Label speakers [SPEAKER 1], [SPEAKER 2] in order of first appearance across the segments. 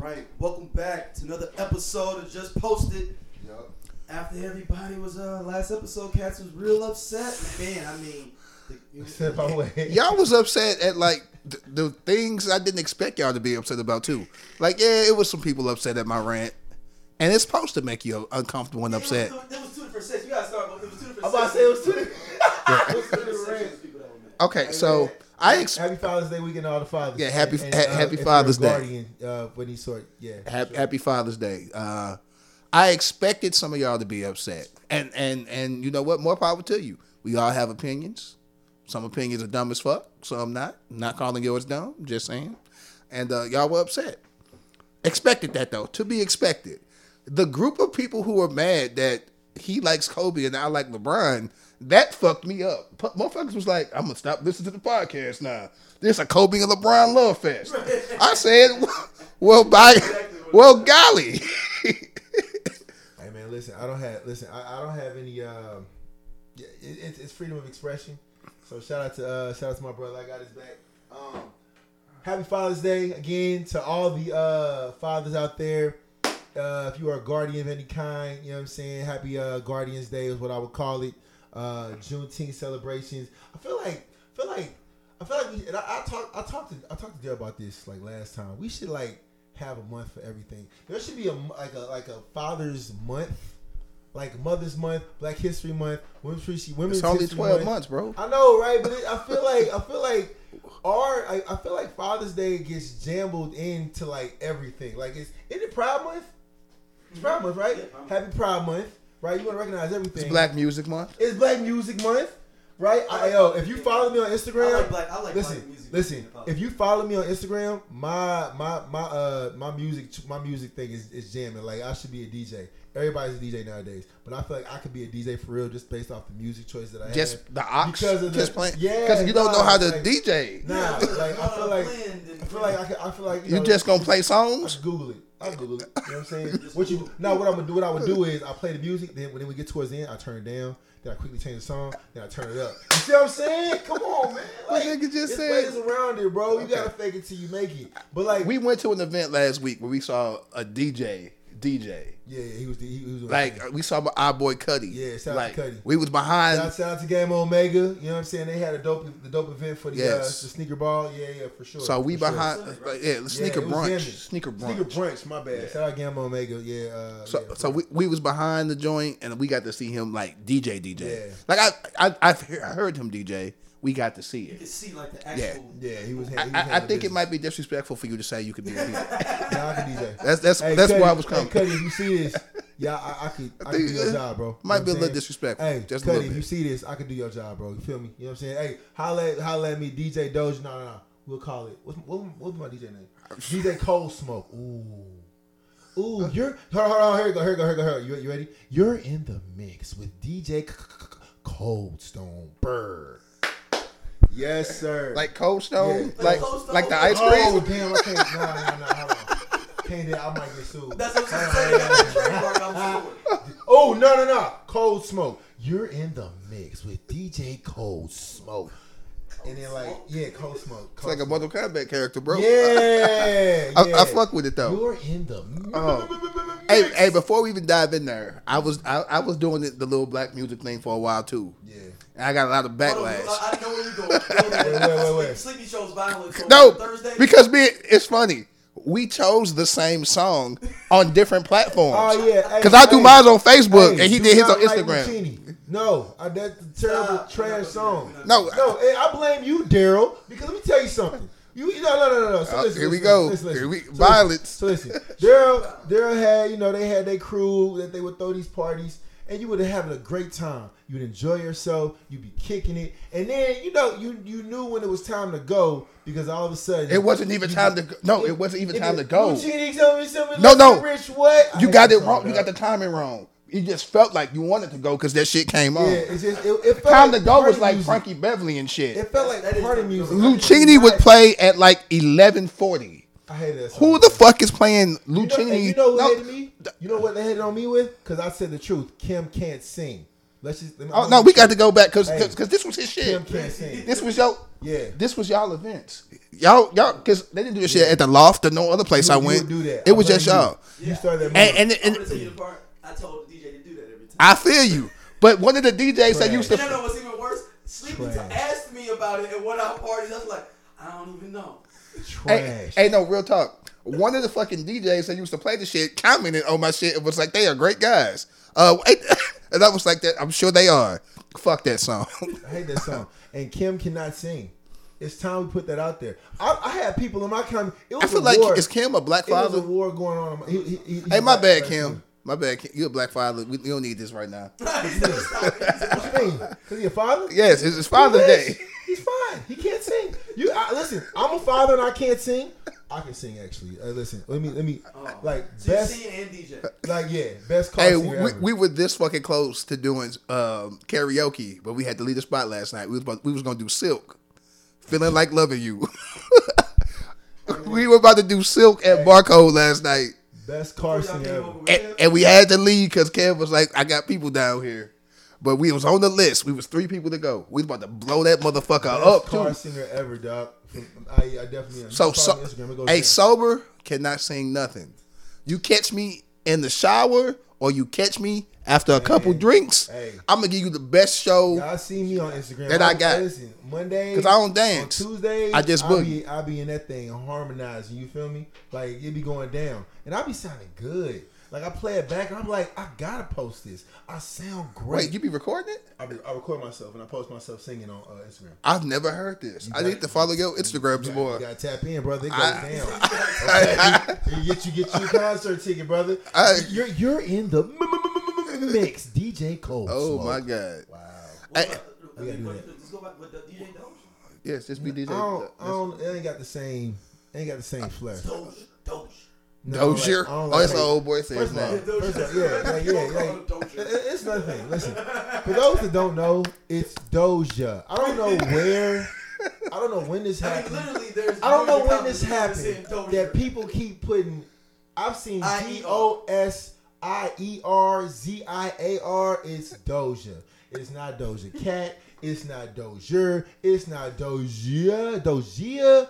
[SPEAKER 1] Right, welcome back to another episode of Just Posted.
[SPEAKER 2] Yup.
[SPEAKER 1] After everybody was uh last episode, Cats was real upset. Man, I mean, the,
[SPEAKER 2] Step my way.
[SPEAKER 3] y'all was upset at like th- the things I didn't expect y'all to be upset about too. Like, yeah, it was some people upset at my rant, and it's supposed to make you uncomfortable and upset.
[SPEAKER 1] It was, two, it was two different sections. You gotta start. with- It was two different.
[SPEAKER 2] I'm about to say it was two it was two
[SPEAKER 1] sections. It was
[SPEAKER 2] different
[SPEAKER 1] two different
[SPEAKER 2] rants.
[SPEAKER 1] sections, people that were mad.
[SPEAKER 3] Okay, so I ex-
[SPEAKER 2] Happy Father's Day weekend to all the fathers.
[SPEAKER 3] Yeah, happy-
[SPEAKER 2] And,
[SPEAKER 3] ha-
[SPEAKER 2] uh,
[SPEAKER 3] happy
[SPEAKER 2] if you're a
[SPEAKER 3] Father's Day.
[SPEAKER 2] Guardian, uh, of any sort. Yeah.
[SPEAKER 3] happy, happy Father's Day. Uh, I expected some of y'all to be upset, and and and you know what? More power to you. We all have opinions. Some opinions are dumb as fuck. Some not. Not calling yours dumb. Just saying. And uh, y'all were upset. Expected that though. To be expected. The group of people who were mad that he likes Kobe and I like LeBron. That fucked me up. P- Motherfuckers was like, "I'm gonna stop listening to the podcast now. This a Kobe and LeBron love fest." I said, "Well, by well, golly."
[SPEAKER 2] Hey man, listen. I don't have listen. I, I don't have any. Um, yeah, it, it's, it's freedom of expression. So shout out to uh, shout out to my brother. I got his back. Um, happy Father's Day again to all the uh, fathers out there. Uh, if you are a guardian of any kind, you know what I'm saying. Happy uh, Guardians Day is what I would call it. Uh, Juneteenth celebrations. I feel like I feel like I feel like we, and I, I talk I talked to I talked to Joe about this like last time. We should like have a month for everything. There should be a m- like a like a Father's Month, like Mother's Month, Black History Month, Women's History Women's
[SPEAKER 3] It's only
[SPEAKER 2] History
[SPEAKER 3] twelve
[SPEAKER 2] Month.
[SPEAKER 3] months, bro.
[SPEAKER 2] I know, right? But it, I feel like I feel like our I, I feel like Father's Day gets jumbled into like everything. Like it's is it Pride Month? It's Pride Month, right? Happy Pride Month, right? You want to recognize everything.
[SPEAKER 3] It's Black Music Month.
[SPEAKER 2] It's Black Music Month, right? I, yo, if you follow me on Instagram,
[SPEAKER 1] I like black- I like
[SPEAKER 2] listen,
[SPEAKER 1] black music.
[SPEAKER 2] listen. If you follow me on Instagram, my my my uh my music my music thing is, is jamming. Like I should be a DJ. Everybody's a DJ nowadays, but I feel like I could be a DJ for real just based off the music choice that I have.
[SPEAKER 3] Just the ox.
[SPEAKER 2] Because of the-
[SPEAKER 3] just playing.
[SPEAKER 2] Yeah,
[SPEAKER 3] because you don't know how to
[SPEAKER 2] nah, like-
[SPEAKER 3] DJ.
[SPEAKER 2] Nah,
[SPEAKER 1] Yeah,
[SPEAKER 2] like I feel like
[SPEAKER 1] blend and-
[SPEAKER 2] I feel like I, could, I feel like
[SPEAKER 3] you
[SPEAKER 2] know,
[SPEAKER 3] just gonna play
[SPEAKER 2] I
[SPEAKER 3] songs.
[SPEAKER 2] should Google it. I Google it. You know what I'm saying? What you now? What I'm gonna do? What I would do is I play the music. Then when we get towards the end, I turn it down. Then I quickly change the song. Then I turn it up. You see what I'm saying? Come on, man. Like,
[SPEAKER 3] nigga just
[SPEAKER 2] it's
[SPEAKER 3] said-
[SPEAKER 2] ways around it, bro. You
[SPEAKER 3] Okay.
[SPEAKER 2] gotta fake it till you make it. But like,
[SPEAKER 3] We went to an event last week where we saw a DJ. DJ.
[SPEAKER 2] yeah, yeah, he was the, he, he was
[SPEAKER 3] Like we saw my- our boy Cuddy.
[SPEAKER 2] Yeah, shout out to
[SPEAKER 3] like,
[SPEAKER 2] Cudi.
[SPEAKER 3] We was behind.
[SPEAKER 2] Shout out, shout out to Game Omega. You know what I'm saying? They had a dope the dope event for the, uh,
[SPEAKER 3] Yes.
[SPEAKER 2] the sneaker ball. Yeah, yeah, for sure.
[SPEAKER 3] so we
[SPEAKER 2] for sure.
[SPEAKER 3] behind. like, yeah,
[SPEAKER 2] Yeah,
[SPEAKER 3] sneaker
[SPEAKER 2] it was
[SPEAKER 3] brunch.
[SPEAKER 2] jamming.
[SPEAKER 3] Sneaker brunch.
[SPEAKER 2] Sneaker brunch. My bad. Shout out Game Omega. Yeah. Uh,
[SPEAKER 3] So,
[SPEAKER 2] yeah,
[SPEAKER 3] so we, we was behind the joint and we got to see him like DJ DJ.
[SPEAKER 2] Yeah.
[SPEAKER 3] Like I I I've he- I heard him DJ. We got to see
[SPEAKER 1] you
[SPEAKER 3] it.
[SPEAKER 1] could see like the actual.
[SPEAKER 2] yeah, he was.
[SPEAKER 3] I, I, I think it might be disrespectful for you to say you could be a DJ.
[SPEAKER 2] Nah, I could DJ.
[SPEAKER 3] That's that's
[SPEAKER 2] Hey,
[SPEAKER 3] that's
[SPEAKER 2] Cuddy,
[SPEAKER 3] where I was coming.
[SPEAKER 2] Hey, Cuddy, if you see this, yeah, I, I could, I, could
[SPEAKER 3] think
[SPEAKER 2] do your
[SPEAKER 3] it
[SPEAKER 2] job, bro.
[SPEAKER 3] might
[SPEAKER 2] You know
[SPEAKER 3] be
[SPEAKER 2] what I'm
[SPEAKER 3] a little
[SPEAKER 2] saying?
[SPEAKER 3] disrespectful,
[SPEAKER 2] Hey,
[SPEAKER 3] just
[SPEAKER 2] Cuddy,
[SPEAKER 3] a little
[SPEAKER 2] if
[SPEAKER 3] bit.
[SPEAKER 2] you see this, I could do your job, bro. You feel me? You know what I'm saying? Hey, holla, at- holla at me, DJ Doge. No, no, no. We'll call it. What's what, what's my DJ name? DJ Cold Smoke. Ooh, ooh. You're hold on, hold on. Here we go. Here we go. Here we go. Here we go. You, you ready? You're in the mix with DJ C- C- C- Cold Stone Bird. Yes, sir.
[SPEAKER 3] Like Cold Stone,
[SPEAKER 2] Yeah.
[SPEAKER 3] like
[SPEAKER 1] Cold Stone?
[SPEAKER 3] like the ice
[SPEAKER 2] oh
[SPEAKER 3] cream.
[SPEAKER 2] damn, I can't. Nah, nah, nah. Hold on. Can't do. I might get sued.
[SPEAKER 1] That's what I'm saying. That's a trademark, I'm sure.
[SPEAKER 2] Oh no no no! Cold smoke. You're in the mix with DJ Cold Smoke, and then like yeah, Cold Smoke.
[SPEAKER 3] It's like a Mortal Kombat character, bro.
[SPEAKER 2] yeah,
[SPEAKER 3] I,
[SPEAKER 2] yeah.
[SPEAKER 3] I fuck Oh. with it though.
[SPEAKER 2] You're in the mix.
[SPEAKER 3] Hey, hey, before we even dive in there, I was I, I was doing the, the little black music thing for a while too.
[SPEAKER 2] Yeah.
[SPEAKER 3] And I got a lot of
[SPEAKER 1] Hold on,
[SPEAKER 3] backlash.
[SPEAKER 1] I, I know where you're going. Wait,
[SPEAKER 2] wait, wait, wait.
[SPEAKER 1] Sleepy shows violent. so
[SPEAKER 3] No,
[SPEAKER 1] Thursday.
[SPEAKER 3] because me, it's funny. We chose the same song on different platforms.
[SPEAKER 2] Oh yeah. hey,
[SPEAKER 3] Because I do
[SPEAKER 2] hey,
[SPEAKER 3] mine on Facebook
[SPEAKER 2] hey,
[SPEAKER 3] and he
[SPEAKER 2] do
[SPEAKER 3] did his
[SPEAKER 2] not
[SPEAKER 3] on
[SPEAKER 2] like
[SPEAKER 3] Instagram.
[SPEAKER 2] Lucchini. no, I, that's a terrible
[SPEAKER 1] Stop.
[SPEAKER 2] trash song.
[SPEAKER 3] no,
[SPEAKER 2] No, hey, I blame you, Daryl, because let me tell you something. You, you no, no, no, no. So
[SPEAKER 3] Uh,
[SPEAKER 2] listen,
[SPEAKER 3] here we
[SPEAKER 2] listen,
[SPEAKER 3] go.
[SPEAKER 2] Listen, listen,
[SPEAKER 3] Here we-
[SPEAKER 2] So
[SPEAKER 3] violence.
[SPEAKER 2] Listen, so listen, Daryl, Daryl had, you know, they had their crew that they would throw these parties, and you would have having a great time. You'd enjoy yourself. You'd be kicking it, and then you know, you you knew when it was time to go because all of a sudden
[SPEAKER 3] it wasn't even time to go. No, it wasn't even time to go.
[SPEAKER 2] Luchini, tell me something.
[SPEAKER 3] No,
[SPEAKER 2] like,
[SPEAKER 3] no.
[SPEAKER 2] Rich, what? I
[SPEAKER 3] You
[SPEAKER 2] hate
[SPEAKER 3] got
[SPEAKER 2] that
[SPEAKER 3] it
[SPEAKER 2] song,
[SPEAKER 3] wrong. You
[SPEAKER 2] dog.
[SPEAKER 3] got the timing wrong. You just felt like you wanted to go because that shit came on.
[SPEAKER 2] Yeah, it's just it, it felt
[SPEAKER 3] Time
[SPEAKER 2] like
[SPEAKER 3] to go was
[SPEAKER 2] party
[SPEAKER 3] like
[SPEAKER 2] music.
[SPEAKER 3] Frankie Beverly and shit.
[SPEAKER 2] It felt like
[SPEAKER 1] That is
[SPEAKER 2] party
[SPEAKER 1] not
[SPEAKER 2] music.
[SPEAKER 1] good.
[SPEAKER 3] Lucchini would play at like eleven forty.
[SPEAKER 2] I hate that. Song,
[SPEAKER 3] Who the
[SPEAKER 2] dog.
[SPEAKER 3] fuck is playing
[SPEAKER 2] You know, and
[SPEAKER 3] Lucchini?
[SPEAKER 2] you know what
[SPEAKER 3] No,
[SPEAKER 2] hated me? You know what they hated on me with? Because I said the truth. Kim can't sing. Let's just. Let me,
[SPEAKER 3] Oh no, we got to go back because
[SPEAKER 2] Hey.
[SPEAKER 3] because this was his shit.
[SPEAKER 2] Kim can't sing.
[SPEAKER 3] This was your
[SPEAKER 2] Yeah.
[SPEAKER 3] This was y'all events. Y'all y'all because they didn't do this shit at the loft or no other place
[SPEAKER 2] You-
[SPEAKER 3] I
[SPEAKER 2] you
[SPEAKER 3] went.
[SPEAKER 2] would do that.
[SPEAKER 3] It
[SPEAKER 2] I'm
[SPEAKER 3] was just
[SPEAKER 2] letting
[SPEAKER 3] y'all.
[SPEAKER 2] You, you started that.
[SPEAKER 3] And
[SPEAKER 2] movement.
[SPEAKER 3] and,
[SPEAKER 1] I'm gonna tell you
[SPEAKER 3] and
[SPEAKER 1] the part. I told the DJ to do that every time.
[SPEAKER 3] I feel you, but one of the DJs that
[SPEAKER 2] Trash.
[SPEAKER 3] used
[SPEAKER 1] And I
[SPEAKER 3] to
[SPEAKER 1] know what's even worse. Sleepy
[SPEAKER 2] Trash.
[SPEAKER 1] asked me about it at one of our parties. I was like, I don't even know.
[SPEAKER 2] trash.
[SPEAKER 3] Hey, hey, no, real talk. One of the fucking DJs that used to play the shit commented on my shit and was like, "They are great guys." Uh, wait- and I was like, "That I'm sure they are." Fuck that song.
[SPEAKER 2] I hate that song. And Kim cannot sing. It's time we put that out there. I, I had people in my comment. It was
[SPEAKER 3] I feel
[SPEAKER 2] a
[SPEAKER 3] like
[SPEAKER 2] war.
[SPEAKER 3] is Kim a black
[SPEAKER 2] It was a
[SPEAKER 3] father?
[SPEAKER 2] war going on. He, he, he,
[SPEAKER 3] Hey, my
[SPEAKER 2] he-
[SPEAKER 3] bad, Kim. My bad. Kim. You a black father? We, we don't need this right now.
[SPEAKER 1] He said, "Stop it." He said,
[SPEAKER 2] What you mean? 'Cause he a father?
[SPEAKER 3] Yes, it's, it's Father's
[SPEAKER 2] Yes,
[SPEAKER 3] Day.
[SPEAKER 2] He's fine. He can't sing. You I, listen. I'm a father and I can't sing. I can sing actually. Uh, listen, let me let me
[SPEAKER 1] Oh.
[SPEAKER 2] like
[SPEAKER 1] So you
[SPEAKER 2] best
[SPEAKER 1] sing and DJ.
[SPEAKER 2] like yeah best car
[SPEAKER 3] Hey,
[SPEAKER 2] singer
[SPEAKER 3] we,
[SPEAKER 2] ever.
[SPEAKER 3] we were this fucking close to doing um, karaoke, but we had to leave the spot last night. We was about, we was gonna do Silk, feeling like loving you. we were about to do Silk at Barcode last night.
[SPEAKER 2] best car
[SPEAKER 1] Y'all
[SPEAKER 2] singer
[SPEAKER 1] came
[SPEAKER 2] ever.
[SPEAKER 1] over with
[SPEAKER 3] and,
[SPEAKER 1] that?
[SPEAKER 3] and we had to leave because Kev was like, "I got people down here," but we was on the list. We was three people to go. We was about to blow that motherfucker
[SPEAKER 2] Best
[SPEAKER 3] up
[SPEAKER 2] car
[SPEAKER 3] too.
[SPEAKER 2] singer ever, dog. From, I, I definitely am. Follow
[SPEAKER 3] So, so
[SPEAKER 2] me on Instagram. It goes
[SPEAKER 3] hey,
[SPEAKER 2] down.
[SPEAKER 3] sober cannot sing nothing. You catch me in the shower, or you catch me after a couple
[SPEAKER 2] Hey,
[SPEAKER 3] drinks.
[SPEAKER 2] hey.
[SPEAKER 3] I'm gonna give you the best show.
[SPEAKER 2] Y'all see me on Instagram.
[SPEAKER 3] That I got.
[SPEAKER 2] Listen, Monday.
[SPEAKER 3] 'Cause I don't dance.
[SPEAKER 2] On Tuesdays,
[SPEAKER 3] I just
[SPEAKER 2] I
[SPEAKER 3] boogie.
[SPEAKER 2] be, I be in that thing harmonizing. You feel me? Like it be going down, and I be sounding good. Like I play it back, and I'm like, I gotta post this. I sound great.
[SPEAKER 3] Wait, you be recording it?
[SPEAKER 2] I, be, I record myself and I post myself singing on uh, Instagram.
[SPEAKER 3] I've never heard this. I
[SPEAKER 2] got-
[SPEAKER 3] need to follow your
[SPEAKER 2] You
[SPEAKER 3] Instagrams
[SPEAKER 2] gotta-
[SPEAKER 3] more.
[SPEAKER 2] You gotta tap in, brother. It goes
[SPEAKER 3] I-
[SPEAKER 2] down. Okay? you get you get your concert ticket, brother.
[SPEAKER 3] I-
[SPEAKER 2] you're you're in the m- m- m- m- mix, DJ Cole.
[SPEAKER 3] oh
[SPEAKER 2] Smoke.
[SPEAKER 3] my god!
[SPEAKER 2] Wow.
[SPEAKER 1] What
[SPEAKER 3] Hey.
[SPEAKER 1] about- I
[SPEAKER 2] We
[SPEAKER 1] mean,
[SPEAKER 2] gotta
[SPEAKER 1] but
[SPEAKER 2] do
[SPEAKER 1] Let's go back with the DJ Doge.
[SPEAKER 3] Yes, just be DJ.
[SPEAKER 2] I don't, I don't, it ain't got the same, it ain't got the same flair.
[SPEAKER 1] Doge. Doge.
[SPEAKER 2] No, I don't
[SPEAKER 3] Dozier.
[SPEAKER 2] like- I don't
[SPEAKER 3] oh,
[SPEAKER 2] like
[SPEAKER 3] that's an
[SPEAKER 2] how you-
[SPEAKER 3] old boy
[SPEAKER 2] First
[SPEAKER 3] thing
[SPEAKER 2] of
[SPEAKER 3] now.
[SPEAKER 2] all, first of all, yeah, like, yeah, like,
[SPEAKER 1] Doja.
[SPEAKER 2] it- it- it's nothing. Listen, for those that don't know, it's Doja. I don't know where, I don't know when this
[SPEAKER 1] I mean,
[SPEAKER 2] happened.
[SPEAKER 1] literally, there's.
[SPEAKER 2] I don't know
[SPEAKER 1] there's a
[SPEAKER 2] when this
[SPEAKER 1] company
[SPEAKER 2] happened
[SPEAKER 1] that's in Doja.
[SPEAKER 2] that people keep putting. I've seen
[SPEAKER 1] I-E-R.
[SPEAKER 2] D O S I E R Z I A R. It's Doja. It's not Doja Cat. It's not Dozier. It's not Doja. Doja.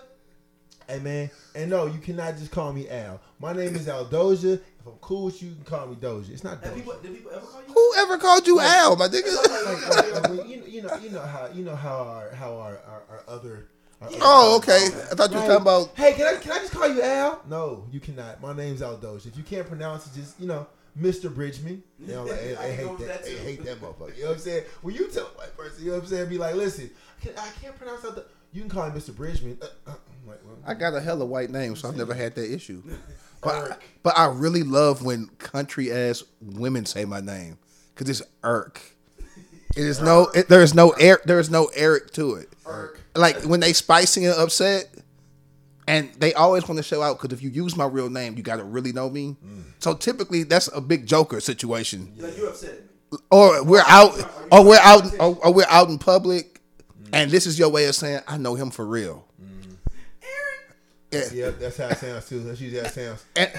[SPEAKER 2] Hey man, and no, you cannot just call me Al. My name is Al Doja. If I'm cool with you, you can call me Doja. It's not
[SPEAKER 1] Have
[SPEAKER 2] Doja.
[SPEAKER 1] people, did people ever call you?
[SPEAKER 3] Who ever called you Al, my nigga?
[SPEAKER 2] Like, like, like, when- you, you know, you know how you know how our how our our, our other. Our
[SPEAKER 3] Oh, okay. I thought you was
[SPEAKER 2] Right.
[SPEAKER 3] talking about.
[SPEAKER 2] Hey, can I can I just call you Al? No, you cannot. My name's Al Doge. If you can't pronounce it, just you know, Mr. Bridgman. You know, like, I, I
[SPEAKER 1] I can go
[SPEAKER 2] hate
[SPEAKER 1] with
[SPEAKER 2] that.
[SPEAKER 1] that
[SPEAKER 2] I
[SPEAKER 1] too.
[SPEAKER 2] hate that motherfucker. You know what I'm saying? When you tell a white person, you know what I'm saying, be like, listen, can, I can't pronounce Al. Doge. You can call him Mr. Bridgman. Uh, uh, I'm like, well,
[SPEAKER 3] I got a hella white name, so I've never had that issue. But
[SPEAKER 2] Irk.
[SPEAKER 3] but I really love when country ass women say my name because it's irk. It is no. It, there is no air. There is no Eric to it.
[SPEAKER 2] Irk.
[SPEAKER 3] Like when they spicy and upset, and they always want to show out because if you use my real name, you gotta really know me. So typically, that's a big joker situation.
[SPEAKER 1] Like, you upset at me.
[SPEAKER 3] or we're out or we're out or, or we're out in public and this is your way of saying i know him for real yeah.
[SPEAKER 2] Yep, that's how it sounds too. That's usually how it sounds.
[SPEAKER 3] and,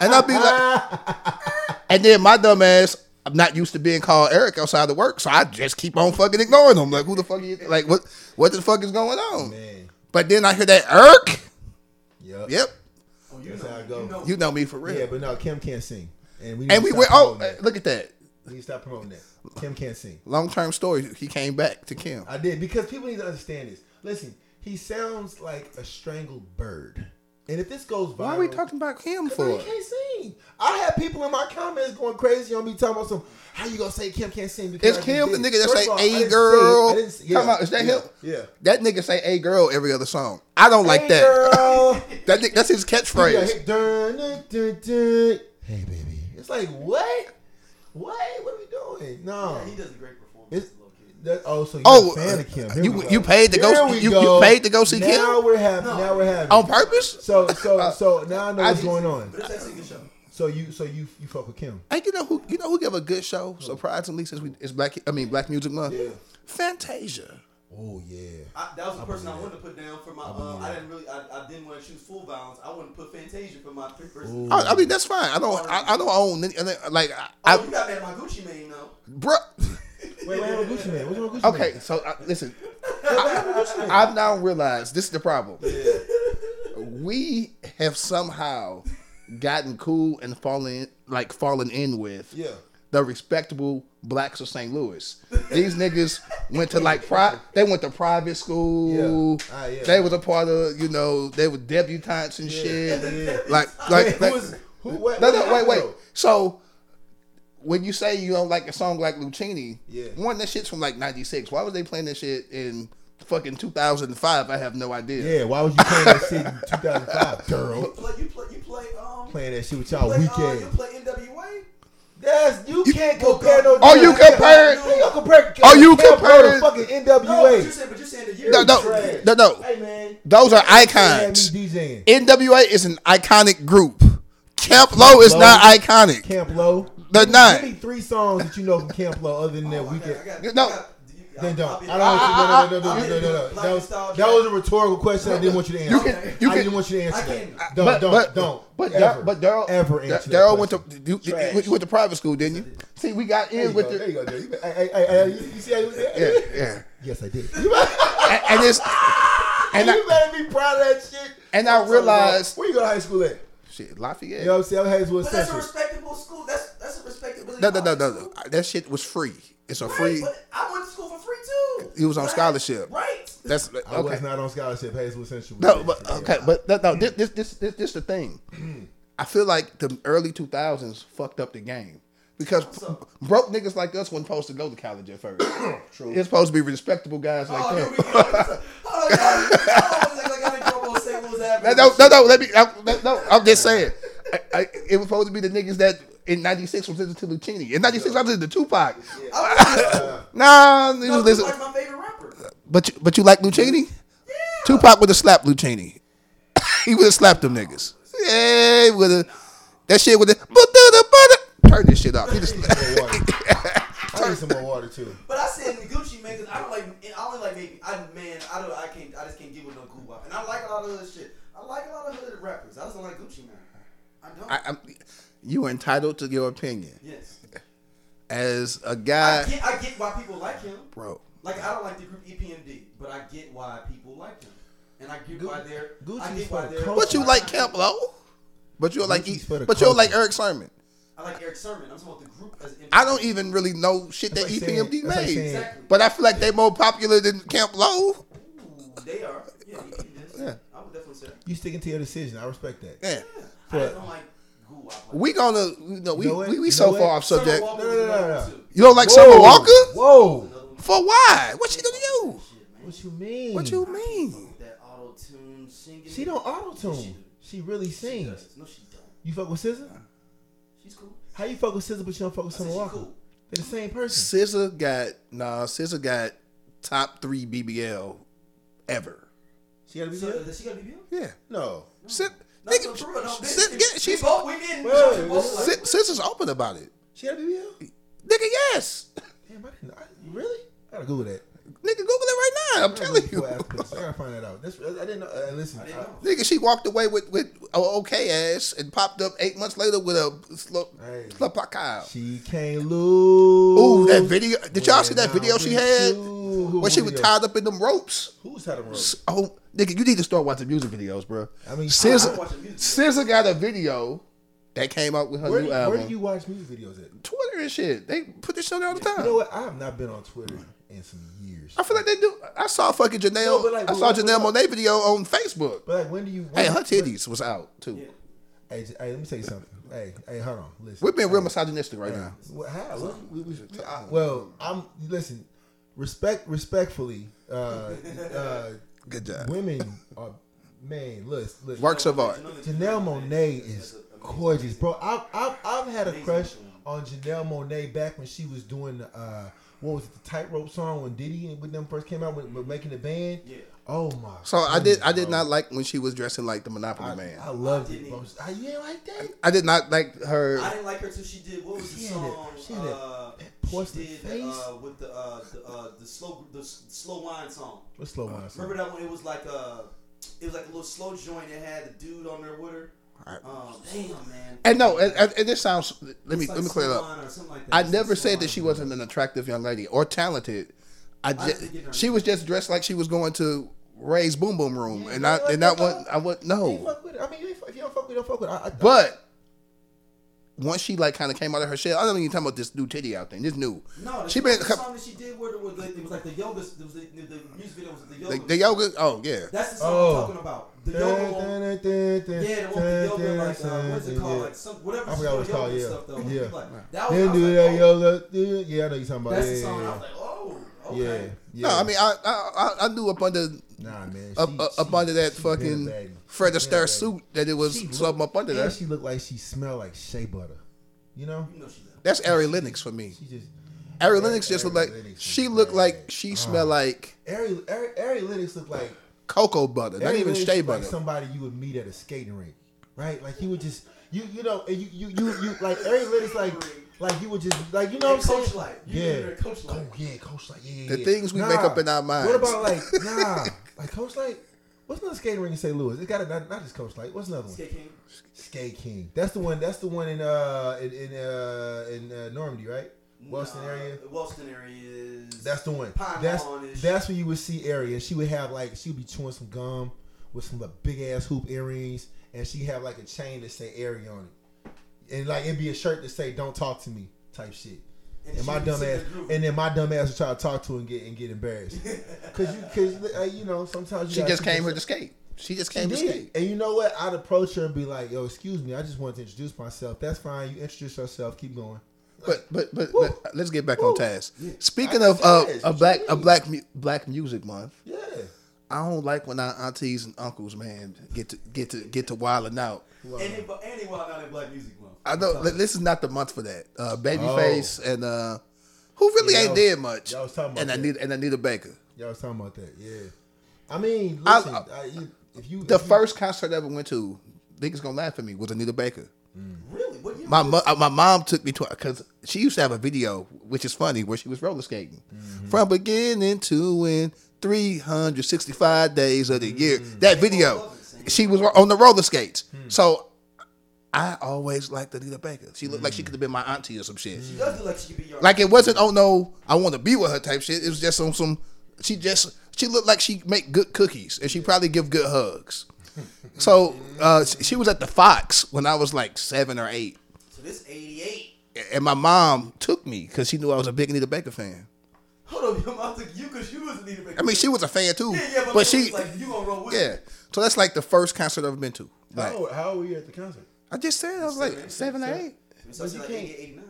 [SPEAKER 3] and i'll be like and then my dumb ass i'm not used to being called eric outside of work so i just keep on fucking ignoring him like who the fuck you like what what the fuck is going on
[SPEAKER 2] Man.
[SPEAKER 3] but then i hear that eric
[SPEAKER 2] Yep.
[SPEAKER 3] yep
[SPEAKER 1] Oh, you
[SPEAKER 2] That's
[SPEAKER 1] know,
[SPEAKER 2] how I
[SPEAKER 1] me.
[SPEAKER 2] go.
[SPEAKER 1] You know, me.
[SPEAKER 3] you know me for real
[SPEAKER 2] Yeah, but no, Kim can't sing, and we uh, need
[SPEAKER 3] and
[SPEAKER 2] to
[SPEAKER 3] we
[SPEAKER 2] stop
[SPEAKER 3] went oh
[SPEAKER 2] promoting that.
[SPEAKER 3] look at that
[SPEAKER 2] we need to stop promoting that. Kim can't sing.
[SPEAKER 3] long-term story he came back to kim
[SPEAKER 2] I did because people need to understand this. Listen, he sounds like a strangled bird. And if this goes viral,
[SPEAKER 3] why are we talking about him
[SPEAKER 2] Because
[SPEAKER 3] for
[SPEAKER 2] he can't sing. I had people in my comments going crazy on me talking about some. How you gonna say Kim can't sing? Because
[SPEAKER 3] Is
[SPEAKER 2] I
[SPEAKER 3] Kim the
[SPEAKER 2] did it."
[SPEAKER 3] nigga that
[SPEAKER 2] First
[SPEAKER 3] say
[SPEAKER 2] of all, I didn't
[SPEAKER 3] "a
[SPEAKER 2] sing.
[SPEAKER 3] girl"?
[SPEAKER 2] I didn't sing.
[SPEAKER 3] Come on, is that
[SPEAKER 2] yeah,
[SPEAKER 3] him?
[SPEAKER 2] Yeah.
[SPEAKER 3] That nigga say "a girl" every other song. I don't like
[SPEAKER 2] "Hey,
[SPEAKER 3] that.
[SPEAKER 2] Girl.
[SPEAKER 3] That nigga, that's his
[SPEAKER 2] Yeah,
[SPEAKER 3] catchphrase.
[SPEAKER 2] hey, dun, dun, dun, dun. Hey, baby. It's like what? What? What are we doing? No.
[SPEAKER 1] He does a great performance.
[SPEAKER 2] It's-
[SPEAKER 1] little kid.
[SPEAKER 2] That, oh, so you're
[SPEAKER 3] Oh,
[SPEAKER 2] a fan of Kim? Here
[SPEAKER 3] you-
[SPEAKER 2] we go.
[SPEAKER 3] you paid to go-
[SPEAKER 2] Here we
[SPEAKER 3] you- you
[SPEAKER 2] go.
[SPEAKER 3] paid to go see
[SPEAKER 2] now
[SPEAKER 3] Kim?
[SPEAKER 2] Now we're having.
[SPEAKER 1] No.
[SPEAKER 2] Now we're having.
[SPEAKER 3] On purpose?
[SPEAKER 2] So so so now I know
[SPEAKER 3] I
[SPEAKER 2] what's
[SPEAKER 3] just-
[SPEAKER 2] going on.
[SPEAKER 1] But it's actually a good show.
[SPEAKER 2] So you so you you fuck with Kim.
[SPEAKER 3] Hey, you know who? You know who gave a good show? Surprisingly, since we it's black. I mean, Black Music Month.
[SPEAKER 2] Yeah.
[SPEAKER 3] Fantasia.
[SPEAKER 2] Ooh, Oh yeah.
[SPEAKER 1] I, that was the
[SPEAKER 2] I
[SPEAKER 1] person I
[SPEAKER 2] believe
[SPEAKER 1] wanted to put down for my.
[SPEAKER 2] I
[SPEAKER 1] Uh,
[SPEAKER 2] believe
[SPEAKER 1] I
[SPEAKER 2] that.
[SPEAKER 1] didn't really. I, I didn't want to choose full violence. I wouldn't put Fantasia for my pick person.
[SPEAKER 2] Ooh.
[SPEAKER 3] I, I mean, that's fine. I don't. I, I don't own any. and then, Like,
[SPEAKER 1] Oh,
[SPEAKER 3] I,
[SPEAKER 1] you
[SPEAKER 3] I
[SPEAKER 1] got mad at my Gucci Mane though.
[SPEAKER 3] bro.
[SPEAKER 2] Wait, wait, wait, Gucci man. What's wrong with Gucci
[SPEAKER 3] Okay,
[SPEAKER 2] Man?
[SPEAKER 3] so uh, listen, I, I've now realized this is the problem. We have somehow gotten cool and fallen like fallen in with
[SPEAKER 2] Yeah.
[SPEAKER 3] the respectable blacks of St. Louis. These niggas went to like pri- they went to private school.
[SPEAKER 2] Yeah. Ah, yeah.
[SPEAKER 3] They was a part of you know they were debutantes and shit.
[SPEAKER 2] Yeah.
[SPEAKER 3] Like
[SPEAKER 2] Wait,
[SPEAKER 3] like, like
[SPEAKER 2] who is who? What,
[SPEAKER 3] no,
[SPEAKER 2] what
[SPEAKER 3] no, wait,
[SPEAKER 2] happened,
[SPEAKER 3] wait.
[SPEAKER 2] though?
[SPEAKER 3] So when you say you don't like a song like Lucini,
[SPEAKER 2] Yeah.
[SPEAKER 3] one that shit's from like '96. Why was they playing that shit in fucking 2005? I have no idea.
[SPEAKER 2] Yeah, why was you playing that shit in 2005,
[SPEAKER 1] You
[SPEAKER 2] girl?
[SPEAKER 1] play. You play. You play. Um.
[SPEAKER 2] Playing that shit with
[SPEAKER 1] you
[SPEAKER 2] y'all
[SPEAKER 1] play, uh,
[SPEAKER 2] weekend.
[SPEAKER 1] you play NWA.
[SPEAKER 2] Yes, you, can't
[SPEAKER 1] Well,
[SPEAKER 2] compare no.
[SPEAKER 3] Oh, you comparing-
[SPEAKER 2] You don't compare.
[SPEAKER 3] Are you
[SPEAKER 2] can't
[SPEAKER 3] comparing-
[SPEAKER 2] compare the fucking
[SPEAKER 1] No, but you
[SPEAKER 2] NWA?
[SPEAKER 1] said. But you saying the year.
[SPEAKER 3] No,
[SPEAKER 1] was
[SPEAKER 3] no,
[SPEAKER 1] trash.
[SPEAKER 3] no, no.
[SPEAKER 1] Hey man.
[SPEAKER 3] Those are
[SPEAKER 2] Had me
[SPEAKER 3] icons.
[SPEAKER 2] DJing.
[SPEAKER 3] NWA is an iconic group. Camp Low is
[SPEAKER 2] Low.
[SPEAKER 3] not iconic.
[SPEAKER 2] Camp Low.
[SPEAKER 3] They're
[SPEAKER 2] Give me-
[SPEAKER 3] not.
[SPEAKER 2] Give me three songs that you know from Camp Low other than
[SPEAKER 1] Oh,
[SPEAKER 2] that
[SPEAKER 1] I
[SPEAKER 2] weekend.
[SPEAKER 1] got- I got-
[SPEAKER 3] No.
[SPEAKER 1] I got- do you-
[SPEAKER 2] They
[SPEAKER 1] I'll-
[SPEAKER 2] don't.
[SPEAKER 1] I'll be-
[SPEAKER 2] I don't
[SPEAKER 1] I-
[SPEAKER 2] want you. No, no, no, no, no, no, no. That was
[SPEAKER 1] Lifestyle
[SPEAKER 2] that was a rhetorical question. I didn't want you to answer.
[SPEAKER 3] You can- you
[SPEAKER 2] I
[SPEAKER 3] can-
[SPEAKER 2] didn't want you to answer.
[SPEAKER 1] I
[SPEAKER 2] that.
[SPEAKER 1] can-
[SPEAKER 2] Don't,
[SPEAKER 3] but,
[SPEAKER 2] don't,
[SPEAKER 3] but,
[SPEAKER 2] don't.
[SPEAKER 3] But
[SPEAKER 2] ever,
[SPEAKER 3] Dar- but Daryl
[SPEAKER 2] ever
[SPEAKER 3] Dar-
[SPEAKER 2] answer.
[SPEAKER 3] Daryl
[SPEAKER 2] that
[SPEAKER 3] went to
[SPEAKER 2] question.
[SPEAKER 3] you, you-
[SPEAKER 2] Trash.
[SPEAKER 3] you went to private school, didn't you? See, we got
[SPEAKER 2] There
[SPEAKER 3] in
[SPEAKER 2] you
[SPEAKER 3] with
[SPEAKER 2] go.
[SPEAKER 3] the
[SPEAKER 2] There you go. Daryl. You be- Hey, hey, hey, hey, you- you see how you did that?
[SPEAKER 3] yeah, yeah,
[SPEAKER 2] Yes, I did.
[SPEAKER 3] and, and it's and
[SPEAKER 2] you
[SPEAKER 3] I,
[SPEAKER 2] better be proud of that shit.
[SPEAKER 3] and I
[SPEAKER 2] I'm talking about-
[SPEAKER 3] realized
[SPEAKER 2] where you go to high school at?
[SPEAKER 3] shit Lafayette.
[SPEAKER 2] You know what I'm saying? I'm high school
[SPEAKER 1] But that's a
[SPEAKER 2] central.
[SPEAKER 1] respectable school. That's that's a respectable.
[SPEAKER 3] No, no, no, no, no. That shit was free. It's a free.
[SPEAKER 1] But I went to school for free too.
[SPEAKER 3] He was on
[SPEAKER 1] Right?
[SPEAKER 3] scholarship.
[SPEAKER 1] Right.
[SPEAKER 3] That's
[SPEAKER 2] I was
[SPEAKER 3] okay.
[SPEAKER 2] not on scholarship. High school central.
[SPEAKER 3] No, but okay, but no, no, this, this, this, this, this the thing.
[SPEAKER 2] Mm.
[SPEAKER 3] I feel like the early two thousands fucked up the game because broke niggas like us wasn't supposed to go to college at first. True. It's supposed to be respectable guys like
[SPEAKER 1] Oh, here
[SPEAKER 3] them.
[SPEAKER 1] we go. oh, Hold on, guys. Hold on, like, like, I didn't grow up on St. Louis Avenue.
[SPEAKER 3] No, no, no, no, let me. I, no, no, I'm just saying. I, I, it was supposed to be the niggas that in '96 was listening to Lucini. In '96, I listened to Tupac.
[SPEAKER 1] I
[SPEAKER 3] Nah, it was
[SPEAKER 1] was
[SPEAKER 3] listening.
[SPEAKER 1] like my favorite rapper.
[SPEAKER 3] But you, but you like Lucini? Tupac would have slapped Lucini. he would have slapped them niggas. Yeah, would have. That shit would have. Turn this shit off. He just,
[SPEAKER 2] I need some more water too.
[SPEAKER 1] But I said Gucci man, 'cause I don't like. I only like maybe. I man, I don't. I can't. I just can't get with no cool wop. And I like a lot of hood shit. I like a lot of hood rappers. I just don't like Gucci man. I don't.
[SPEAKER 3] I, I'm, you are entitled to your opinion
[SPEAKER 1] yes.
[SPEAKER 3] as a
[SPEAKER 1] I,
[SPEAKER 3] guy,
[SPEAKER 1] get. I get why people like him.
[SPEAKER 3] bro.
[SPEAKER 1] Like I don't like the group E EPMD, but I get why people like them, and I get why they're. I
[SPEAKER 2] Gucci's
[SPEAKER 1] get
[SPEAKER 2] for
[SPEAKER 1] why
[SPEAKER 2] the
[SPEAKER 1] they're.
[SPEAKER 2] culture.
[SPEAKER 3] But you like Camp Low? But you like E,
[SPEAKER 2] Gucci's for the
[SPEAKER 3] but you don't like
[SPEAKER 2] culture.
[SPEAKER 3] Eric Sermon.
[SPEAKER 1] I like Eric Sermon. I'm talking about the group as. an
[SPEAKER 3] I don't even really know shit that E
[SPEAKER 2] That's like saying-
[SPEAKER 3] EPMD
[SPEAKER 2] that's like
[SPEAKER 3] made.
[SPEAKER 2] saying-
[SPEAKER 1] Exactly.
[SPEAKER 3] But I feel like they more popular than Camp Low.
[SPEAKER 1] Ooh, they are. Yeah, you can do this.
[SPEAKER 3] Yeah.
[SPEAKER 1] I would definitely say. that.
[SPEAKER 2] You sticking to your decision. I respect that.
[SPEAKER 3] Yeah.
[SPEAKER 1] Yeah. I
[SPEAKER 2] But-
[SPEAKER 1] just don't like goo wop. Like
[SPEAKER 3] We gonna you know, we,
[SPEAKER 2] Know it?
[SPEAKER 3] we, we
[SPEAKER 2] Know
[SPEAKER 3] so
[SPEAKER 2] it?
[SPEAKER 3] far off
[SPEAKER 1] Summer
[SPEAKER 3] subject.
[SPEAKER 1] Walker
[SPEAKER 2] No,
[SPEAKER 1] was
[SPEAKER 2] no, no,
[SPEAKER 1] another
[SPEAKER 2] no,
[SPEAKER 1] one,
[SPEAKER 2] no.
[SPEAKER 1] too.
[SPEAKER 3] You don't like Summer Walker?
[SPEAKER 2] Whoa.
[SPEAKER 1] Another one.
[SPEAKER 3] For why? What she gonna do?
[SPEAKER 1] Shit, man.
[SPEAKER 2] What you mean?
[SPEAKER 3] What you mean?
[SPEAKER 1] That auto tune singing.
[SPEAKER 2] She don't auto
[SPEAKER 1] Yes, she
[SPEAKER 2] tune.
[SPEAKER 1] do.
[SPEAKER 2] She really
[SPEAKER 1] She
[SPEAKER 2] sings.
[SPEAKER 1] does. No, she don't.
[SPEAKER 2] You fuck with Scissor?
[SPEAKER 1] She's cool.
[SPEAKER 2] How you fuck with Scissor but you don't fuck with
[SPEAKER 1] I said
[SPEAKER 2] Summer
[SPEAKER 1] she
[SPEAKER 2] Walker?
[SPEAKER 1] cool.
[SPEAKER 2] They're the same person.
[SPEAKER 3] Scissor got nah. Scissor got top three BBL ever.
[SPEAKER 2] She gotta be
[SPEAKER 1] So,
[SPEAKER 2] there.
[SPEAKER 1] does she got to be beautiful?
[SPEAKER 3] Yeah.
[SPEAKER 2] No.
[SPEAKER 3] Sit.
[SPEAKER 1] No, so for real, no,
[SPEAKER 3] Nigga,
[SPEAKER 1] bitch,
[SPEAKER 3] sit, yeah,
[SPEAKER 1] we
[SPEAKER 3] she's
[SPEAKER 1] both, we men, we
[SPEAKER 2] Wait, wait,
[SPEAKER 1] both like,
[SPEAKER 3] Si- Scissor's open about it.
[SPEAKER 2] She gotta be there.
[SPEAKER 3] Nigga, yes.
[SPEAKER 2] Damn, I didn't. I, really? I gotta Google that.
[SPEAKER 3] Nigga, Google it right now. I'm
[SPEAKER 2] I gotta
[SPEAKER 3] telling
[SPEAKER 2] Google
[SPEAKER 3] you.
[SPEAKER 2] four aspects. I gotta find that out. That's, I didn't know. Uh, listen.
[SPEAKER 1] I didn't know.
[SPEAKER 3] Nigga, she walked away with with a okay ass and popped up eight months later with a slow
[SPEAKER 2] Hey.
[SPEAKER 3] slapakao.
[SPEAKER 2] She can't lose.
[SPEAKER 3] Ooh, that video! Did y'all see that
[SPEAKER 2] When
[SPEAKER 3] video she
[SPEAKER 2] I'm with
[SPEAKER 3] had
[SPEAKER 2] you. Who
[SPEAKER 3] when she was
[SPEAKER 2] video?
[SPEAKER 3] tied up in them ropes?
[SPEAKER 2] Who's had a roll?
[SPEAKER 3] Oh, nigga, you need to start watching music videos, bro.
[SPEAKER 2] I mean,
[SPEAKER 1] I- I
[SPEAKER 3] Scissor,
[SPEAKER 1] watch the music
[SPEAKER 3] Scissor got a video that came out with her
[SPEAKER 2] Where,
[SPEAKER 3] new
[SPEAKER 2] do,
[SPEAKER 3] album.
[SPEAKER 2] where do you watch music videos at?
[SPEAKER 3] Twitter and shit. They put this shit out all the time.
[SPEAKER 2] You know what? I have not been on Twitter in some years.
[SPEAKER 3] I feel like they do. I saw fucking Janelle.
[SPEAKER 2] No, but like,
[SPEAKER 3] I saw
[SPEAKER 2] but-
[SPEAKER 3] Janelle Monae video on Facebook.
[SPEAKER 2] But like, when do you? When,
[SPEAKER 3] Hey, her titties was out too.
[SPEAKER 1] Yeah.
[SPEAKER 2] Hey, j- hey, let me tell you something. Hey, hey, hold on. Listen.
[SPEAKER 3] We've been real misogynistic right now.
[SPEAKER 2] What, how? What?
[SPEAKER 3] We, we should talk.
[SPEAKER 2] Well, I'm listen. Respect, respectfully. Uh, uh,
[SPEAKER 3] Good job.
[SPEAKER 2] women are man. Look, look.
[SPEAKER 3] Works of art.
[SPEAKER 2] Janelle Monet is gorgeous, bro. I've, I've, I've had a crush on Janelle Monet back when she was doing the, uh, what was it, the tightrope song when Diddy and with them first came out with, with making the band.
[SPEAKER 1] Yeah.
[SPEAKER 2] Oh my.
[SPEAKER 3] So I did. I did
[SPEAKER 2] goodness,
[SPEAKER 3] not like when she was dressing like the Monopoly
[SPEAKER 2] bro.
[SPEAKER 3] man.
[SPEAKER 2] I loved
[SPEAKER 1] I
[SPEAKER 2] it,
[SPEAKER 1] didn't
[SPEAKER 2] bro. I, you didn't like that?
[SPEAKER 3] I did not like her.
[SPEAKER 1] I didn't like her till she did what was the
[SPEAKER 2] She had
[SPEAKER 1] song?
[SPEAKER 2] that- she had that-
[SPEAKER 1] uh,
[SPEAKER 2] that
[SPEAKER 1] she
[SPEAKER 2] porcelain
[SPEAKER 1] did
[SPEAKER 2] face.
[SPEAKER 1] uh, with the uh, the, uh, the slow the s- slow wine song.
[SPEAKER 2] What's slow wine? song?
[SPEAKER 1] Remember that one? It was like a it was like a little slow joint that had the dude on there with her. Um, damn man.
[SPEAKER 3] And no, and, and- and this sounds. Let me
[SPEAKER 1] It's like
[SPEAKER 3] let me clear it up.
[SPEAKER 1] Slow Wine or something like that.
[SPEAKER 3] I
[SPEAKER 1] It's
[SPEAKER 3] never
[SPEAKER 1] like Slow
[SPEAKER 3] said that
[SPEAKER 1] Wine.
[SPEAKER 3] she wasn't an attractive young lady or talented. I
[SPEAKER 1] think it
[SPEAKER 3] ju-
[SPEAKER 1] hurt.
[SPEAKER 3] she was just dressed like she was going to Ray's Boom Boom Room, and I and that one I was
[SPEAKER 2] You
[SPEAKER 3] no.
[SPEAKER 2] fuck with it. I mean, you ain't fuck- if you don't fuck with, it, don't fuck with. it. I, I,
[SPEAKER 3] But once she like kind of came out of her shell, I don't even talking about this new titty out thing. This new.
[SPEAKER 1] No, the
[SPEAKER 3] she been
[SPEAKER 1] song that she did where it was like, it was like the yoga. It was the, the, the music video was the yoga.
[SPEAKER 3] the, the yoga. Oh yeah.
[SPEAKER 1] That's the song
[SPEAKER 2] Oh.
[SPEAKER 1] I'm talking about. The yoga one. Yeah, the one with the yoga, like, uh, what's it called? Like, some, whatever
[SPEAKER 2] I forgot what
[SPEAKER 1] she's
[SPEAKER 2] it's
[SPEAKER 1] doing
[SPEAKER 2] called.
[SPEAKER 1] yoga and
[SPEAKER 2] Yeah,
[SPEAKER 1] stuff, though.
[SPEAKER 2] yeah.
[SPEAKER 1] Like, that was, I
[SPEAKER 2] Then
[SPEAKER 1] was
[SPEAKER 2] do
[SPEAKER 1] like,
[SPEAKER 2] that
[SPEAKER 1] oh,
[SPEAKER 2] yoga. do- Yeah, I know you talking about.
[SPEAKER 1] that's
[SPEAKER 2] yeah,
[SPEAKER 1] the song.
[SPEAKER 2] yeah,
[SPEAKER 1] I was like, oh, okay.
[SPEAKER 2] yeah, yeah.
[SPEAKER 3] No, I mean I I I- I knew up under
[SPEAKER 2] nah, man.
[SPEAKER 3] up,
[SPEAKER 2] she-
[SPEAKER 3] up, up
[SPEAKER 2] she-
[SPEAKER 3] under that
[SPEAKER 2] she
[SPEAKER 3] fucking
[SPEAKER 2] been a baddie.
[SPEAKER 3] Fred
[SPEAKER 2] She been a
[SPEAKER 3] Astaire
[SPEAKER 2] baddie.
[SPEAKER 3] suit that it was
[SPEAKER 2] She
[SPEAKER 3] something up under
[SPEAKER 2] And
[SPEAKER 3] that.
[SPEAKER 2] she looked like she smelled like shea butter. You know,
[SPEAKER 1] You know she did.
[SPEAKER 3] That's Ari Lennox for me.
[SPEAKER 2] she just
[SPEAKER 3] Ari
[SPEAKER 2] Yeah,
[SPEAKER 3] Lennox just
[SPEAKER 2] Ari
[SPEAKER 3] looked like
[SPEAKER 2] Lennox
[SPEAKER 3] she
[SPEAKER 2] is
[SPEAKER 3] looked
[SPEAKER 2] bad.
[SPEAKER 3] like she smelled like
[SPEAKER 2] Ari Ari, Ari Lennox looked like
[SPEAKER 3] cocoa butter, not
[SPEAKER 2] Ari
[SPEAKER 3] even
[SPEAKER 2] Lennox
[SPEAKER 3] shea
[SPEAKER 2] looked like
[SPEAKER 3] butter.
[SPEAKER 2] somebody you would meet at a skating rink, right? Like you would just you you know and you you you, you like Ari Lennox like like you would just like you
[SPEAKER 1] Hey,
[SPEAKER 2] know what I'm saying?
[SPEAKER 1] Coach Light. You
[SPEAKER 2] yeah,
[SPEAKER 1] remember Coach Light.
[SPEAKER 2] Oh, yeah, Coach Light. Yeah, yeah,
[SPEAKER 3] The
[SPEAKER 2] yeah.
[SPEAKER 3] things we make up in our minds.
[SPEAKER 2] What about like nah, like Coach Light? What's another skating rink in St. Louis? It got a, not, not just Coach Light. What's another one?
[SPEAKER 1] Skate King.
[SPEAKER 2] Skate King. That's the one. That's the one in uh in in uh in uh, Normandy, right? Wellston
[SPEAKER 1] Nah,
[SPEAKER 2] area.
[SPEAKER 1] Wellston area is.
[SPEAKER 2] That's the one.
[SPEAKER 1] Pine
[SPEAKER 2] that's
[SPEAKER 1] Lawn-ish.
[SPEAKER 2] that's where you would see Aria. She would have like she would be chewing some gum with some like, big ass hoop earrings, and she have like a chain that say Aria on it, and like it'd be a shirt that say "Don't talk to me" type shit. And,
[SPEAKER 1] she
[SPEAKER 2] my
[SPEAKER 1] would
[SPEAKER 2] dumb
[SPEAKER 1] sit
[SPEAKER 2] ass,
[SPEAKER 1] there grooving.
[SPEAKER 2] and then my dumb ass would try to talk to her and get and get embarrassed, cause you, cause uh, you know sometimes you
[SPEAKER 3] She
[SPEAKER 2] gotta
[SPEAKER 3] just
[SPEAKER 2] keep
[SPEAKER 3] came
[SPEAKER 2] yourself-
[SPEAKER 3] here to skate. She just came to
[SPEAKER 2] did.
[SPEAKER 3] skate.
[SPEAKER 2] And you know what? I'd approach her and be like, "Yo, excuse me, I just wanted to introduce myself. That's fine. You introduce yourself. Keep going."
[SPEAKER 3] But but but,
[SPEAKER 2] Woo.
[SPEAKER 3] but let's get back on
[SPEAKER 2] Woo.
[SPEAKER 3] task.
[SPEAKER 2] Yeah.
[SPEAKER 3] Speaking
[SPEAKER 2] I'm
[SPEAKER 3] of uh,
[SPEAKER 2] serious.
[SPEAKER 3] a
[SPEAKER 2] What you
[SPEAKER 3] black a
[SPEAKER 2] mean?
[SPEAKER 3] black mu- black music month,
[SPEAKER 2] Yeah.
[SPEAKER 3] I don't like when our aunties and uncles, man, get to get to get to wilding out.
[SPEAKER 1] And they, but- and they wild out in Black Music Month.
[SPEAKER 3] I know
[SPEAKER 1] Sorry.
[SPEAKER 3] li- this is not the month for that. Uh, Babyface and uh, who really
[SPEAKER 2] Oh. Yeah,
[SPEAKER 3] ain't
[SPEAKER 2] y'all-
[SPEAKER 3] did much.
[SPEAKER 2] y'all was talking about
[SPEAKER 3] and
[SPEAKER 2] that.
[SPEAKER 3] Anita and Anita Baker.
[SPEAKER 2] Y'all was talking about that. Yeah. I mean,
[SPEAKER 3] I-
[SPEAKER 2] listen. I, you, if you
[SPEAKER 3] The
[SPEAKER 2] if you-
[SPEAKER 3] first concert I ever went to, niggas gonna laugh at me, was Anita Baker.
[SPEAKER 1] Really? What year?
[SPEAKER 3] My mo- uh, my mom took me to because she used to have a video, which is funny, where she was roller skating
[SPEAKER 2] Mm-hmm.
[SPEAKER 3] from beginning to end, three hundred sixty five days of the year.
[SPEAKER 2] Mm-hmm.
[SPEAKER 3] That video,
[SPEAKER 1] love it, Sam.
[SPEAKER 3] she was on the roller skates.
[SPEAKER 2] Hmm.
[SPEAKER 3] So I always liked Anita Baker. She looked like
[SPEAKER 2] Hmm.
[SPEAKER 3] she could have been my auntie or some shit.
[SPEAKER 1] She does look like she could be your.
[SPEAKER 3] Like it wasn't oh no, I want to be with her type shit. It was just on some. She just she looked like she make good cookies and she probably give good hugs. So uh, she was at the Fox when I was like seven or eight
[SPEAKER 1] so this 88.
[SPEAKER 3] and my mom took me because she knew I was a big Anita Baker fan.
[SPEAKER 1] Hold up, your mom took you because you was Anita Baker.
[SPEAKER 3] I mean, she was a fan too,
[SPEAKER 1] Yeah, yeah, but,
[SPEAKER 3] but,
[SPEAKER 1] like,
[SPEAKER 3] she,
[SPEAKER 1] it's like you gonna roll with
[SPEAKER 3] yeah.
[SPEAKER 1] it.
[SPEAKER 3] So that's like the first concert I've been to.
[SPEAKER 1] Oh.
[SPEAKER 3] Like,
[SPEAKER 2] how, Oh, how old were you at the concert?
[SPEAKER 3] I just said I was like seven or eight.
[SPEAKER 1] So
[SPEAKER 2] But
[SPEAKER 1] she's
[SPEAKER 2] you
[SPEAKER 1] like
[SPEAKER 2] can't-
[SPEAKER 1] 88, 89.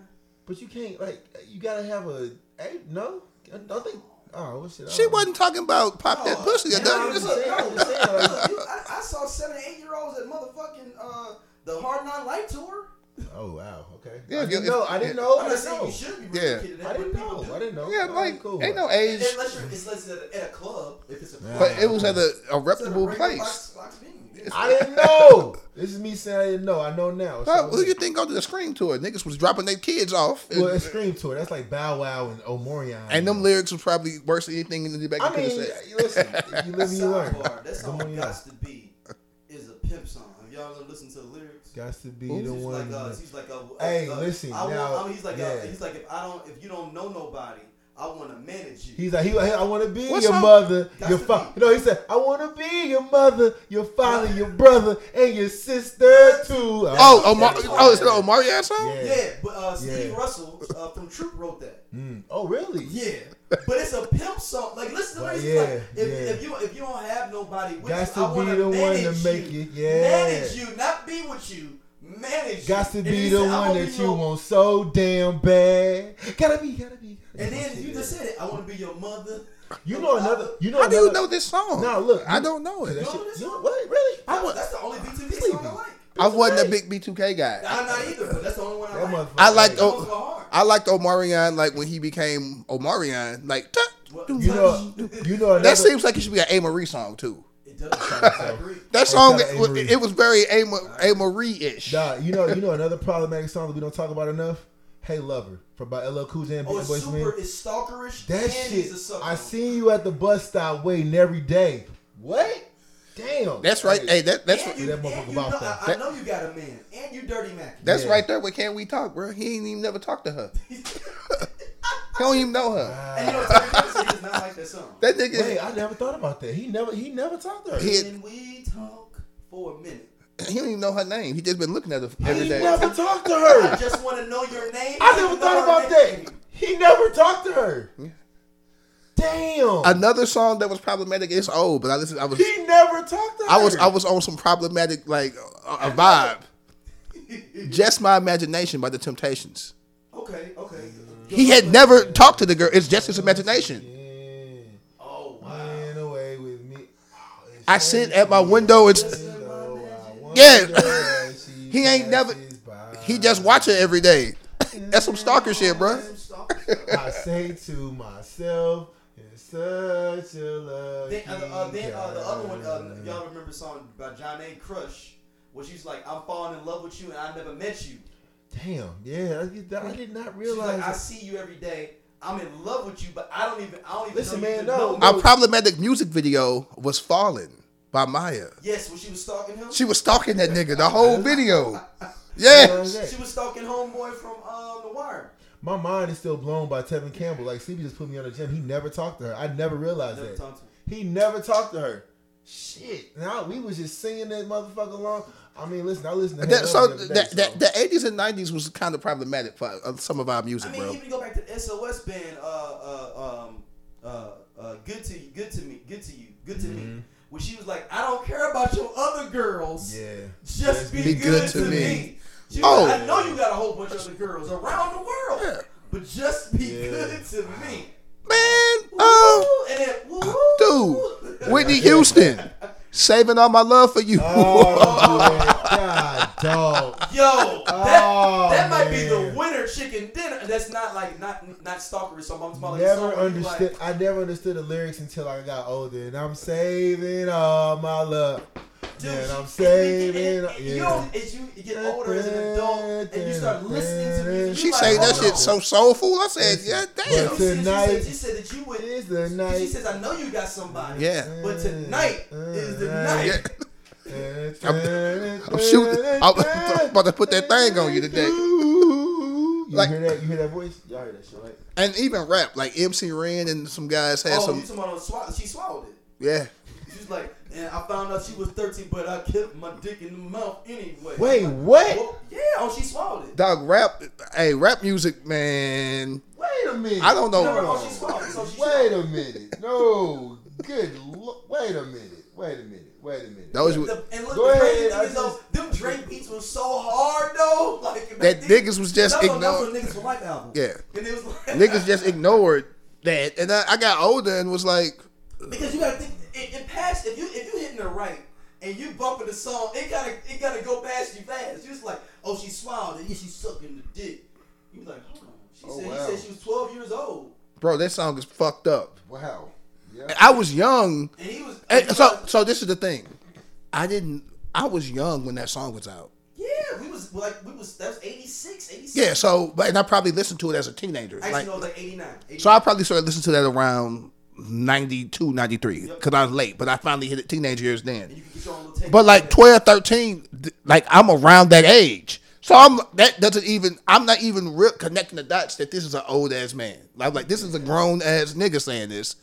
[SPEAKER 2] But you can't like you gotta have a hey, no. I don't think. Oh, what shit? I
[SPEAKER 3] She
[SPEAKER 2] don't-
[SPEAKER 3] wasn't talking about pop that
[SPEAKER 1] Oh,
[SPEAKER 3] pussy. or
[SPEAKER 1] yeah,
[SPEAKER 3] nothing.
[SPEAKER 2] I'm just
[SPEAKER 3] It's
[SPEAKER 2] saying, I'm just saying, like,
[SPEAKER 1] You- I, I saw seven, eight year olds at motherfucking uh, the Hard Not Life tour.
[SPEAKER 2] oh wow. Okay.
[SPEAKER 3] Yeah,
[SPEAKER 2] I
[SPEAKER 3] if you-
[SPEAKER 2] didn't
[SPEAKER 3] if-
[SPEAKER 2] know. I didn't
[SPEAKER 3] yeah.
[SPEAKER 1] I'm
[SPEAKER 2] know. I
[SPEAKER 1] not
[SPEAKER 2] didn't
[SPEAKER 1] saying
[SPEAKER 2] know.
[SPEAKER 1] you shouldn't be
[SPEAKER 3] Oh, Yeah.
[SPEAKER 1] restricted.
[SPEAKER 2] I didn't know. I didn't know.
[SPEAKER 3] a- yeah,
[SPEAKER 2] Oh,
[SPEAKER 3] like
[SPEAKER 2] cool.
[SPEAKER 3] ain't no age,
[SPEAKER 1] Unless you're, it's unless it's at a club, if it's a club.
[SPEAKER 3] but it was at a, a reputable place.
[SPEAKER 1] Box, box venue.
[SPEAKER 2] I didn't know. This is me saying I didn't know. I know now. So,
[SPEAKER 3] Well, who you think go to the scream tour? Niggas was dropping their kids off, and,
[SPEAKER 2] Well, a scream tour. That's like Bow Wow and Omorion.
[SPEAKER 3] and them lyrics was probably worse than anything Anita Baker
[SPEAKER 2] I
[SPEAKER 3] could have
[SPEAKER 2] mean,
[SPEAKER 3] said.
[SPEAKER 2] listen. You live and you learn.
[SPEAKER 1] Sidebar, that song
[SPEAKER 2] Come on,
[SPEAKER 1] got to be is a pimp song. If y'all ever listen to the lyrics,
[SPEAKER 2] Got to be
[SPEAKER 3] Who's
[SPEAKER 2] the
[SPEAKER 1] he's like,
[SPEAKER 2] one.
[SPEAKER 1] uh, he's like, uh,
[SPEAKER 2] Hey,
[SPEAKER 1] uh,
[SPEAKER 2] listen,
[SPEAKER 1] I want,
[SPEAKER 2] now-
[SPEAKER 1] I mean, he's like, uh,
[SPEAKER 2] yeah.
[SPEAKER 1] he's like, if I don't, if you don't know nobody, I want to manage you.
[SPEAKER 2] He's like, he, he- I want to be
[SPEAKER 3] What
[SPEAKER 2] your
[SPEAKER 3] song?
[SPEAKER 2] mother,
[SPEAKER 1] Got
[SPEAKER 2] your
[SPEAKER 1] to
[SPEAKER 2] father.
[SPEAKER 1] be.
[SPEAKER 2] No, he said, I want to be your mother, your father, your brother, and your sister too.
[SPEAKER 3] Oh,
[SPEAKER 1] Oh,
[SPEAKER 3] Omar,
[SPEAKER 1] yeah.
[SPEAKER 3] oh, it's the Omarion song.
[SPEAKER 2] Yeah.
[SPEAKER 1] yeah, but uh, Steve
[SPEAKER 2] Yeah.
[SPEAKER 1] Russell uh, from Troop wrote that.
[SPEAKER 2] Mm. oh, really?
[SPEAKER 1] Yeah, but it's a pimp song. Like listen to
[SPEAKER 2] But
[SPEAKER 1] this.
[SPEAKER 2] yeah,
[SPEAKER 1] like, if,
[SPEAKER 2] yeah.
[SPEAKER 1] if you if you don't have nobody with
[SPEAKER 2] Got
[SPEAKER 1] you,
[SPEAKER 2] to
[SPEAKER 1] I
[SPEAKER 2] be
[SPEAKER 1] want
[SPEAKER 2] the one to
[SPEAKER 1] manage
[SPEAKER 2] make
[SPEAKER 1] you.
[SPEAKER 2] it, yeah.
[SPEAKER 1] Manage you, not be with you. Manage.
[SPEAKER 2] Got to
[SPEAKER 1] you.
[SPEAKER 2] be the one that you want so damn bad. Gotta be, gotta be. Gotta
[SPEAKER 1] And
[SPEAKER 2] be.
[SPEAKER 1] then you just said it. I want to be your mother.
[SPEAKER 2] you know another. You know
[SPEAKER 3] How do
[SPEAKER 2] another.
[SPEAKER 3] you know this song?
[SPEAKER 2] No, look,
[SPEAKER 3] I
[SPEAKER 2] you-
[SPEAKER 3] don't know
[SPEAKER 2] That
[SPEAKER 3] it.
[SPEAKER 1] know
[SPEAKER 2] shit-
[SPEAKER 1] this
[SPEAKER 2] you know-
[SPEAKER 1] song?
[SPEAKER 2] what? Really?
[SPEAKER 3] I would-
[SPEAKER 1] That's the only BTV song I
[SPEAKER 2] Sleepy.
[SPEAKER 1] like.
[SPEAKER 3] I wasn't a
[SPEAKER 2] Right.
[SPEAKER 3] big B2K guy.
[SPEAKER 1] I'm not either, but that's the only one I
[SPEAKER 2] That
[SPEAKER 1] like.
[SPEAKER 2] motherfucker.
[SPEAKER 3] I like
[SPEAKER 2] Hey,
[SPEAKER 1] Those
[SPEAKER 3] oh,
[SPEAKER 1] were hard.
[SPEAKER 3] I liked Omarion like when he became Omarion. Like tut,
[SPEAKER 1] What-
[SPEAKER 3] doo,
[SPEAKER 2] You know. You know another.
[SPEAKER 3] that seems like it should be an A Marie song too.
[SPEAKER 1] It does. I agree.
[SPEAKER 3] That
[SPEAKER 2] It's
[SPEAKER 3] song
[SPEAKER 2] not A.
[SPEAKER 3] was-
[SPEAKER 2] Marie.
[SPEAKER 3] it was very A Marie ish.
[SPEAKER 2] Nah, you know, you know another problematic song that we don't talk about enough. "Hey Lover" from by LL Cool J and
[SPEAKER 1] Oh,
[SPEAKER 2] Beastie
[SPEAKER 1] it's
[SPEAKER 2] Boys.
[SPEAKER 1] super.
[SPEAKER 2] Man.
[SPEAKER 1] It's stalkerish.
[SPEAKER 2] That
[SPEAKER 1] and
[SPEAKER 2] shit.
[SPEAKER 1] He's a sucker.
[SPEAKER 2] I seen you at the bus stop waiting every day. What? Damn.
[SPEAKER 3] That's right. Hey, that that's
[SPEAKER 1] and
[SPEAKER 3] right.
[SPEAKER 1] you,
[SPEAKER 2] That motherfucker
[SPEAKER 1] and you know,
[SPEAKER 2] bounced
[SPEAKER 1] I,
[SPEAKER 2] off.
[SPEAKER 1] I know you got a man, and you dirty Mac.
[SPEAKER 3] that's
[SPEAKER 2] Yeah.
[SPEAKER 3] right there. Where can't we talk, bro? He ain't even never talked to her. he don't even know her.
[SPEAKER 1] and you know, Terry Henderson does not like that song.
[SPEAKER 3] That nigga.
[SPEAKER 2] Wait, I never thought about that. He never he never talked to her.
[SPEAKER 3] He-
[SPEAKER 1] Can we talk for a minute?
[SPEAKER 3] He don't even know her name. He just been looking at her every
[SPEAKER 2] He
[SPEAKER 3] day.
[SPEAKER 2] never talked to
[SPEAKER 1] I
[SPEAKER 2] her.
[SPEAKER 1] just want to know your name.
[SPEAKER 2] I never thought about that. He never talked to her. Damn.
[SPEAKER 3] Another song that was problematic. It's old, but I listened. I was,
[SPEAKER 2] he never talked to her.
[SPEAKER 3] I was, I was on some problematic like a, a vibe. Just my imagination by the Temptations.
[SPEAKER 1] Okay, okay.
[SPEAKER 3] He had never talked to the girl. It's just his imagination.
[SPEAKER 2] Yeah.
[SPEAKER 1] Oh wow.
[SPEAKER 2] Ran away with me. Oh, it's
[SPEAKER 3] I sit at my window. It's
[SPEAKER 2] funny, though, I wonder
[SPEAKER 3] Yeah.
[SPEAKER 2] as she
[SPEAKER 3] He ain't never-
[SPEAKER 2] passes by.
[SPEAKER 3] he just watch her every day. That's some stalker shit, bro.
[SPEAKER 1] Some stalker stuff.
[SPEAKER 2] I say to myself, it's such a love.
[SPEAKER 1] Then, uh, uh, then uh, the other one, uh, y'all remember the song by John A. Crush, where she's like, "I'm falling in love with you and I never met you."
[SPEAKER 2] Damn, yeah, I, did- I did not
[SPEAKER 1] She's
[SPEAKER 2] realize.
[SPEAKER 1] like, "I see you every day. I'm in love with you, but I don't even. I don't even
[SPEAKER 2] Listen,
[SPEAKER 1] know you
[SPEAKER 2] man,
[SPEAKER 1] even
[SPEAKER 2] no.
[SPEAKER 1] know me."
[SPEAKER 3] Our problematic music video was "Falling" by Maya.
[SPEAKER 1] yes, when she was stalking him,
[SPEAKER 3] She was stalking that nigga the whole video.
[SPEAKER 2] that.
[SPEAKER 3] Yeah.
[SPEAKER 2] Realize that.
[SPEAKER 1] she was stalking homeboy from um, The Wire.
[SPEAKER 2] My mind is still blown by Tevin Campbell. Like, CB just put me on the gym. He never talked to her. I never realized
[SPEAKER 1] Never
[SPEAKER 2] that.
[SPEAKER 1] talked to her.
[SPEAKER 2] He never talked to her. Shit. Now we was just singing that motherfucker along. I mean, listen, I listened to
[SPEAKER 3] That,
[SPEAKER 2] Hey
[SPEAKER 3] so
[SPEAKER 2] Love the other day,
[SPEAKER 3] that,
[SPEAKER 2] so-
[SPEAKER 3] that, the eighties and nineties was kind of problematic for uh, some of our
[SPEAKER 1] I
[SPEAKER 3] music,
[SPEAKER 1] mean,
[SPEAKER 3] bro.
[SPEAKER 1] even go back to the SOS band, uh, uh, um, uh, uh, good to you, good to me, good to you, good to me. When she was like, I don't care about your other girls.
[SPEAKER 2] Yeah.
[SPEAKER 1] Just be, good, to me. She
[SPEAKER 3] Oh.
[SPEAKER 1] was like, I know you got a whole bunch of other girls around the world,
[SPEAKER 3] Yeah.
[SPEAKER 1] but just be
[SPEAKER 2] Yeah.
[SPEAKER 1] good to me.
[SPEAKER 3] Man, oh,
[SPEAKER 1] Woo, and then, woo,
[SPEAKER 3] dude, Whitney Houston, saving all my love for you.
[SPEAKER 2] Oh, man. God, dog.
[SPEAKER 1] Yo, that,
[SPEAKER 2] Oh,
[SPEAKER 1] that might be the
[SPEAKER 2] man.
[SPEAKER 1] winter chicken dinner. That's not like not not stalkery. So I'm smaller.
[SPEAKER 2] Never understood. I never understood the lyrics until I got older, and I'm saving all my love.
[SPEAKER 1] Dude,
[SPEAKER 2] and I'm
[SPEAKER 1] she- and- and-
[SPEAKER 2] saving.
[SPEAKER 1] and-
[SPEAKER 2] all-
[SPEAKER 1] and You
[SPEAKER 2] Yeah.
[SPEAKER 1] don't, as you get older as an adult and you start listening to music,
[SPEAKER 3] She
[SPEAKER 1] you like,
[SPEAKER 3] sang that
[SPEAKER 1] hold
[SPEAKER 3] shit
[SPEAKER 1] on.
[SPEAKER 3] so soulful. I said, yeah,
[SPEAKER 1] She
[SPEAKER 3] damn.
[SPEAKER 2] But-
[SPEAKER 1] said- she
[SPEAKER 2] Tonight
[SPEAKER 1] said- She said that you would.
[SPEAKER 2] It is the
[SPEAKER 1] She
[SPEAKER 2] night.
[SPEAKER 1] says, "I know you got somebody."
[SPEAKER 3] Yeah.
[SPEAKER 1] But tonight is the night.
[SPEAKER 3] yeah.
[SPEAKER 2] Mm-hmm. I'm,
[SPEAKER 3] I'm shooting. I'm about to put that thing on you today.
[SPEAKER 2] You
[SPEAKER 3] Like-
[SPEAKER 2] hear that? You hear that voice? Y'all hear that shit, right?
[SPEAKER 3] And even rap, like MC Ren and some guys had
[SPEAKER 1] Oh,
[SPEAKER 3] some.
[SPEAKER 1] you talking about on swallow? She swallowed it.
[SPEAKER 3] Yeah.
[SPEAKER 1] She's like, and I found out she was 13, but I kept my dick in the mouth anyway.
[SPEAKER 2] Wait,
[SPEAKER 1] I'm like,
[SPEAKER 2] what?
[SPEAKER 1] Well, yeah, oh, she swallowed it.
[SPEAKER 3] Dog, rap, hey, rap music, man.
[SPEAKER 2] Wait a minute.
[SPEAKER 3] I don't know.
[SPEAKER 1] No, no, no, she swallowed it. oh, So she
[SPEAKER 2] Wait
[SPEAKER 1] swallowed
[SPEAKER 2] a minute. No. Good. Lo- wait a minute. Wait a minute. Wait a minute.
[SPEAKER 3] That was-
[SPEAKER 1] it. The- and look,
[SPEAKER 2] Go
[SPEAKER 1] the crazy
[SPEAKER 2] ahead, I
[SPEAKER 1] thing is, though,
[SPEAKER 2] just-
[SPEAKER 1] them Drake beats was so hard, though. Like,
[SPEAKER 3] That
[SPEAKER 1] back then-
[SPEAKER 3] niggas was just
[SPEAKER 1] That was- that was
[SPEAKER 3] ignored.
[SPEAKER 1] a Niggas for Life album.
[SPEAKER 3] Yeah.
[SPEAKER 1] And it was like,
[SPEAKER 3] Niggas just ignored that. And I, I got older and was like,
[SPEAKER 1] Because you gotta think it, it passed if you if you hitting the right and you bumping the song, it gotta it gotta go past you fast. You just like, oh she swallowed it, yeah she's sucking the dick. You like, hold on. She
[SPEAKER 2] Oh,
[SPEAKER 1] said
[SPEAKER 2] wow.
[SPEAKER 1] he said she was twelve years old.
[SPEAKER 3] bro, that song is fucked up.
[SPEAKER 2] Wow. Yeah.
[SPEAKER 3] I was young.
[SPEAKER 1] And he was
[SPEAKER 3] And so, so this is the thing. I didn't. I was young when that song was out.
[SPEAKER 1] Yeah, we was like we was that was 86, 87.
[SPEAKER 3] Yeah. So, but and I probably listened to it as a teenager.
[SPEAKER 1] Actually
[SPEAKER 3] Like,
[SPEAKER 1] no, it was like 89.
[SPEAKER 3] so I probably started listening to that around 92, 93 because I was late. But I finally hit it teenage years
[SPEAKER 1] and
[SPEAKER 3] then.
[SPEAKER 1] you can get your own little tape.
[SPEAKER 3] But like 12, 13, th- like I'm around that age. So I'm that doesn't even. I'm not even real connecting the dots that this is an old ass man. Like, like this is a grown ass nigga saying this.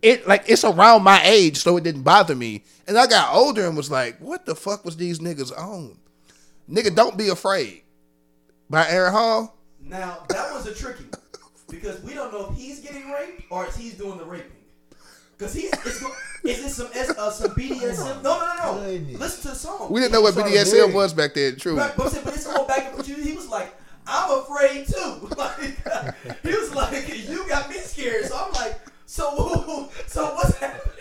[SPEAKER 3] It like it's around my age, so it didn't bother me. And I got older and was like, what the fuck was these niggas on? Nigga, don't be afraid. By Aaron Hall.
[SPEAKER 1] now that was a tricky one, because we don't know if he's getting raped or if he's doing the raping. Cause he it's, go- is it some S, uh, some BDSM? No, no, no, no.
[SPEAKER 2] Goodness.
[SPEAKER 1] Listen to the song.
[SPEAKER 3] We didn't know what
[SPEAKER 2] Sorry,
[SPEAKER 3] BDSM
[SPEAKER 2] man.
[SPEAKER 3] was back then. True.
[SPEAKER 1] Right, but, but it's going back and forth. He was like, I'm afraid too. Like, he was like, you got me scared. So I'm like, so so what's happening?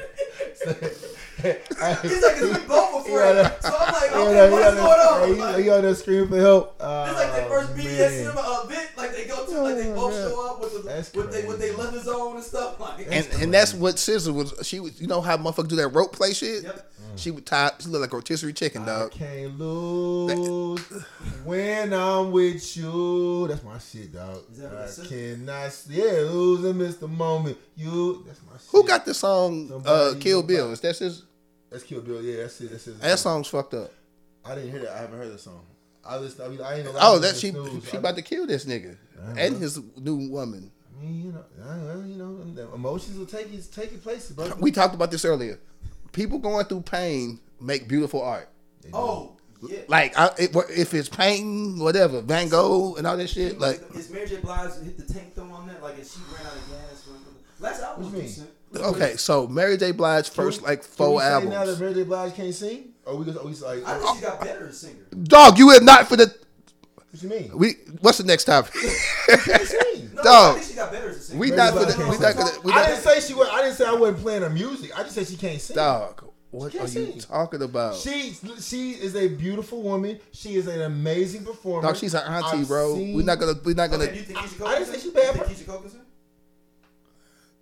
[SPEAKER 1] He's like, 'Cause we both afraid. So I'm like, okay, what's going on? Like,
[SPEAKER 2] He on the screen for help. Uh,
[SPEAKER 1] it's like their first BDSM
[SPEAKER 2] man.
[SPEAKER 1] event. Like they go to, like they
[SPEAKER 2] Oh,
[SPEAKER 1] both
[SPEAKER 2] man.
[SPEAKER 1] show up with
[SPEAKER 2] That's
[SPEAKER 1] the, with they with they
[SPEAKER 2] crazy.
[SPEAKER 1] leathers on and stuff. Like,
[SPEAKER 3] and and that's what Scissor was. She was. You know how motherfuckers do that rope play shit. Mm.
[SPEAKER 1] Yep.
[SPEAKER 3] She was tied. She looked like a rotisserie chicken,
[SPEAKER 2] I
[SPEAKER 3] dog.
[SPEAKER 2] can't lose when I'm with you. That's my shit, dog.
[SPEAKER 1] Is that what
[SPEAKER 2] I
[SPEAKER 1] it says?
[SPEAKER 2] cannot, s- yeah, lose and miss the moment. You, that's my shit.
[SPEAKER 3] Who got the song uh,
[SPEAKER 2] Somebody-
[SPEAKER 3] "Kill Bill"? Is that his?
[SPEAKER 2] That's Kill Bill. Yeah, that's it. That's it.
[SPEAKER 3] That song's fucked up.
[SPEAKER 2] I didn't hear that. I haven't heard that song. I listened. I, mean, I ain't. gonna lie, I
[SPEAKER 3] Oh,
[SPEAKER 2] listened
[SPEAKER 3] that
[SPEAKER 2] to
[SPEAKER 3] she
[SPEAKER 2] Snooze.
[SPEAKER 3] she
[SPEAKER 2] I-
[SPEAKER 3] about to kill this nigga and his new woman.
[SPEAKER 2] I mean, you know, I, I- you know, them- them emotions will take you take you places, bro.
[SPEAKER 3] We talked about this earlier. People going through pain make beautiful art.
[SPEAKER 2] They do.
[SPEAKER 1] Oh, yeah.
[SPEAKER 3] Like I, it, if it's painting, whatever, Van Gogh and all that shit. Like
[SPEAKER 1] is Mary J. Blige hit the tank though on that? Like, if she ran out of gas, when- last album
[SPEAKER 2] What
[SPEAKER 1] was
[SPEAKER 2] you mean?
[SPEAKER 1] decent.
[SPEAKER 3] okay, so Mary J. Blige first
[SPEAKER 2] Can we-
[SPEAKER 3] like
[SPEAKER 2] can
[SPEAKER 3] four
[SPEAKER 2] we say Now that
[SPEAKER 3] albums.
[SPEAKER 2] Mary J. Blige can't sing, or we just, are we just like,
[SPEAKER 1] I think she got better as a singer.
[SPEAKER 3] Dog, you are not for the
[SPEAKER 2] what you mean?
[SPEAKER 3] we. What's the next topic?
[SPEAKER 2] What you mean?
[SPEAKER 1] No,
[SPEAKER 3] Dog.
[SPEAKER 1] I think she got better as a singer.
[SPEAKER 3] we
[SPEAKER 2] Mary
[SPEAKER 3] not
[SPEAKER 2] J.
[SPEAKER 3] for
[SPEAKER 2] Blige
[SPEAKER 3] the.
[SPEAKER 2] can't
[SPEAKER 3] We not
[SPEAKER 2] sing.
[SPEAKER 3] for the. We
[SPEAKER 2] I
[SPEAKER 3] not,
[SPEAKER 2] didn't say she was. I didn't say I wasn't playing her music. I just said she can't sing.
[SPEAKER 3] dog, what
[SPEAKER 2] She
[SPEAKER 3] are
[SPEAKER 2] can't
[SPEAKER 3] you
[SPEAKER 2] sing.
[SPEAKER 3] talking about?
[SPEAKER 2] She she is a beautiful woman. She is an amazing performer.
[SPEAKER 3] dog, she's an auntie,
[SPEAKER 2] I've
[SPEAKER 3] bro.
[SPEAKER 2] seen-
[SPEAKER 3] We're not gonna. We're not gonna.
[SPEAKER 1] Okay, do you think Keisha Cole
[SPEAKER 2] I didn't
[SPEAKER 1] can
[SPEAKER 2] say
[SPEAKER 1] sing?
[SPEAKER 2] she bad,
[SPEAKER 1] You think
[SPEAKER 2] but-
[SPEAKER 1] Keisha Cole can sing?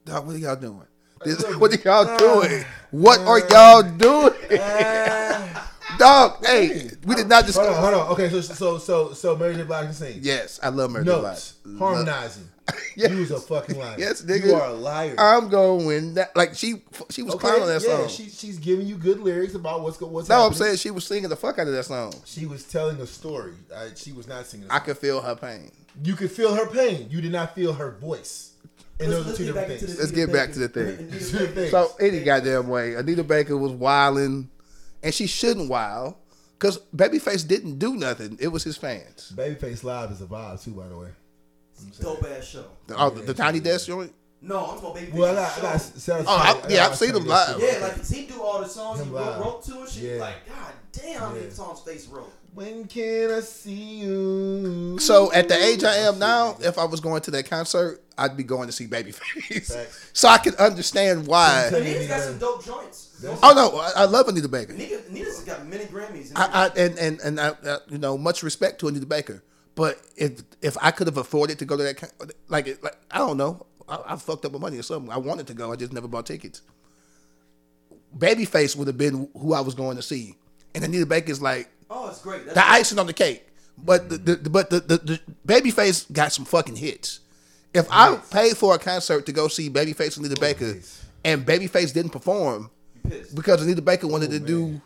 [SPEAKER 3] Dog, what are y'all doing?
[SPEAKER 2] That's
[SPEAKER 3] This-
[SPEAKER 2] what
[SPEAKER 3] what are
[SPEAKER 2] we-
[SPEAKER 3] y'all doing? What are
[SPEAKER 2] uh,
[SPEAKER 3] y'all doing?
[SPEAKER 2] Ah.
[SPEAKER 3] Dog, hey, we did
[SPEAKER 2] hold
[SPEAKER 3] not
[SPEAKER 2] on,
[SPEAKER 3] discuss.
[SPEAKER 2] hold on. Okay, so so so so Mary J. Blige can sing.
[SPEAKER 3] Yes, I love Mary J. Blige.
[SPEAKER 2] Notes,
[SPEAKER 3] Love-
[SPEAKER 2] harmonizing.
[SPEAKER 3] Yes.
[SPEAKER 2] You was a fucking liar.
[SPEAKER 3] Yes, nigga.
[SPEAKER 2] You are a liar.
[SPEAKER 3] I'm going that like she she was clowning that
[SPEAKER 2] yeah,
[SPEAKER 3] song.
[SPEAKER 2] She, she's giving you good lyrics about what's go- what's
[SPEAKER 3] no, I'm
[SPEAKER 2] happening.
[SPEAKER 3] saying she was singing the fuck out of that song.
[SPEAKER 2] she was telling a story. I, she was not singing. a
[SPEAKER 3] I
[SPEAKER 2] song.
[SPEAKER 3] could feel her pain.
[SPEAKER 2] you could feel her pain. You did not feel her voice. And
[SPEAKER 1] Let's-
[SPEAKER 2] those are
[SPEAKER 1] let's
[SPEAKER 2] two
[SPEAKER 1] get
[SPEAKER 2] different
[SPEAKER 1] back
[SPEAKER 2] things.
[SPEAKER 1] into
[SPEAKER 3] Let's
[SPEAKER 1] Anita
[SPEAKER 3] get back to the
[SPEAKER 1] Baker.
[SPEAKER 3] thing.
[SPEAKER 1] Anita
[SPEAKER 2] Two different
[SPEAKER 1] Baker.
[SPEAKER 2] things.
[SPEAKER 3] So any goddamn way, Anita Baker was wilding, and she shouldn't wild because Babyface didn't do nothing. It was his fans.
[SPEAKER 2] Babyface Live is a vibe too, by the way.
[SPEAKER 1] Dope ass show.
[SPEAKER 3] The, oh, the, the Tiny Desk joint.
[SPEAKER 1] No, I'm talking about Babyface.
[SPEAKER 2] Well, I got, I got
[SPEAKER 1] show.
[SPEAKER 2] sounds
[SPEAKER 3] Oh, I-
[SPEAKER 2] I got
[SPEAKER 3] yeah, I've
[SPEAKER 2] Sounds
[SPEAKER 3] seen them
[SPEAKER 2] Like That
[SPEAKER 3] live.
[SPEAKER 2] shit.
[SPEAKER 1] Yeah, like 'cause he do all the songs he
[SPEAKER 2] Him
[SPEAKER 1] wrote,
[SPEAKER 2] live.
[SPEAKER 1] wrote to and shit.
[SPEAKER 2] Yeah.
[SPEAKER 1] Like, god damn, how many
[SPEAKER 2] Yeah.
[SPEAKER 1] songs Face wrote?
[SPEAKER 2] When can I see you?
[SPEAKER 3] So at the age I am now, if I was going to that concert, I'd be going to see Babyface.
[SPEAKER 2] Facts.
[SPEAKER 3] So I can understand why.
[SPEAKER 2] Sometimes-
[SPEAKER 1] Anita's got
[SPEAKER 2] Anita.
[SPEAKER 1] some dope joints.
[SPEAKER 2] That's-
[SPEAKER 3] Oh no, I, I love Anita Baker.
[SPEAKER 1] Anita, Anita's got many Grammys. And
[SPEAKER 3] I, I and and and I, I, you know, much respect to Anita Baker, but if if I could have afforded to go to that, con- like, it- like I don't know, I, I fucked up my money or something. I wanted to go, I just never bought tickets. Babyface would have been who I was going to see, and Anita Baker's like
[SPEAKER 1] oh, it's great. That's
[SPEAKER 3] the icing on the cake. But the, the, the but the, the, the Babyface got some fucking hits. If I paid for a concert to go see Babyface and Anita Baker,
[SPEAKER 2] jeez.
[SPEAKER 3] and Babyface didn't perform,
[SPEAKER 1] you pissed.
[SPEAKER 3] because Anita Baker wanted
[SPEAKER 1] Oh,
[SPEAKER 3] to do,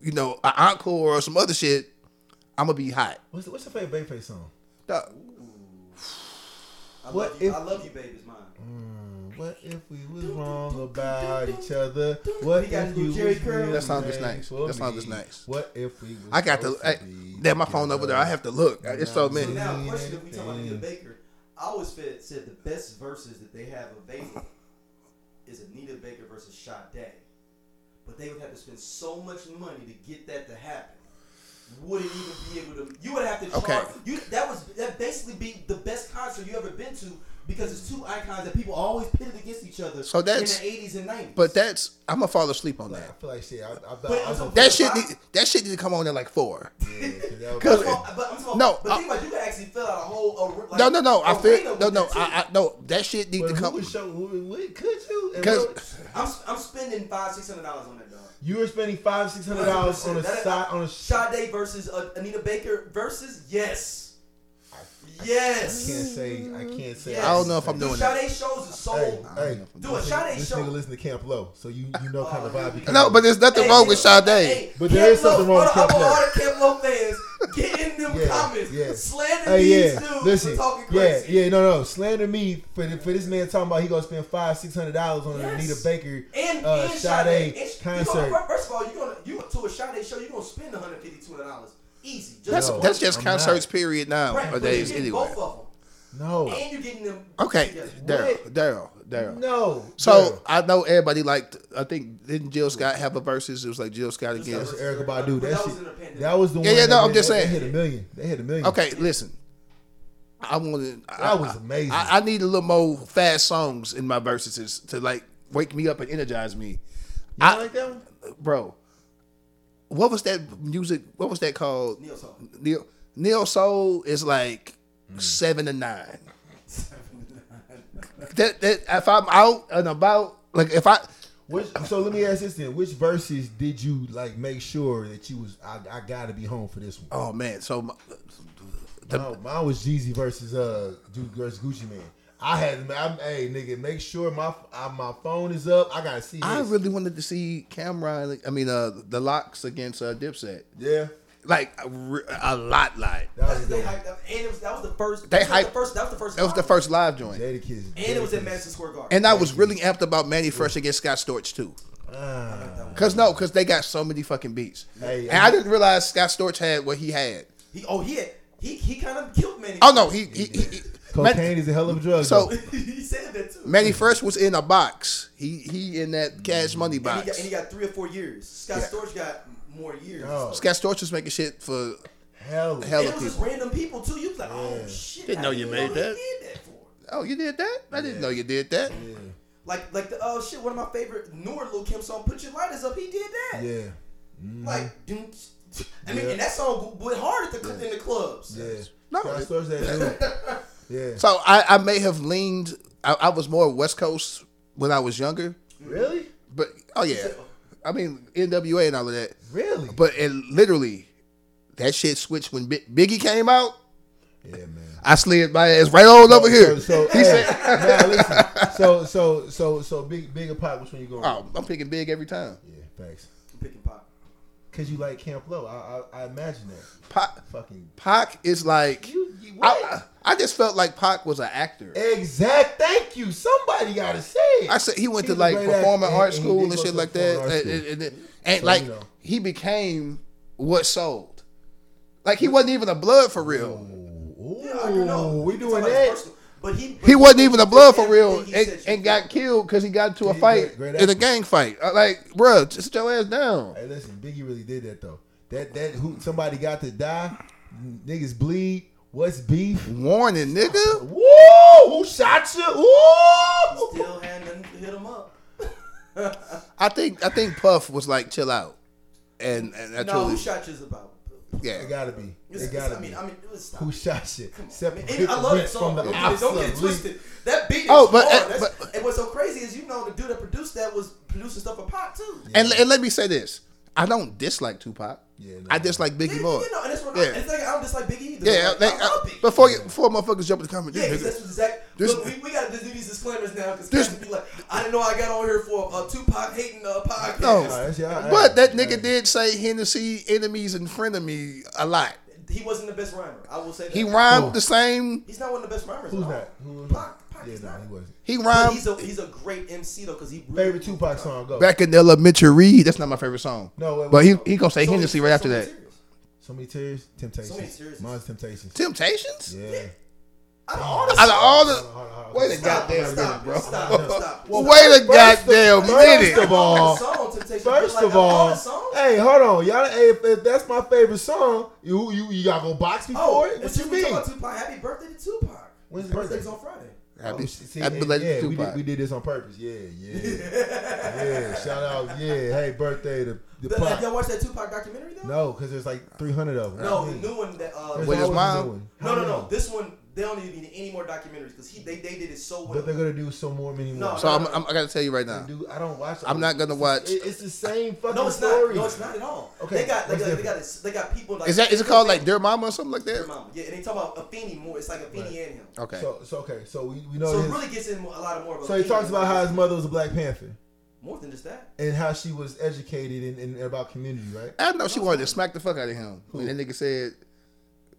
[SPEAKER 3] you know, an encore or some other shit, I'm gonna be hot.
[SPEAKER 2] What's, what's your favorite Babyface song?
[SPEAKER 3] Dog,
[SPEAKER 1] I
[SPEAKER 2] what
[SPEAKER 1] love you.
[SPEAKER 2] if-
[SPEAKER 1] I love you, baby. Is mine.
[SPEAKER 2] Mm, What if we was wrong about each other? What
[SPEAKER 1] We got to
[SPEAKER 2] if
[SPEAKER 1] do
[SPEAKER 2] you
[SPEAKER 1] Jerry
[SPEAKER 2] was
[SPEAKER 1] Curl.
[SPEAKER 2] really
[SPEAKER 1] That
[SPEAKER 3] song is
[SPEAKER 2] made
[SPEAKER 3] nice.
[SPEAKER 2] for
[SPEAKER 3] That song
[SPEAKER 2] me?
[SPEAKER 3] is nice.
[SPEAKER 2] What if we was
[SPEAKER 3] I got to.
[SPEAKER 2] supposed
[SPEAKER 3] I,
[SPEAKER 2] be
[SPEAKER 3] damn, my phone over there. I have to look. It's so
[SPEAKER 1] So
[SPEAKER 3] many.
[SPEAKER 1] now,
[SPEAKER 2] Mm,
[SPEAKER 1] question: If we talk about Anita
[SPEAKER 2] mm.
[SPEAKER 1] Baker, I always said, said the best verses that they have available is Anita Baker versus Sade, but they would have to spend so much money to get that to happen. Wouldn't even be able to. You would have to charge.
[SPEAKER 3] Okay.
[SPEAKER 1] You that was that basically be the best concert you ever been to because it's two icons that people always pitted against each other.
[SPEAKER 3] So that's-
[SPEAKER 1] in the eighties and nineties.
[SPEAKER 3] But that's I'm gonna fall asleep on
[SPEAKER 2] I
[SPEAKER 3] that.
[SPEAKER 2] feel like shit. I, I, I,
[SPEAKER 1] But
[SPEAKER 2] I,
[SPEAKER 1] I'm
[SPEAKER 2] I,
[SPEAKER 1] so-
[SPEAKER 3] That shit. Need, that shit need to come on at like four.
[SPEAKER 1] I'm
[SPEAKER 2] Cause
[SPEAKER 1] talking- Uh, but I'm talking,
[SPEAKER 3] No,
[SPEAKER 1] but
[SPEAKER 3] I-
[SPEAKER 1] think about it, you could actually fill out a whole. ar- Like, oh,
[SPEAKER 3] No, no, no. I
[SPEAKER 1] arena
[SPEAKER 3] feel
[SPEAKER 1] with
[SPEAKER 3] no, no.
[SPEAKER 1] that too.
[SPEAKER 3] I, I no. That shit need to
[SPEAKER 2] but who
[SPEAKER 3] come.
[SPEAKER 2] would show? Who, who, could you? And
[SPEAKER 3] 'Cause-
[SPEAKER 2] what-
[SPEAKER 1] I'm, I'm spending five, six hundred dollars on that dog.
[SPEAKER 2] you were spending five, six hundred dollars on a side on a shot.
[SPEAKER 1] Sade versus uh, Anita Baker versus yes, yes.
[SPEAKER 2] Can't say. I can't say.
[SPEAKER 1] Yes.
[SPEAKER 3] I don't know if I'm
[SPEAKER 1] Dude,
[SPEAKER 3] doing that.
[SPEAKER 1] Sade shows is so.
[SPEAKER 2] Hey, hey,
[SPEAKER 1] Do a
[SPEAKER 2] this
[SPEAKER 1] shot
[SPEAKER 2] nigga-
[SPEAKER 1] ain't
[SPEAKER 2] This
[SPEAKER 1] show.
[SPEAKER 2] nigga listen to Camp Low, so you you know kind of
[SPEAKER 1] Oh,
[SPEAKER 2] vibe. he
[SPEAKER 1] yeah.
[SPEAKER 2] come
[SPEAKER 3] No,
[SPEAKER 2] with.
[SPEAKER 3] but there's nothing
[SPEAKER 1] Hey,
[SPEAKER 3] wrong with
[SPEAKER 1] Sade.
[SPEAKER 3] Sade.
[SPEAKER 2] But there is something wrong with Kevlo.
[SPEAKER 1] Hold on, all the Kevlo fans, get in them
[SPEAKER 2] Yeah,
[SPEAKER 1] comments,
[SPEAKER 2] yeah.
[SPEAKER 1] slander
[SPEAKER 2] Hey,
[SPEAKER 1] these
[SPEAKER 2] yeah,
[SPEAKER 1] dudes
[SPEAKER 2] listen,
[SPEAKER 1] for talking
[SPEAKER 2] yeah,
[SPEAKER 1] crazy.
[SPEAKER 2] yeah, no, no, slander me for the, for this man talking about he gonna spend five, six hundred dollars on an
[SPEAKER 1] Yes.
[SPEAKER 2] Anita Baker
[SPEAKER 1] And,
[SPEAKER 2] uh,
[SPEAKER 1] and
[SPEAKER 2] Sade
[SPEAKER 1] Sade And sh- you gonna-
[SPEAKER 2] concert.
[SPEAKER 1] fir- first of all, you gonna you to a Sade show, you're gonna spend 150 dollars easy. Just
[SPEAKER 3] That's
[SPEAKER 2] No,
[SPEAKER 3] that's just
[SPEAKER 2] I'm
[SPEAKER 3] concerts.
[SPEAKER 2] not.
[SPEAKER 3] Period.
[SPEAKER 1] Right,
[SPEAKER 3] Now
[SPEAKER 1] but
[SPEAKER 3] days
[SPEAKER 1] you're getting
[SPEAKER 3] anyway.
[SPEAKER 1] Both of
[SPEAKER 2] No,
[SPEAKER 1] them, and you're getting them.
[SPEAKER 3] Okay,
[SPEAKER 1] together.
[SPEAKER 3] Daryl,
[SPEAKER 2] What?
[SPEAKER 3] Daryl, Daryl.
[SPEAKER 2] no.
[SPEAKER 3] So
[SPEAKER 2] Girl.
[SPEAKER 3] I know everybody liked. I think didn't Jill Scott have a verses? It was like Jill Scott
[SPEAKER 1] Jill
[SPEAKER 3] again.
[SPEAKER 2] That was Erica Badu.
[SPEAKER 1] But
[SPEAKER 2] That,
[SPEAKER 1] that
[SPEAKER 2] shit-
[SPEAKER 1] was in the pandemic.
[SPEAKER 2] that was the
[SPEAKER 3] Yeah,
[SPEAKER 2] one.
[SPEAKER 3] yeah, no,
[SPEAKER 2] that
[SPEAKER 3] I'm
[SPEAKER 2] made-
[SPEAKER 3] just
[SPEAKER 2] that
[SPEAKER 3] saying.
[SPEAKER 2] hit a million. They hit a million.
[SPEAKER 3] Okay, listen. I wanted. I,
[SPEAKER 2] That was amazing.
[SPEAKER 3] I, I need a little more fast songs in my verses to like wake me up and energize me.
[SPEAKER 2] you
[SPEAKER 3] I-
[SPEAKER 2] like that one?
[SPEAKER 3] Bro, what was that music? What was that called?
[SPEAKER 1] Neil song.
[SPEAKER 3] Neo Neo Soul is like
[SPEAKER 2] Mm.
[SPEAKER 3] seven to nine. That, that if I'm out and about, like if I
[SPEAKER 2] Which, so let me ask this then: Which verses did you like make sure that you was I, I got to be home for this one?
[SPEAKER 3] Oh man, so my, the,
[SPEAKER 2] No, mine was Jeezy versus uh Duke versus Gucci Man. I had I'm, hey nigga, make sure my uh, my phone is up. I gotta see.
[SPEAKER 3] I
[SPEAKER 2] this.
[SPEAKER 3] really wanted to see Cameron. I mean, uh, the locks against uh, Dipset.
[SPEAKER 2] yeah.
[SPEAKER 3] Like a, re- a lot, like
[SPEAKER 1] That's
[SPEAKER 2] That was a
[SPEAKER 1] what they
[SPEAKER 2] good one.
[SPEAKER 1] hyped up, and it was that was the first.
[SPEAKER 3] They
[SPEAKER 1] that was the
[SPEAKER 3] hyped-
[SPEAKER 1] first. That was the first.
[SPEAKER 3] that was the
[SPEAKER 1] round.
[SPEAKER 3] first live joint,
[SPEAKER 2] Jada Kiss.
[SPEAKER 1] And it was at
[SPEAKER 2] Jada Kiss.
[SPEAKER 1] Madison Square Garden.
[SPEAKER 3] and I was really amped about Manny Fresh against Scott Storch too.
[SPEAKER 2] Ah,
[SPEAKER 3] Cause no, cause they got so many fucking beats,
[SPEAKER 2] Hey,
[SPEAKER 3] and I, didn't realize Scott Storch had what he had.
[SPEAKER 1] He, oh, he had, he he kind of killed Manny.
[SPEAKER 3] Oh no, he he, he, he-
[SPEAKER 2] cocaine
[SPEAKER 3] Man-
[SPEAKER 2] is a hell of a drug.
[SPEAKER 3] so
[SPEAKER 2] though.
[SPEAKER 1] he said that too.
[SPEAKER 3] Manny Fresh was in a box. He he in that Cash Money
[SPEAKER 1] and, he got,
[SPEAKER 3] box.
[SPEAKER 1] and he got three or four years. Scott Storch got more years.
[SPEAKER 2] Oh,
[SPEAKER 3] Scott Storch was making shit for
[SPEAKER 2] hell,
[SPEAKER 3] hell-
[SPEAKER 1] and it
[SPEAKER 3] hella
[SPEAKER 1] was just
[SPEAKER 3] people.
[SPEAKER 1] random people too. You was like, oh shit,
[SPEAKER 4] Didn't
[SPEAKER 1] I
[SPEAKER 4] know you made
[SPEAKER 1] he
[SPEAKER 4] that.
[SPEAKER 1] Did that for.
[SPEAKER 3] Oh, you did that? I didn't know you did that.
[SPEAKER 2] Yeah,
[SPEAKER 1] Like like the oh shit, one of my favorite newer Lil Kim song, "Put Your Lighters Up." He did that.
[SPEAKER 2] yeah,
[SPEAKER 1] Like,
[SPEAKER 3] Mm-hmm.
[SPEAKER 1] doom, I mean,
[SPEAKER 2] Yeah.
[SPEAKER 1] and that song went hard at the cl- in the clubs.
[SPEAKER 2] yeah.
[SPEAKER 3] No,
[SPEAKER 2] Scott
[SPEAKER 3] it-
[SPEAKER 2] Storch that dude. Yeah,
[SPEAKER 3] So I, I may have leaned. I, I was more West Coast when I was younger,
[SPEAKER 2] really,
[SPEAKER 3] but oh yeah, I mean NWA and all of that.
[SPEAKER 2] really.
[SPEAKER 3] But it literally, that shit switched when Bi- Biggie came out.
[SPEAKER 2] yeah, man.
[SPEAKER 3] I slid my ass right on over here.
[SPEAKER 2] So, so hey, now listen. So, so, so, so big, bigger pop. Which one you going?
[SPEAKER 3] Oh, I'm picking Big every time.
[SPEAKER 2] Yeah, thanks.
[SPEAKER 1] I'm picking pop.
[SPEAKER 2] Cause you like Camp Low. I, I, I imagine that.
[SPEAKER 3] Pac,
[SPEAKER 2] Fucking.
[SPEAKER 3] Pac is like
[SPEAKER 2] You, you what?
[SPEAKER 3] I, I I just felt like Pac was an actor.
[SPEAKER 2] exact. Thank you. Somebody gotta say it.
[SPEAKER 3] I said he went
[SPEAKER 2] He's
[SPEAKER 3] to
[SPEAKER 2] a
[SPEAKER 3] like
[SPEAKER 2] great actor,
[SPEAKER 3] performing
[SPEAKER 2] and-
[SPEAKER 3] art
[SPEAKER 2] and he
[SPEAKER 3] school
[SPEAKER 2] did
[SPEAKER 3] and
[SPEAKER 2] go
[SPEAKER 3] shit
[SPEAKER 2] to
[SPEAKER 3] like that,
[SPEAKER 2] performing art
[SPEAKER 3] and,
[SPEAKER 2] school.
[SPEAKER 3] and, and, and,
[SPEAKER 2] So,
[SPEAKER 3] like
[SPEAKER 2] you know.
[SPEAKER 3] he became what sold. Like he wasn't even a blood for real.
[SPEAKER 2] Ooh,
[SPEAKER 1] Yeah, I don't know.
[SPEAKER 2] we
[SPEAKER 1] It's
[SPEAKER 2] doing
[SPEAKER 1] about his
[SPEAKER 2] that.
[SPEAKER 1] personal- But he
[SPEAKER 3] He wasn't even a blood for real,
[SPEAKER 1] Everything he said
[SPEAKER 3] and,
[SPEAKER 1] you
[SPEAKER 3] and got killed because he got into a
[SPEAKER 2] Yeah,
[SPEAKER 3] fight
[SPEAKER 2] great- great
[SPEAKER 3] in a
[SPEAKER 2] actor.
[SPEAKER 3] gang fight. Uh, Like, bruh, just sit your ass down.
[SPEAKER 2] Hey, listen, Biggie really did that though. That that who somebody got to die. Niggas bleed. What's beef?
[SPEAKER 3] Warning, nigga.
[SPEAKER 2] Woo! Who shot you? Woo!
[SPEAKER 1] still had nothing to hit him up.
[SPEAKER 3] I think I think Puff was like, chill out, and and I
[SPEAKER 1] No, who
[SPEAKER 3] truly,
[SPEAKER 1] shot you is about?
[SPEAKER 2] It
[SPEAKER 3] yeah.
[SPEAKER 2] gotta be.
[SPEAKER 1] It's-
[SPEAKER 2] It
[SPEAKER 1] it's-
[SPEAKER 2] gotta
[SPEAKER 1] I mean,
[SPEAKER 2] be.
[SPEAKER 1] I mean, let's stop.
[SPEAKER 2] Who shot you?
[SPEAKER 1] I mean,
[SPEAKER 2] Separate
[SPEAKER 1] and I love that
[SPEAKER 2] rich from
[SPEAKER 1] song.
[SPEAKER 2] the
[SPEAKER 1] Don't get- Don't get it
[SPEAKER 2] absolute.
[SPEAKER 1] twisted. That beat is
[SPEAKER 3] Oh, but-
[SPEAKER 1] hard.
[SPEAKER 3] uh,
[SPEAKER 1] That's-
[SPEAKER 3] but-
[SPEAKER 1] and what's so crazy is you know the dude that produced that was producing stuff for Pop too.
[SPEAKER 3] And, and let me say this: I don't dislike Tupac.
[SPEAKER 2] Yeah, no.
[SPEAKER 3] I dislike
[SPEAKER 1] Yeah,
[SPEAKER 3] Biggie
[SPEAKER 1] you
[SPEAKER 3] more.
[SPEAKER 1] know, and that's what I,
[SPEAKER 3] Yeah.
[SPEAKER 1] it's like, I don't dislike Biggie either.
[SPEAKER 3] Yeah,
[SPEAKER 1] Like,
[SPEAKER 3] like,
[SPEAKER 1] I
[SPEAKER 3] I-
[SPEAKER 1] love Biggie.
[SPEAKER 3] before you, before motherfuckers jump in the comments,
[SPEAKER 1] Yeah,
[SPEAKER 3] this
[SPEAKER 1] because that's
[SPEAKER 3] nigga-
[SPEAKER 1] what Zach.
[SPEAKER 3] This-
[SPEAKER 1] look, we, we got to do these disclaimers now because
[SPEAKER 3] This-
[SPEAKER 1] guys be like, I didn't know I got on here for a Tupac hating uh, podcast.
[SPEAKER 3] No.
[SPEAKER 2] Nah, that's y'all-
[SPEAKER 3] but that
[SPEAKER 2] hey,
[SPEAKER 3] nigga did say Hennessy enemies and frenemy a lot.
[SPEAKER 1] He wasn't the best rhymer. I will say that.
[SPEAKER 3] He rhymed
[SPEAKER 2] Who?
[SPEAKER 3] the same.
[SPEAKER 1] He's not one of the best rhymers.
[SPEAKER 2] Who's
[SPEAKER 1] at all.
[SPEAKER 2] that? Who?
[SPEAKER 1] Pac. Pac
[SPEAKER 2] Yeah,
[SPEAKER 1] is
[SPEAKER 2] no,
[SPEAKER 1] not.
[SPEAKER 2] he wasn't.
[SPEAKER 3] He
[SPEAKER 1] But he's
[SPEAKER 3] rhymed
[SPEAKER 1] a he's a great MC though because he really
[SPEAKER 2] Favorite Tupac song? Go.
[SPEAKER 3] back in elementary. That's not my favorite song.
[SPEAKER 2] No, wait,
[SPEAKER 3] but he
[SPEAKER 2] wait.
[SPEAKER 3] he gonna say
[SPEAKER 1] So
[SPEAKER 3] Hennessy
[SPEAKER 1] many-
[SPEAKER 3] right
[SPEAKER 1] so
[SPEAKER 3] after
[SPEAKER 1] many
[SPEAKER 3] that.
[SPEAKER 1] tears.
[SPEAKER 2] So many tears. Temptations.
[SPEAKER 1] So many tears.
[SPEAKER 2] Mine's Temptations.
[SPEAKER 3] Temptations.
[SPEAKER 2] Yeah.
[SPEAKER 1] Out of all the
[SPEAKER 3] Out of all
[SPEAKER 2] Hold on,
[SPEAKER 3] the
[SPEAKER 2] hold on, hold on.
[SPEAKER 3] wait a
[SPEAKER 1] Stop,
[SPEAKER 3] goddamn
[SPEAKER 1] stop,
[SPEAKER 3] minute, bro.
[SPEAKER 1] stop, stop.
[SPEAKER 3] Well, wait a
[SPEAKER 2] First of-
[SPEAKER 3] goddamn minute.
[SPEAKER 2] First of all,
[SPEAKER 1] Song to take-
[SPEAKER 2] First
[SPEAKER 1] like,
[SPEAKER 2] of all,
[SPEAKER 1] the songs?
[SPEAKER 2] hey, hold on, y'all. Hey, if, if that's my favorite song, you you you gotta go box me
[SPEAKER 1] Oh,
[SPEAKER 2] for it. What
[SPEAKER 1] since
[SPEAKER 2] you
[SPEAKER 1] we
[SPEAKER 2] mean?
[SPEAKER 1] talking about Tupac, happy birthday to Tupac.
[SPEAKER 2] When's his
[SPEAKER 1] Birthday's
[SPEAKER 2] birthday?
[SPEAKER 1] on Friday.
[SPEAKER 3] Happy,
[SPEAKER 2] Oh, see,
[SPEAKER 3] happy
[SPEAKER 2] and
[SPEAKER 3] belated
[SPEAKER 2] yeah, we
[SPEAKER 3] Tupac.
[SPEAKER 2] did, we did this on purpose. Yeah, yeah, yeah. Shout out, yeah. Hey, birthday to the
[SPEAKER 1] Th- Have y'all
[SPEAKER 2] pop.
[SPEAKER 1] watched that Tupac documentary though?
[SPEAKER 2] No, because there's like 300 of them.
[SPEAKER 1] No, the new one that uh,
[SPEAKER 2] There's
[SPEAKER 3] With his
[SPEAKER 2] always a
[SPEAKER 3] mom?
[SPEAKER 2] new one.
[SPEAKER 1] no, no,
[SPEAKER 2] How
[SPEAKER 1] no.
[SPEAKER 2] long?
[SPEAKER 1] This one they don't need to be in any more documentaries because he they, they did it so well.
[SPEAKER 2] But they're gonna do so more, many more.
[SPEAKER 1] No,
[SPEAKER 3] so I'm, I'm I gotta tell you right now.
[SPEAKER 2] Dude, I don't watch.
[SPEAKER 3] I'm not gonna watch-
[SPEAKER 2] It, it's the same fucking
[SPEAKER 1] no, it's
[SPEAKER 2] story.
[SPEAKER 1] not. No, it's not at all.
[SPEAKER 2] Okay,
[SPEAKER 1] they got they
[SPEAKER 2] what's
[SPEAKER 1] got, they
[SPEAKER 2] different?
[SPEAKER 1] got this- they got people like
[SPEAKER 3] Is that is it called like Dear Mama or something like
[SPEAKER 1] their
[SPEAKER 3] that?
[SPEAKER 1] mom? Yeah, and they talk about Afeni more. It's like Afeni and him.
[SPEAKER 3] Okay.
[SPEAKER 2] So, so okay, so we, we
[SPEAKER 1] So
[SPEAKER 2] know. So,
[SPEAKER 1] it really gets in a lot of more. Of
[SPEAKER 2] so he
[SPEAKER 1] Afeni
[SPEAKER 2] talks about
[SPEAKER 1] than-
[SPEAKER 2] how his mother was a Black Panther
[SPEAKER 1] more than just that.
[SPEAKER 2] and how she was educated and in, in, about community, right?
[SPEAKER 3] I know she wanted to smack the fuck out of him. When that nigga said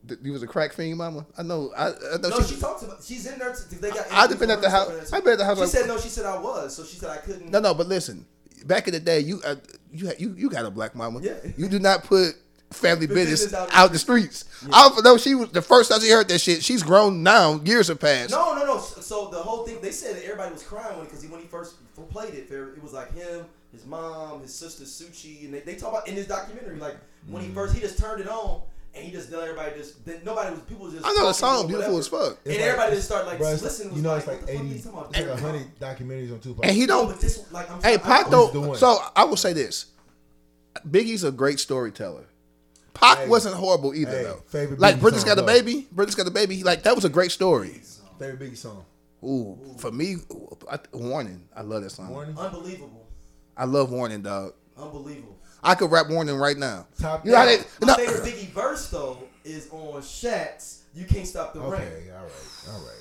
[SPEAKER 3] that you was a crack fiend, mama. I know. I, I know
[SPEAKER 1] No,
[SPEAKER 3] she.
[SPEAKER 1] she talks about she's in there. To, they got
[SPEAKER 3] I'd have been at the house. I've been at the house.
[SPEAKER 1] She
[SPEAKER 3] like,
[SPEAKER 1] said no. She said I was. So she said I couldn't.
[SPEAKER 3] No, no, but listen. Back in the day, you uh, you had- you you got a black mama.
[SPEAKER 1] Yeah.
[SPEAKER 3] You do not put family
[SPEAKER 1] Business
[SPEAKER 3] business
[SPEAKER 1] out-
[SPEAKER 3] out, the streets. I don't know. She was the first time she heard that shit. She's grown now. Years have passed.
[SPEAKER 1] No, no, no. So so the whole thing, they said that everybody was crying when because he, when he first f- played it, there- it was like him, his mom, his sister Suchi, and they, they talk about in this documentary, like when
[SPEAKER 2] Mm.
[SPEAKER 1] he first he just turned it on and he just let everybody just then nobody was people just.
[SPEAKER 3] I know
[SPEAKER 1] talking
[SPEAKER 3] the song
[SPEAKER 1] or
[SPEAKER 3] beautiful as
[SPEAKER 1] whatever.
[SPEAKER 3] fuck.
[SPEAKER 1] and
[SPEAKER 2] It's like-
[SPEAKER 1] everybody just started like
[SPEAKER 2] Bruh, it's-
[SPEAKER 1] listen. Was
[SPEAKER 2] you know,
[SPEAKER 1] like,
[SPEAKER 2] it's like
[SPEAKER 1] what the fuck are you
[SPEAKER 2] 80,
[SPEAKER 1] talking about?
[SPEAKER 2] it's like 100 documentaries on Tupac.
[SPEAKER 3] And he
[SPEAKER 1] No,
[SPEAKER 3] don't.
[SPEAKER 1] but this like I'm.
[SPEAKER 3] Hey,
[SPEAKER 1] trying- I
[SPEAKER 3] Pac
[SPEAKER 1] know-
[SPEAKER 2] the
[SPEAKER 3] don't.
[SPEAKER 2] one.
[SPEAKER 3] So I will say this: Biggie's a great storyteller. Pac
[SPEAKER 2] Hey.
[SPEAKER 3] wasn't horrible either,
[SPEAKER 2] Hey,
[SPEAKER 3] though.
[SPEAKER 2] favorite
[SPEAKER 3] like
[SPEAKER 2] Biggie
[SPEAKER 3] Britney's
[SPEAKER 2] song,
[SPEAKER 3] got a
[SPEAKER 2] though.
[SPEAKER 3] baby. Britney's got a baby. Like that was a great story.
[SPEAKER 2] Favorite Biggie song?
[SPEAKER 3] Ooh, for me, I, Warning. I love that song.
[SPEAKER 2] Warning.
[SPEAKER 1] Unbelievable.
[SPEAKER 3] I love Warning, dog.
[SPEAKER 1] Unbelievable.
[SPEAKER 3] I could rap Warning right now.
[SPEAKER 2] Top
[SPEAKER 3] You know how they,
[SPEAKER 1] My
[SPEAKER 3] no,
[SPEAKER 1] favorite Biggie verse though is on Shaq's "You Can't Stop the Rain."
[SPEAKER 2] Okay, all right, all right.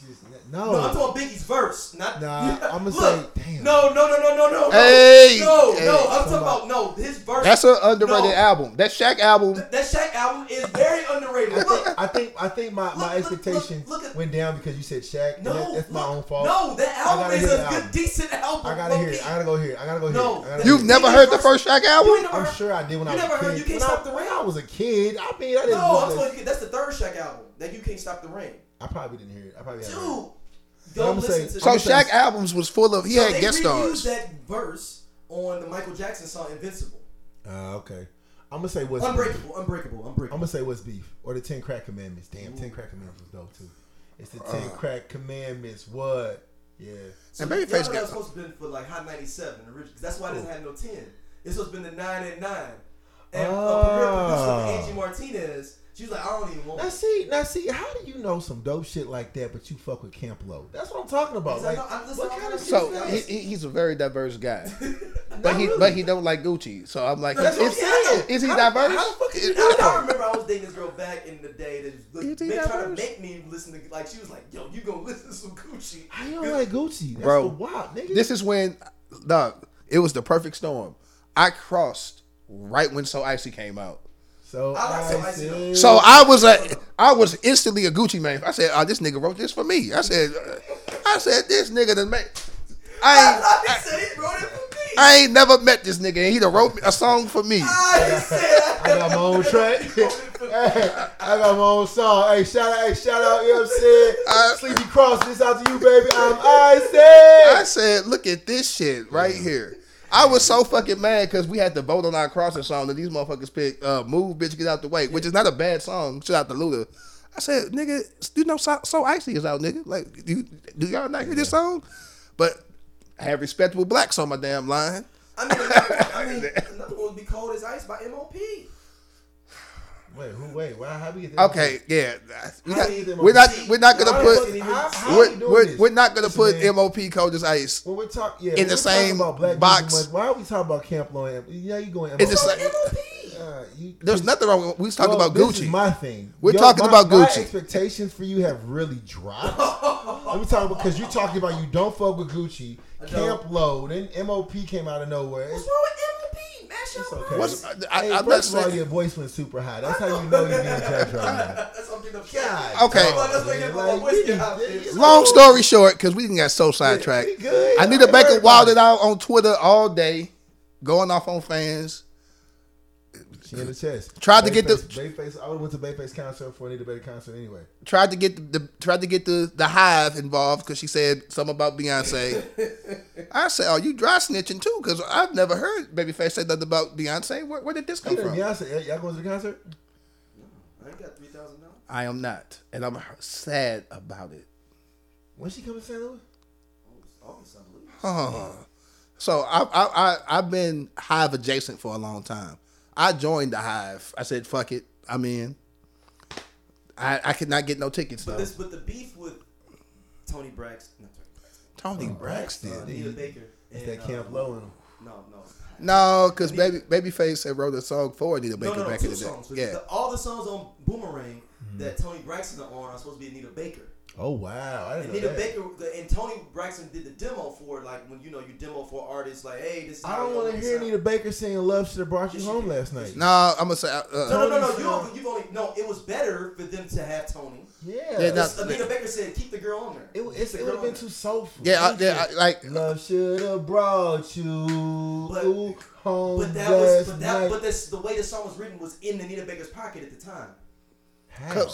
[SPEAKER 2] You just no.
[SPEAKER 1] No, I'm talking Biggie's verse, not.
[SPEAKER 2] Oh. Nah, I'ma
[SPEAKER 1] Look,
[SPEAKER 2] say- damn.
[SPEAKER 1] No, no, no, no, no, no.
[SPEAKER 3] Hey,
[SPEAKER 1] no,
[SPEAKER 3] hey,
[SPEAKER 1] no. I'm talking
[SPEAKER 2] come
[SPEAKER 1] about no. His verse.
[SPEAKER 3] that's an underrated
[SPEAKER 1] No.
[SPEAKER 3] album. That Shaq album.
[SPEAKER 1] Th- That Shaq album is very underrated. Look,
[SPEAKER 2] I think I think my, my
[SPEAKER 1] Look, look,
[SPEAKER 2] expectation
[SPEAKER 1] look, look at-
[SPEAKER 2] went down because you said Shaq. and
[SPEAKER 1] no,
[SPEAKER 2] that- that's my
[SPEAKER 1] look,
[SPEAKER 2] own fault.
[SPEAKER 1] No, that
[SPEAKER 2] I
[SPEAKER 1] album
[SPEAKER 2] gotta
[SPEAKER 1] is
[SPEAKER 2] hear
[SPEAKER 1] a
[SPEAKER 2] the
[SPEAKER 1] good,
[SPEAKER 2] album.
[SPEAKER 1] decent album.
[SPEAKER 2] I gotta hear it.
[SPEAKER 1] low-key.
[SPEAKER 2] I gotta go hear it. I gotta go hear
[SPEAKER 1] No,
[SPEAKER 2] it. I gotta
[SPEAKER 3] You've
[SPEAKER 2] go
[SPEAKER 3] never
[SPEAKER 1] Biggie
[SPEAKER 3] heard the
[SPEAKER 1] verse-
[SPEAKER 3] first Shaq
[SPEAKER 1] You
[SPEAKER 3] album?
[SPEAKER 1] ain't never
[SPEAKER 2] I'm
[SPEAKER 1] heard-
[SPEAKER 2] sure I did when
[SPEAKER 1] You
[SPEAKER 2] I was
[SPEAKER 1] never
[SPEAKER 2] a kid.
[SPEAKER 1] heard You Can't
[SPEAKER 2] when I-
[SPEAKER 1] Stop the
[SPEAKER 2] when
[SPEAKER 1] Rain?
[SPEAKER 2] I was a kid. I mean, I didn't.
[SPEAKER 1] No, I'm
[SPEAKER 2] listen-
[SPEAKER 1] talking. That's the third Shaq album. That you can't stop the rain,
[SPEAKER 2] I probably didn't hear it. I probably
[SPEAKER 1] dude.
[SPEAKER 2] haven't heard it. But
[SPEAKER 1] Don't
[SPEAKER 2] I'ma
[SPEAKER 1] listen
[SPEAKER 2] say-
[SPEAKER 1] to.
[SPEAKER 3] So
[SPEAKER 2] I'm
[SPEAKER 1] that.
[SPEAKER 2] gonna say-
[SPEAKER 3] Shaq albums was full of. He
[SPEAKER 1] they
[SPEAKER 3] had guest
[SPEAKER 1] reused
[SPEAKER 3] stars.
[SPEAKER 1] that verse on the Michael Jackson song "Invincible."
[SPEAKER 2] Uh, okay. I'm gonna say what's beef.
[SPEAKER 1] Unbreakable, unbreakable,
[SPEAKER 2] I'm
[SPEAKER 1] unbreakable.
[SPEAKER 2] gonna say what's beef or the Ten Crack Commandments. Damn, Ten Crack Commandments was dope too. It's the Ten
[SPEAKER 3] Uh.
[SPEAKER 2] Crack Commandments. What? Yeah.
[SPEAKER 1] So
[SPEAKER 3] And
[SPEAKER 1] y'all know
[SPEAKER 3] Babyface
[SPEAKER 1] that
[SPEAKER 3] got-
[SPEAKER 1] was supposed to been for like Hot 97 originally. 'cause That's why it doesn't have no 10. It's supposed to been the 9 and 9. And uh, a
[SPEAKER 2] Ah.
[SPEAKER 1] career producer, like Angie Martinez, she was like, I don't even want
[SPEAKER 2] Now
[SPEAKER 1] it.
[SPEAKER 2] see, now see, how do you know some dope shit like that, but you fuck with Camp Low? That's what I'm talking about.
[SPEAKER 1] Because I
[SPEAKER 2] Like,
[SPEAKER 1] know- I listen
[SPEAKER 2] what
[SPEAKER 1] to all
[SPEAKER 2] kind of
[SPEAKER 1] that
[SPEAKER 2] shit
[SPEAKER 3] So
[SPEAKER 2] is that?
[SPEAKER 3] he, he- he's a very diverse guy, but
[SPEAKER 2] Not
[SPEAKER 3] he
[SPEAKER 2] really.
[SPEAKER 3] but he don't like Gucci. So I'm like,
[SPEAKER 2] That's what I'm
[SPEAKER 3] is,
[SPEAKER 2] saying.
[SPEAKER 3] is he
[SPEAKER 2] How the-
[SPEAKER 3] diverse?
[SPEAKER 2] How the fuck is he
[SPEAKER 3] It-
[SPEAKER 1] I, I
[SPEAKER 2] diverse?
[SPEAKER 1] remember I was dating this girl back in the day that was
[SPEAKER 3] You
[SPEAKER 1] like,
[SPEAKER 3] think
[SPEAKER 1] been
[SPEAKER 3] that
[SPEAKER 1] trying to
[SPEAKER 3] verse?
[SPEAKER 1] make me listen to, like, she was like, yo, you gonna listen to some Gucci.
[SPEAKER 2] How you don't like Gucci? That's
[SPEAKER 3] Bro,
[SPEAKER 2] the wop, nigga.
[SPEAKER 3] this is when, dog, it was the perfect storm. I crossed right when So Icy came out.
[SPEAKER 2] so
[SPEAKER 1] I like
[SPEAKER 2] I,
[SPEAKER 1] some icy
[SPEAKER 2] said,
[SPEAKER 1] though.
[SPEAKER 3] So I was a, I was instantly a Gucci man. I said, "Oh, this nigga wrote this for me." I said, uh, "I said this nigga done make." I
[SPEAKER 1] I didn't say it, bro. That for me.
[SPEAKER 3] ain't, I ain't never met this nigga, and he done wrote me a song for me.
[SPEAKER 1] I didn't say that.
[SPEAKER 2] I got my own track. hey, I got my own song. Hey, shout out, hey, shout out, you know what I'm saying?
[SPEAKER 3] I-
[SPEAKER 2] Sleepy Cross, this out to you, baby. I'm Icy.
[SPEAKER 3] I said, "Look at this shit right here." I was so fucking mad because we had to vote on our crossing song that these motherfuckers picked uh, "Move, Bitch, Get Out the Way," which is not a bad song. Shout out to Luda. I said, "Nigga, you know, so, so icy is out, nigga. Like, do, do y'all not hear this song?" But I have respectable blacks on my damn line.
[SPEAKER 1] I mean, another, I mean, another one would be Cold as Ice by MOP.
[SPEAKER 2] Wait, who? Wait, why? How we get that?
[SPEAKER 3] Okay, yeah, we
[SPEAKER 2] How
[SPEAKER 3] not,
[SPEAKER 2] do you get
[SPEAKER 3] we're not
[SPEAKER 1] MOP?
[SPEAKER 3] we're not gonna
[SPEAKER 1] Y'all
[SPEAKER 3] put
[SPEAKER 1] ain't
[SPEAKER 2] How, how we
[SPEAKER 3] we're,
[SPEAKER 2] doing
[SPEAKER 3] we're,
[SPEAKER 2] this?
[SPEAKER 3] we're not gonna
[SPEAKER 2] Listen,
[SPEAKER 3] put
[SPEAKER 2] man,
[SPEAKER 3] MOP cold as ice
[SPEAKER 2] When we're talking, yeah,
[SPEAKER 3] in
[SPEAKER 2] when
[SPEAKER 3] the
[SPEAKER 2] we're talking
[SPEAKER 3] same
[SPEAKER 2] about Black
[SPEAKER 3] box.
[SPEAKER 2] Music Month, why are we talking about Camp Lo? and- Yeah, you going?
[SPEAKER 3] in the
[SPEAKER 2] MOP.
[SPEAKER 3] same.
[SPEAKER 2] Uh, you,
[SPEAKER 3] There's nothing wrong. with We was talking
[SPEAKER 2] Well,
[SPEAKER 3] about
[SPEAKER 2] this
[SPEAKER 3] Gucci.
[SPEAKER 2] Is my thing.
[SPEAKER 3] We're talking
[SPEAKER 2] my-
[SPEAKER 3] about Gucci.
[SPEAKER 2] My expectations for you have really dropped. Let me talk because you're talking about you don't fuck with Gucci,
[SPEAKER 1] I don't.
[SPEAKER 2] Camp Low, then MOP came out of nowhere.
[SPEAKER 1] What's
[SPEAKER 2] It's,
[SPEAKER 1] wrong with MOP? Mash
[SPEAKER 2] it's
[SPEAKER 1] up
[SPEAKER 2] okay.
[SPEAKER 3] What's- I-
[SPEAKER 2] hey,
[SPEAKER 3] I'm
[SPEAKER 2] first
[SPEAKER 3] not
[SPEAKER 2] of all,
[SPEAKER 3] saying-
[SPEAKER 2] your voice went super high. That's how you know you're being judged right now.
[SPEAKER 1] That's what I'm getting up.
[SPEAKER 2] God,
[SPEAKER 3] Okay.
[SPEAKER 2] dog,
[SPEAKER 1] That's why I
[SPEAKER 2] man,
[SPEAKER 1] get my
[SPEAKER 2] like,
[SPEAKER 1] voice
[SPEAKER 2] we-
[SPEAKER 1] get out there.
[SPEAKER 2] it's-
[SPEAKER 3] Long story short, because we didn't get so sidetracked.
[SPEAKER 2] we good.
[SPEAKER 3] I need to make
[SPEAKER 2] Everybody.
[SPEAKER 3] it wilded out on Twitter all day, going off on fans.
[SPEAKER 2] She in the chest.
[SPEAKER 3] Tried to get the-
[SPEAKER 2] Bayface- Bayface. I would went to Bayface concert for Anita Baker concert anyway.
[SPEAKER 3] Tried to get the, tried to get the the hive involved because she said something about Beyonce. I said, "Oh, you dry snitching too?" Because I've never heard Babyface say nothing about Beyonce. Where, where did this come
[SPEAKER 2] Even
[SPEAKER 3] from?
[SPEAKER 2] Beyonce, y- y'all going to the concert?
[SPEAKER 1] I ain't got three thousand dollars.
[SPEAKER 3] I am not, and I'm sad about it.
[SPEAKER 2] When she coming to St. Louis?
[SPEAKER 1] August, I believe.
[SPEAKER 3] So I, I, I, I've been Hive adjacent for a long time. I joined the Hive. I said, "Fuck it, I'm in." I, I could not get no tickets
[SPEAKER 1] But
[SPEAKER 3] though.
[SPEAKER 1] this, but the beef with Tony Braxton, not Tony Braxton,
[SPEAKER 3] Tony
[SPEAKER 1] uh,
[SPEAKER 3] Braxton.
[SPEAKER 1] Anita Baker,
[SPEAKER 2] It's
[SPEAKER 1] and,
[SPEAKER 2] that
[SPEAKER 1] uh,
[SPEAKER 2] Camp Low and
[SPEAKER 1] No, no,
[SPEAKER 3] No, because baby Babyface had wrote a song for Anita Baker
[SPEAKER 1] no, no, no.
[SPEAKER 3] back
[SPEAKER 1] Two
[SPEAKER 3] in the day.
[SPEAKER 1] songs.
[SPEAKER 3] yeah,
[SPEAKER 1] The- all the songs on Boomerang
[SPEAKER 2] Mm-hmm.
[SPEAKER 1] that Tony Braxton are on are supposed to be Anita Baker.
[SPEAKER 2] Oh wow! I didn't
[SPEAKER 1] Anita
[SPEAKER 2] know that.
[SPEAKER 1] Baker the- and Tony Braxton did the demo for it, like when you know you demo for artists, like hey, this. Is
[SPEAKER 2] I
[SPEAKER 1] how
[SPEAKER 2] don't
[SPEAKER 1] y'all
[SPEAKER 2] want to
[SPEAKER 1] make
[SPEAKER 2] hear
[SPEAKER 1] sound.
[SPEAKER 2] Anita Baker singing "Love Should Have Brought You Home" last night.
[SPEAKER 3] no, I'm gonna say. Uh,
[SPEAKER 1] No, no, no, no.
[SPEAKER 2] Tony's,
[SPEAKER 1] You
[SPEAKER 2] uh,
[SPEAKER 1] only, you've only no. It was better for them to have Tony.
[SPEAKER 2] Yeah,
[SPEAKER 3] They're not-
[SPEAKER 1] Because Anita Baker said, "Keep the girl on there."
[SPEAKER 2] it, w- it's,
[SPEAKER 1] Keep the
[SPEAKER 2] it would
[SPEAKER 1] girl on
[SPEAKER 2] have been
[SPEAKER 1] there.
[SPEAKER 2] too soulful.
[SPEAKER 3] yeah, I,
[SPEAKER 2] Thank
[SPEAKER 3] yeah, I,
[SPEAKER 2] you.
[SPEAKER 3] like
[SPEAKER 2] Love should have brought you
[SPEAKER 1] But-
[SPEAKER 2] home
[SPEAKER 1] But that was,
[SPEAKER 2] last
[SPEAKER 1] but that,
[SPEAKER 2] night.
[SPEAKER 1] but this, the way the song was written was in Anita Baker's pocket at the time.
[SPEAKER 2] How?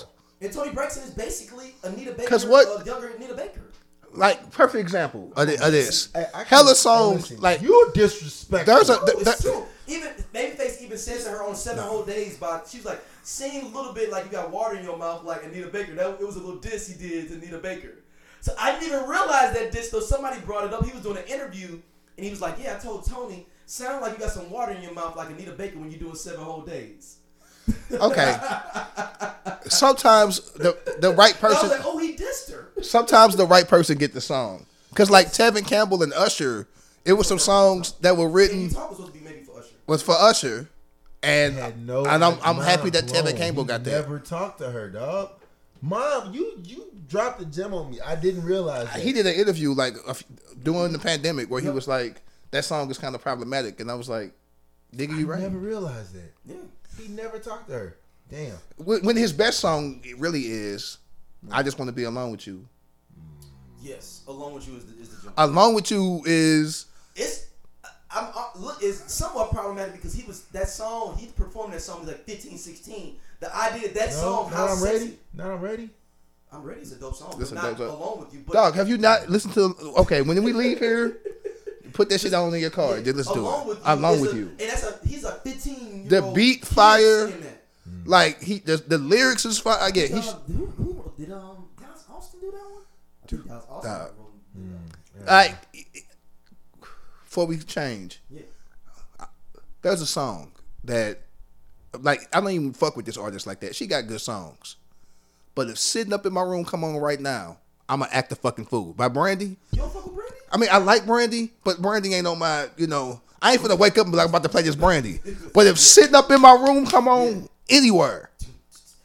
[SPEAKER 1] And Tony Braxton is basically Anita Baker,
[SPEAKER 3] 'Cause what-
[SPEAKER 1] uh, younger Anita Baker.
[SPEAKER 3] like perfect example of, thi- of this.
[SPEAKER 2] Hey, I
[SPEAKER 3] Hella
[SPEAKER 2] can't-
[SPEAKER 3] songs
[SPEAKER 2] listen,
[SPEAKER 3] like
[SPEAKER 2] you disrespectful.
[SPEAKER 3] There's a-
[SPEAKER 1] No,
[SPEAKER 3] th- that-
[SPEAKER 1] it's true. Even Babyface even says to her on Seven Whole Days, by she was like, "Sing a little bit like you got water in your mouth, like Anita Baker." That it was a little diss he did to Anita Baker. So I didn't even realize that diss though. Somebody brought it up. He was doing an interview and he was like, "Yeah, I told Tony, sound like you got some water in your mouth, like Anita Baker when you doing Seven Whole Days."
[SPEAKER 3] okay. sometimes the the right
[SPEAKER 1] And I
[SPEAKER 3] person.
[SPEAKER 1] was like, "Oh, he dissed her."
[SPEAKER 3] sometimes the right person get the song. Cause like Tevin Campbell and Usher It was some songs that were written
[SPEAKER 1] Iggy Pop was supposed to be maybe for Usher.
[SPEAKER 3] was for Usher, and
[SPEAKER 2] Had no
[SPEAKER 3] and I'm, I'm
[SPEAKER 2] Mom,
[SPEAKER 3] happy that Tevin
[SPEAKER 2] blown.
[SPEAKER 3] Campbell
[SPEAKER 2] He
[SPEAKER 3] got that.
[SPEAKER 2] Never talked to her, dog. Mom, you you dropped a gem on me. I didn't realize that.
[SPEAKER 3] He did an interview like a f- during the pandemic where he was like, "That song is kind of problematic," and I was like, "Nigga, you right."
[SPEAKER 2] Never realized that.
[SPEAKER 1] Yeah.
[SPEAKER 2] He never talked to her. Damn.
[SPEAKER 3] When when his best song really is, "I Just Want to Be Alone with You."
[SPEAKER 1] Yes. Along with you is the is the joint.
[SPEAKER 3] Alone with You is
[SPEAKER 1] It's I'm, I, look, it's somewhat problematic because he was that song. He performed that song was like 15, 16. The idea of that
[SPEAKER 2] No,
[SPEAKER 1] song,
[SPEAKER 2] now
[SPEAKER 1] how
[SPEAKER 2] I'm
[SPEAKER 1] sexy.
[SPEAKER 2] ready. Now I'm ready.
[SPEAKER 1] I'm ready is a dope song.
[SPEAKER 3] That's
[SPEAKER 1] but
[SPEAKER 3] a
[SPEAKER 1] not
[SPEAKER 3] dope song.
[SPEAKER 1] alone with you, but
[SPEAKER 3] dog. Have you not listened to? Okay, when we leave here, put that shit on in your car. Just listen to
[SPEAKER 1] along
[SPEAKER 3] it.
[SPEAKER 1] with you.
[SPEAKER 3] Alone
[SPEAKER 1] is
[SPEAKER 3] with
[SPEAKER 1] a,
[SPEAKER 3] you.
[SPEAKER 1] And that's a he's a 15.
[SPEAKER 3] The beat fire.
[SPEAKER 1] Again,
[SPEAKER 3] Like he, the, the lyrics is fine. I get. He's,
[SPEAKER 1] who, who wrote- did um Dallas Austin do that one? I think Dallas Austin
[SPEAKER 3] dog.
[SPEAKER 1] wrote did that one.
[SPEAKER 3] like before we change,
[SPEAKER 1] Yeah.
[SPEAKER 3] there's a song that like I don't even fuck with this artist like that. She got good songs. But if sitting up in my room come on right now, I'ma act a fucking fool. By Brandy.
[SPEAKER 1] You don't fuck with Brandy?
[SPEAKER 3] I mean I like Brandy, but Brandy ain't on my, you know, I ain't finna wake up and be like I'm about to play this Brandy. But if sitting up in my room come on anywhere.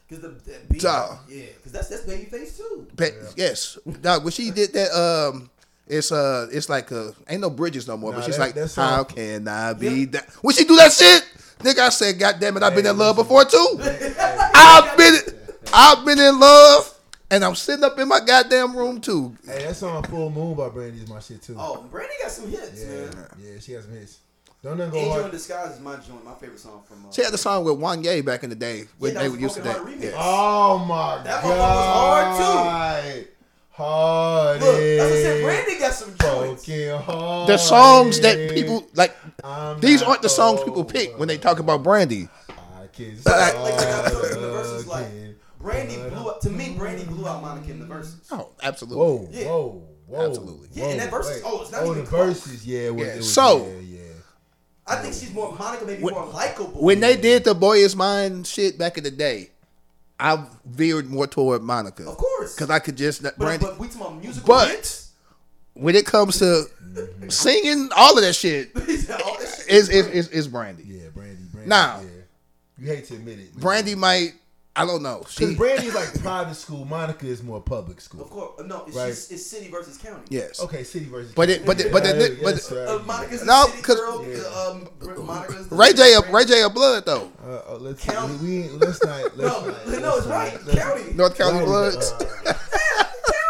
[SPEAKER 1] Because the that beat.
[SPEAKER 3] Dog.
[SPEAKER 1] Yeah. Because that's that's Babyface too.
[SPEAKER 3] But yes. Dog, when she did that um it's uh it's like uh ain't no bridges no more,
[SPEAKER 2] Nah,
[SPEAKER 3] but she's
[SPEAKER 2] that-
[SPEAKER 3] like
[SPEAKER 2] that song-
[SPEAKER 3] how can I be that when she do that shit, nigga I said, God damn it, I've been in love before too. I've been I've been in love and I'm sitting up in my goddamn room too.
[SPEAKER 2] Hey, that song Full Moon by Brandy's my shit too.
[SPEAKER 1] Oh, Brandy got some hits,
[SPEAKER 2] yeah.
[SPEAKER 1] man.
[SPEAKER 2] Yeah, she has some hits. Don't nothing go
[SPEAKER 1] Angel in
[SPEAKER 2] hard.
[SPEAKER 1] Disguise is my joint, my favorite song from. Uh,
[SPEAKER 3] She had the song with Wanye back in the day when
[SPEAKER 1] that
[SPEAKER 3] they
[SPEAKER 1] was
[SPEAKER 3] used to
[SPEAKER 1] Broken Heart
[SPEAKER 3] date.
[SPEAKER 1] remix.
[SPEAKER 3] Yeah.
[SPEAKER 2] Oh my god.
[SPEAKER 1] That motherfucker was
[SPEAKER 2] hard too. Hard.
[SPEAKER 1] Look, as I said, Brandy got some joints.
[SPEAKER 2] Broken heart.
[SPEAKER 3] The songs that people like
[SPEAKER 2] I'm
[SPEAKER 3] these
[SPEAKER 2] not
[SPEAKER 3] aren't the songs people pick
[SPEAKER 2] over.
[SPEAKER 3] when they talk about Brandy.
[SPEAKER 2] I can
[SPEAKER 1] Like, like,
[SPEAKER 2] start
[SPEAKER 1] like I told you, the verses like
[SPEAKER 2] again.
[SPEAKER 1] Brandy blew up. To me, Brandy blew out Monica in the verses.
[SPEAKER 3] Oh, absolutely.
[SPEAKER 2] Whoa,
[SPEAKER 1] Yeah.
[SPEAKER 2] whoa, whoa.
[SPEAKER 3] Absolutely.
[SPEAKER 1] Yeah, and that
[SPEAKER 2] whoa,
[SPEAKER 1] verse is-
[SPEAKER 2] wait.
[SPEAKER 1] oh, it's not
[SPEAKER 2] oh,
[SPEAKER 1] even
[SPEAKER 2] the
[SPEAKER 1] close.
[SPEAKER 2] verses, yeah, was,
[SPEAKER 3] Yeah,
[SPEAKER 2] it was,
[SPEAKER 3] so-
[SPEAKER 2] yeah, yeah.
[SPEAKER 1] I think she's more Monica, maybe more likable.
[SPEAKER 3] When they did the Boy Is Mine shit back in the day, I veered more toward Monica.
[SPEAKER 1] of course,
[SPEAKER 3] Because I could just not
[SPEAKER 1] but,
[SPEAKER 3] Brandy
[SPEAKER 1] but we talking about musical
[SPEAKER 3] But-
[SPEAKER 1] hits.
[SPEAKER 3] when it comes to singing, all of that shit
[SPEAKER 1] All that shit.
[SPEAKER 3] is is, is, is Brandy.
[SPEAKER 2] Yeah, Brandy, Brandy.
[SPEAKER 3] Now-
[SPEAKER 2] yeah. you hate to admit it.
[SPEAKER 3] Brandy might I don't know.
[SPEAKER 2] because
[SPEAKER 3] She
[SPEAKER 2] Brandy's like private school. Monica is more public
[SPEAKER 1] Of
[SPEAKER 2] school.
[SPEAKER 1] course, uh, no, it's,
[SPEAKER 2] Right.
[SPEAKER 1] just, it's city versus county.
[SPEAKER 3] yes.
[SPEAKER 2] Okay, city versus.
[SPEAKER 3] But it- but it- but it-
[SPEAKER 2] Yeah,
[SPEAKER 3] but
[SPEAKER 2] yes,
[SPEAKER 3] it-
[SPEAKER 2] right.
[SPEAKER 1] Uh, Monica's
[SPEAKER 3] No,
[SPEAKER 1] the city
[SPEAKER 3] 'cause-
[SPEAKER 1] girl. Um, Br- Monica's the
[SPEAKER 3] Ray J, uh,
[SPEAKER 1] Brandy-
[SPEAKER 3] Ray J, a blood though.
[SPEAKER 2] Uh, oh, let's
[SPEAKER 1] County.
[SPEAKER 2] we ain't, let's not. Let's
[SPEAKER 1] No,
[SPEAKER 2] not, let's
[SPEAKER 1] no, it's
[SPEAKER 2] not-
[SPEAKER 1] right.
[SPEAKER 2] let's-
[SPEAKER 1] County.
[SPEAKER 3] North County
[SPEAKER 2] County,
[SPEAKER 3] Bloods.
[SPEAKER 2] uh,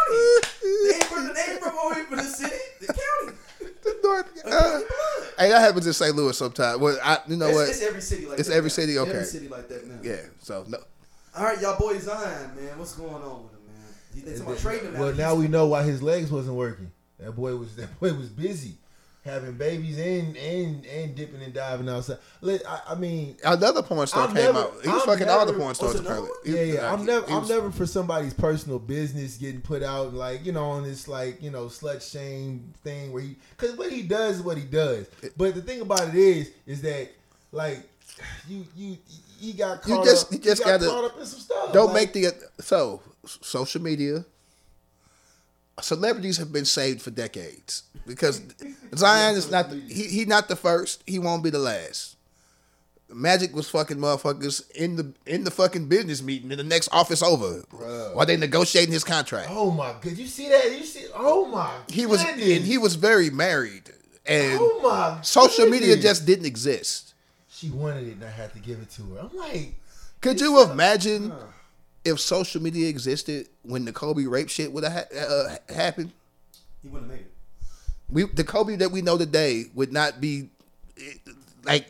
[SPEAKER 1] They ain't from they ain't from over here from the city. The county.
[SPEAKER 3] North, uh, hey, that happens in St. Louis sometimes. Well, I, you know
[SPEAKER 1] It's,
[SPEAKER 3] what?
[SPEAKER 1] it's every city like
[SPEAKER 3] It's
[SPEAKER 1] that.
[SPEAKER 3] every
[SPEAKER 1] now.
[SPEAKER 3] city? Okay.
[SPEAKER 1] Every city like that now.
[SPEAKER 3] yeah. So no.
[SPEAKER 1] All right, y'all boys Zion, man. What's going on with him, man? You think somebody trading him?
[SPEAKER 2] Well,
[SPEAKER 1] out?
[SPEAKER 2] now we know why his legs wasn't working. That boy was that boy was busy having babies and and and dipping and diving outside. Let, I, I mean,
[SPEAKER 3] Another porn star
[SPEAKER 2] I'm
[SPEAKER 3] came
[SPEAKER 2] never-
[SPEAKER 3] out. He was
[SPEAKER 2] I'm
[SPEAKER 3] fucking all the
[SPEAKER 2] never-
[SPEAKER 3] porn stars
[SPEAKER 1] What's another
[SPEAKER 3] apparently.
[SPEAKER 2] yeah,
[SPEAKER 3] He-
[SPEAKER 2] yeah. I'm
[SPEAKER 3] he-
[SPEAKER 2] never
[SPEAKER 3] he
[SPEAKER 2] I'm
[SPEAKER 3] was-
[SPEAKER 2] never for somebody's personal business getting put out and like you know on this like you know slut shame thing where he because what he does is what he does. But the thing about it is is that like you you he got caught
[SPEAKER 3] You just-
[SPEAKER 2] up,
[SPEAKER 3] you
[SPEAKER 2] he
[SPEAKER 3] just
[SPEAKER 2] got
[SPEAKER 3] gotta-
[SPEAKER 2] caught up in some stuff.
[SPEAKER 3] Don't
[SPEAKER 2] Like,
[SPEAKER 3] make the so s- social media. Celebrities have been saved for decades because Zion is not the, he he not the first. He won't be the last. Magic was fucking motherfuckers in the in the fucking business meeting in the next office over while they negotiating his contract.
[SPEAKER 2] Oh my god! You see that? You see? Oh my!
[SPEAKER 3] he was and
[SPEAKER 2] goodness.
[SPEAKER 3] he was very married and
[SPEAKER 2] Oh my!
[SPEAKER 3] social media
[SPEAKER 2] goodness.
[SPEAKER 3] just didn't exist
[SPEAKER 2] She wanted it, and I had to give it to her. I'm like,
[SPEAKER 3] could you imagine if social media existed when the kobe rape shit would have ha- uh, happened
[SPEAKER 1] he wouldn't make it.
[SPEAKER 3] we the kobe that we know today would not be it- like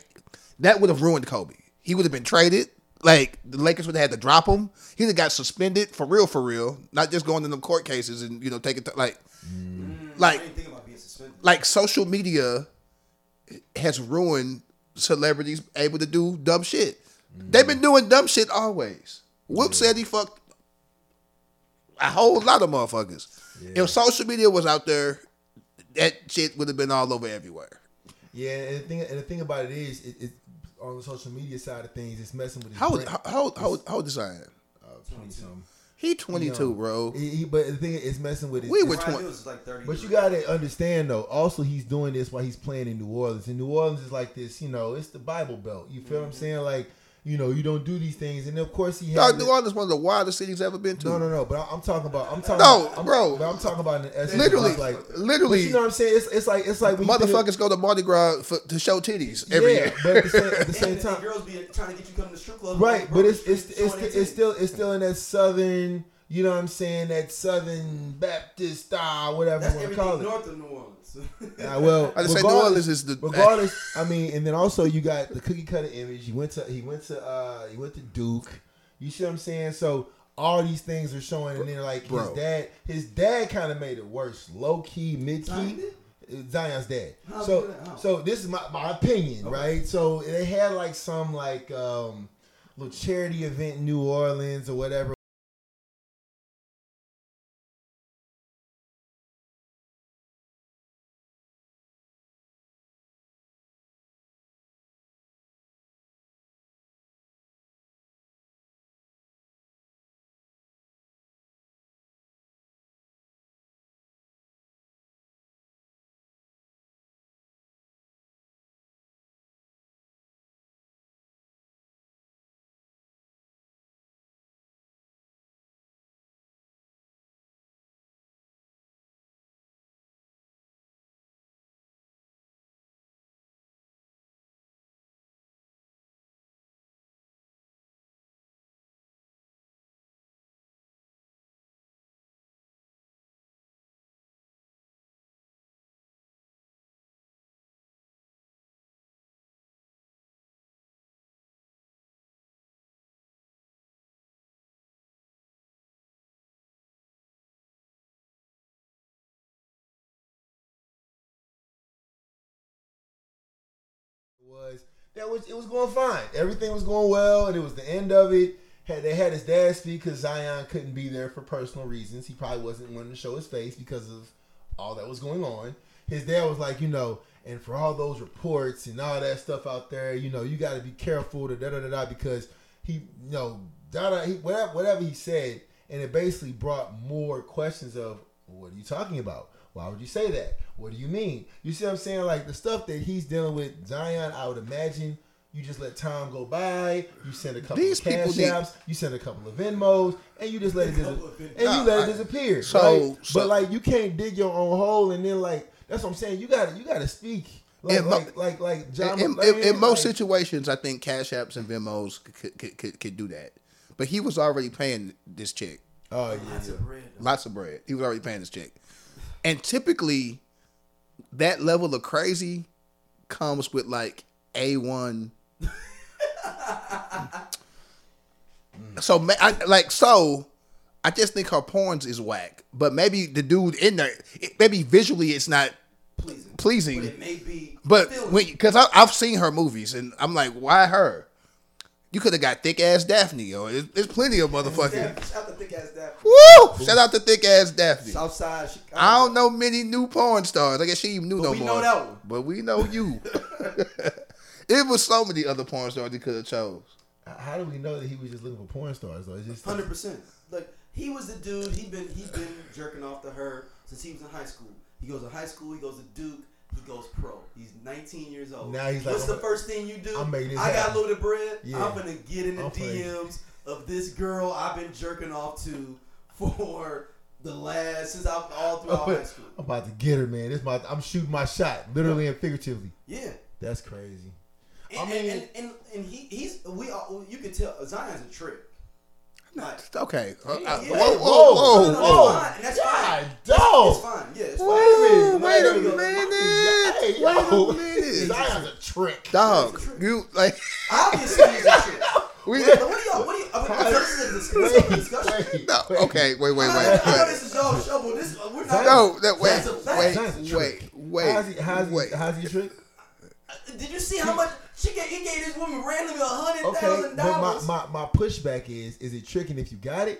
[SPEAKER 3] that would have ruined kobe he would have been traded like the Lakers would have had to drop him. He'd have got suspended for real, for real. Not just going to them court cases and you know taking t- like,
[SPEAKER 1] I
[SPEAKER 3] like
[SPEAKER 1] didn't think about being suspended.
[SPEAKER 3] like social media has ruined celebrities able to do dumb shit. They've been doing dumb shit always. Whoop said he fucked a whole lot of motherfuckers. If social media was out there, that shit would have been all over everywhere.
[SPEAKER 2] yeah. And the thing, and the thing about it is, it, it on the social media side of things, it's messing with his
[SPEAKER 3] How
[SPEAKER 2] brain.
[SPEAKER 3] how how how, how old is I?
[SPEAKER 2] Uh, 20 something.
[SPEAKER 3] He 22,
[SPEAKER 2] No.
[SPEAKER 3] bro.
[SPEAKER 2] He, he- but the thing is, it's messing with his.
[SPEAKER 3] We were
[SPEAKER 2] it's-
[SPEAKER 1] Brian
[SPEAKER 3] twen-
[SPEAKER 1] Hills is like 30.
[SPEAKER 2] But you gotta understand though. Also, he's doing this while he's playing in New Orleans. And New Orleans is like this, you know. It's the Bible Belt. You feel what I'm
[SPEAKER 3] Mm-hmm.
[SPEAKER 2] saying? Like, you know, you don't do these things. And of course, he
[SPEAKER 3] Dog,
[SPEAKER 2] had.
[SPEAKER 3] New Orleans is one of the wildest cities I've ever been to.
[SPEAKER 2] No, no, no. But I- I'm talking about. I'm talking.
[SPEAKER 3] No,
[SPEAKER 2] about, I'm,
[SPEAKER 3] bro.
[SPEAKER 2] But I'm talking about in the essence,
[SPEAKER 3] Literally,
[SPEAKER 2] of, like. But
[SPEAKER 3] literally,
[SPEAKER 2] you know what I'm saying? It's, it's like it's like when you think of-
[SPEAKER 3] motherfuckers go to Mardi Gras for, to show titties every
[SPEAKER 2] yeah,
[SPEAKER 3] year.
[SPEAKER 2] but at the same, at the same
[SPEAKER 1] and, and
[SPEAKER 2] time,
[SPEAKER 1] girls be trying to get you come to strip club.
[SPEAKER 2] right? But it's it's it's,
[SPEAKER 1] Showing
[SPEAKER 2] it's,
[SPEAKER 1] their
[SPEAKER 2] still it's still in that southern. You know what I'm saying? That southern Baptist style, whatever
[SPEAKER 1] That's
[SPEAKER 2] you want to
[SPEAKER 1] everything
[SPEAKER 2] call it.
[SPEAKER 1] north of New Orleans.
[SPEAKER 2] Ah, well,
[SPEAKER 3] I just say New
[SPEAKER 2] regardless-
[SPEAKER 3] Orleans is the
[SPEAKER 2] regardless. I mean, and then also you got the cookie cutter image. He went to he went to uh he went to Duke. You see what I'm saying? So all these things are showing, and then like
[SPEAKER 3] Bro.
[SPEAKER 2] his dad, his dad kind of made it worse. Low key, mid key.
[SPEAKER 1] Zion did?
[SPEAKER 2] Zion's dad.
[SPEAKER 1] How
[SPEAKER 2] so
[SPEAKER 1] did that- how?
[SPEAKER 2] so this is my, my opinion, right? So they had like some like um little charity event in New Orleans or whatever. was that was it was going fine. Everything was going well, and it was the end of it. Had they had his dad speak because Zion couldn't be there for personal reasons. He probably wasn't wanting to show his face because of all that was going on. His dad was like, you know, and for all those reports and all that stuff out there, you know, you got to be careful to da da da da because he, you know, da da he, whatever whatever he said, and it basically brought more questions of what are you talking about? Why would you say that? What do you mean? You see what I'm saying? Like the stuff that he's dealing with, Zion, I would imagine you just let time go by. You send a couple
[SPEAKER 3] These
[SPEAKER 2] of
[SPEAKER 3] people
[SPEAKER 2] cash
[SPEAKER 3] need-
[SPEAKER 2] apps. You send a couple of Venmos, and you just let it dis-
[SPEAKER 1] couple of
[SPEAKER 2] and
[SPEAKER 1] Venmos.
[SPEAKER 2] you
[SPEAKER 3] Nah,
[SPEAKER 2] let
[SPEAKER 3] I-
[SPEAKER 2] it disappear.
[SPEAKER 3] so-
[SPEAKER 2] right?
[SPEAKER 3] so-
[SPEAKER 2] but like you can't dig your own hole, and then like that's what I'm saying. You got to you got to speak. Like,
[SPEAKER 3] In mo-
[SPEAKER 2] like, like, like, John
[SPEAKER 3] In, in-
[SPEAKER 2] McLean,
[SPEAKER 3] in most
[SPEAKER 2] like-
[SPEAKER 3] situations, I think Cash Apps and Venmos could, could, could, could do that. But he was already paying this chick
[SPEAKER 2] Oh yeah,
[SPEAKER 1] Lots
[SPEAKER 2] yeah.
[SPEAKER 1] of bread. though.
[SPEAKER 3] lots of bread. He was already paying this chick. And typically, that level of crazy comes with like A1. so, ma- I, like, so I just think her porns is whack. But maybe the dude in there, it, maybe visually it's not
[SPEAKER 1] Please.
[SPEAKER 3] pleasing.
[SPEAKER 1] But it may be.
[SPEAKER 3] But
[SPEAKER 1] filthy.
[SPEAKER 3] when because I've seen her movies and I'm like, why her? You could have got thick ass Daphne, yo. There's, there's plenty of motherfucking.
[SPEAKER 1] Yeah, shout out to thick ass that.
[SPEAKER 3] Woo! Shout out to thick ass Daphne.
[SPEAKER 1] Southside. Chicago.
[SPEAKER 3] I don't know many new porn stars. I guess she even knew no
[SPEAKER 1] we
[SPEAKER 3] more.
[SPEAKER 1] know that one.
[SPEAKER 3] But we know you. it was so many other porn stars they could have chose.
[SPEAKER 2] How do we know that he was just looking for porn stars though? It's just
[SPEAKER 1] Hundred percent. Like he was the dude. He been he been jerking off to her since he was in high school. He goes to high school. He goes to Duke. He goes pro. He's 19 years old.
[SPEAKER 2] Now he's like,
[SPEAKER 1] What's
[SPEAKER 2] I'm-
[SPEAKER 1] the first thing you do?
[SPEAKER 2] I'm making this
[SPEAKER 1] I got
[SPEAKER 2] happen.
[SPEAKER 1] a load of bread.
[SPEAKER 2] Yeah.
[SPEAKER 1] I'm gonna get in the
[SPEAKER 2] I'm playing.
[SPEAKER 1] DMs of this girl I've been jerking off to for the last since I'm all throughout high school.
[SPEAKER 2] I'm about to get her, man. This my I'm shooting my shot, literally and figuratively.
[SPEAKER 1] Yeah.
[SPEAKER 2] That's crazy.
[SPEAKER 1] And,
[SPEAKER 2] I
[SPEAKER 1] and,
[SPEAKER 2] mean-
[SPEAKER 1] and, and, and he he's we all you can tell Zion's a trick. Like,
[SPEAKER 3] Okay. Uh, uh,
[SPEAKER 1] yeah.
[SPEAKER 3] whoa, whoa,
[SPEAKER 1] no,
[SPEAKER 3] whoa,
[SPEAKER 1] no,
[SPEAKER 3] whoa.
[SPEAKER 1] that's fine. That's fine.
[SPEAKER 2] God, dog.
[SPEAKER 1] It's fine. Yeah, it's
[SPEAKER 3] Wait
[SPEAKER 1] fine.
[SPEAKER 3] a minute.
[SPEAKER 1] There we go.
[SPEAKER 2] Hey,
[SPEAKER 3] Wait
[SPEAKER 2] yo.
[SPEAKER 3] a minute.
[SPEAKER 2] Zion's a trick.
[SPEAKER 3] Dog,
[SPEAKER 1] It's a trick.
[SPEAKER 3] you like
[SPEAKER 1] Obviously, he's a trick.
[SPEAKER 3] we.
[SPEAKER 1] But what do y'all? What do you? I mean, this is a dis- this is a discussion.
[SPEAKER 2] Wait,
[SPEAKER 3] No,
[SPEAKER 2] wait.
[SPEAKER 3] okay, wait, wait,
[SPEAKER 1] I
[SPEAKER 3] wait.
[SPEAKER 1] know- I know
[SPEAKER 3] wait.
[SPEAKER 1] this is y'all's shovel. This uh, we're not.
[SPEAKER 3] No, that wait,
[SPEAKER 1] That's a fact.
[SPEAKER 3] wait,
[SPEAKER 2] Zion's a
[SPEAKER 3] wait,
[SPEAKER 2] trick.
[SPEAKER 3] wait,
[SPEAKER 2] How's he? How's
[SPEAKER 3] wait.
[SPEAKER 2] he? How's he a trick?
[SPEAKER 1] Uh, Did you see how much she gave? He gave this woman randomly a hundred
[SPEAKER 2] Okay,
[SPEAKER 1] thousand
[SPEAKER 2] but my,
[SPEAKER 1] dollars.
[SPEAKER 2] my, my pushback is: is it tricking if you got it?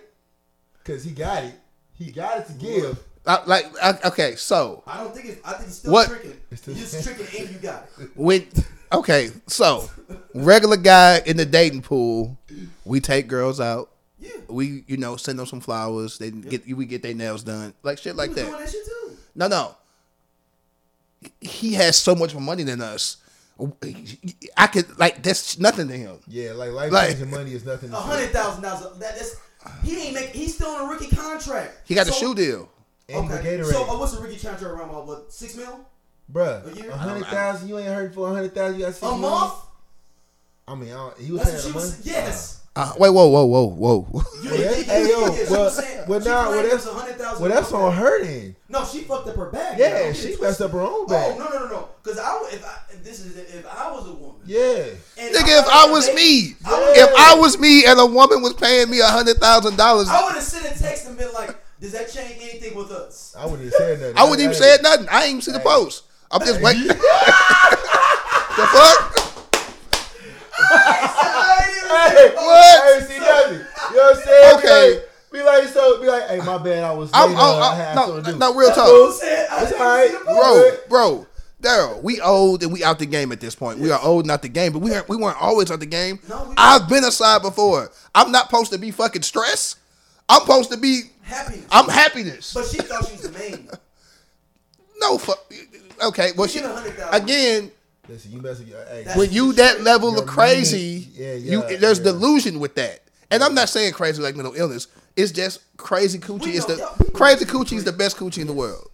[SPEAKER 2] Because he got it. He got it to give.
[SPEAKER 3] I, Uh, like, I, okay, so
[SPEAKER 1] I don't think it's. I think it's still
[SPEAKER 3] What?
[SPEAKER 1] tricking.
[SPEAKER 2] It's still-
[SPEAKER 1] You're just tricking, and you got it.
[SPEAKER 3] when, okay, so regular guy in the dating pool, we take girls out.
[SPEAKER 1] Yeah.
[SPEAKER 3] We you know send them some flowers. They get we get their nails done, like shit like
[SPEAKER 1] He was
[SPEAKER 3] that.
[SPEAKER 1] doing that shit too.
[SPEAKER 3] No, no. He has so much more money than us. I could like that's nothing to him.
[SPEAKER 2] Yeah, like life
[SPEAKER 3] Like-
[SPEAKER 2] changing money is nothing.
[SPEAKER 1] A
[SPEAKER 2] To
[SPEAKER 1] hundred thousand dollars. That, that's he ain't make. He's still on a rookie contract.
[SPEAKER 3] He got
[SPEAKER 1] so,
[SPEAKER 3] a shoe deal.
[SPEAKER 2] And the Gatorade,
[SPEAKER 1] So uh, what's a rookie contract around about what six mil a
[SPEAKER 2] bruh,
[SPEAKER 1] year?
[SPEAKER 2] a hundred thousand. You ain't hurt for a hundred thousand. You got six
[SPEAKER 1] a
[SPEAKER 2] million?
[SPEAKER 1] month?
[SPEAKER 2] I mean, I don't, he was
[SPEAKER 1] That's what she
[SPEAKER 2] paying a month.
[SPEAKER 1] was. Yes.
[SPEAKER 3] Uh, wait, whoa, whoa, whoa, whoa.
[SPEAKER 1] You
[SPEAKER 2] Well,
[SPEAKER 1] didn't
[SPEAKER 2] that-
[SPEAKER 1] think-
[SPEAKER 2] hey, yo,
[SPEAKER 1] yeah, she
[SPEAKER 2] well,
[SPEAKER 1] was saying-
[SPEAKER 2] well,
[SPEAKER 1] she
[SPEAKER 2] nah,
[SPEAKER 1] claimed it
[SPEAKER 2] well,
[SPEAKER 1] was
[SPEAKER 2] that's-
[SPEAKER 1] $100,000
[SPEAKER 2] Well, that's on her end.
[SPEAKER 1] No, she fucked up her bag.
[SPEAKER 2] Yeah,
[SPEAKER 1] y'all. Don't get
[SPEAKER 2] she
[SPEAKER 1] it
[SPEAKER 2] messed up her own bag.
[SPEAKER 1] Oh no, no, no, no. Because I, would- if I, if this is, if I was a woman,
[SPEAKER 2] Yeah,
[SPEAKER 1] and
[SPEAKER 3] Nigga, if I was me,
[SPEAKER 1] I would-
[SPEAKER 3] if I was me, and a woman was paying me a hundred thousand dollars,
[SPEAKER 1] I would have sent a text and been like, "Does that change anything with us?"
[SPEAKER 2] I wouldn't have said nothing.
[SPEAKER 3] I wouldn't even
[SPEAKER 2] Hey,
[SPEAKER 3] said nothing. I ain't even see the post. I'm just waiting. the fuck?
[SPEAKER 2] Hey,
[SPEAKER 1] I
[SPEAKER 3] What?
[SPEAKER 2] hey, see nothing. You know what I'm saying?
[SPEAKER 3] Okay.
[SPEAKER 2] Okay. Be like, be like, so, be like, hey, my bad, I was.
[SPEAKER 3] I'm,
[SPEAKER 2] late,
[SPEAKER 3] I'm,
[SPEAKER 2] uh, I
[SPEAKER 3] I'm,
[SPEAKER 2] had
[SPEAKER 3] no,
[SPEAKER 2] something to do.
[SPEAKER 3] no, real
[SPEAKER 1] didn't even
[SPEAKER 3] talk,
[SPEAKER 1] say it. I
[SPEAKER 2] It's
[SPEAKER 1] didn't
[SPEAKER 2] alright.
[SPEAKER 1] see the post.
[SPEAKER 3] bro, bro. Daryl, we old and we out the game at this point. We are old, not the game, but we are, we weren't always out the game.
[SPEAKER 1] No, we-
[SPEAKER 3] I've been aside before. I'm not supposed to be fucking stressed. I'm supposed to be.
[SPEAKER 1] Happy.
[SPEAKER 3] I'm happiness.
[SPEAKER 1] But she thought she was the main.
[SPEAKER 3] no fuck. Okay, well, she,
[SPEAKER 1] get $100,000.
[SPEAKER 3] again,
[SPEAKER 2] Listen, you mess with your. Hey,
[SPEAKER 1] That's-
[SPEAKER 3] when you that level
[SPEAKER 2] Your
[SPEAKER 3] of crazy,
[SPEAKER 2] mind- yeah, yeah,
[SPEAKER 3] you there's
[SPEAKER 2] yeah.
[SPEAKER 3] delusion with that. And I'm not saying crazy like mental illness. It's just crazy coochie
[SPEAKER 1] We
[SPEAKER 3] is
[SPEAKER 1] know-
[SPEAKER 3] the
[SPEAKER 1] yeah, we know
[SPEAKER 3] crazy
[SPEAKER 1] coochie
[SPEAKER 3] coochie is the best coochie in the world.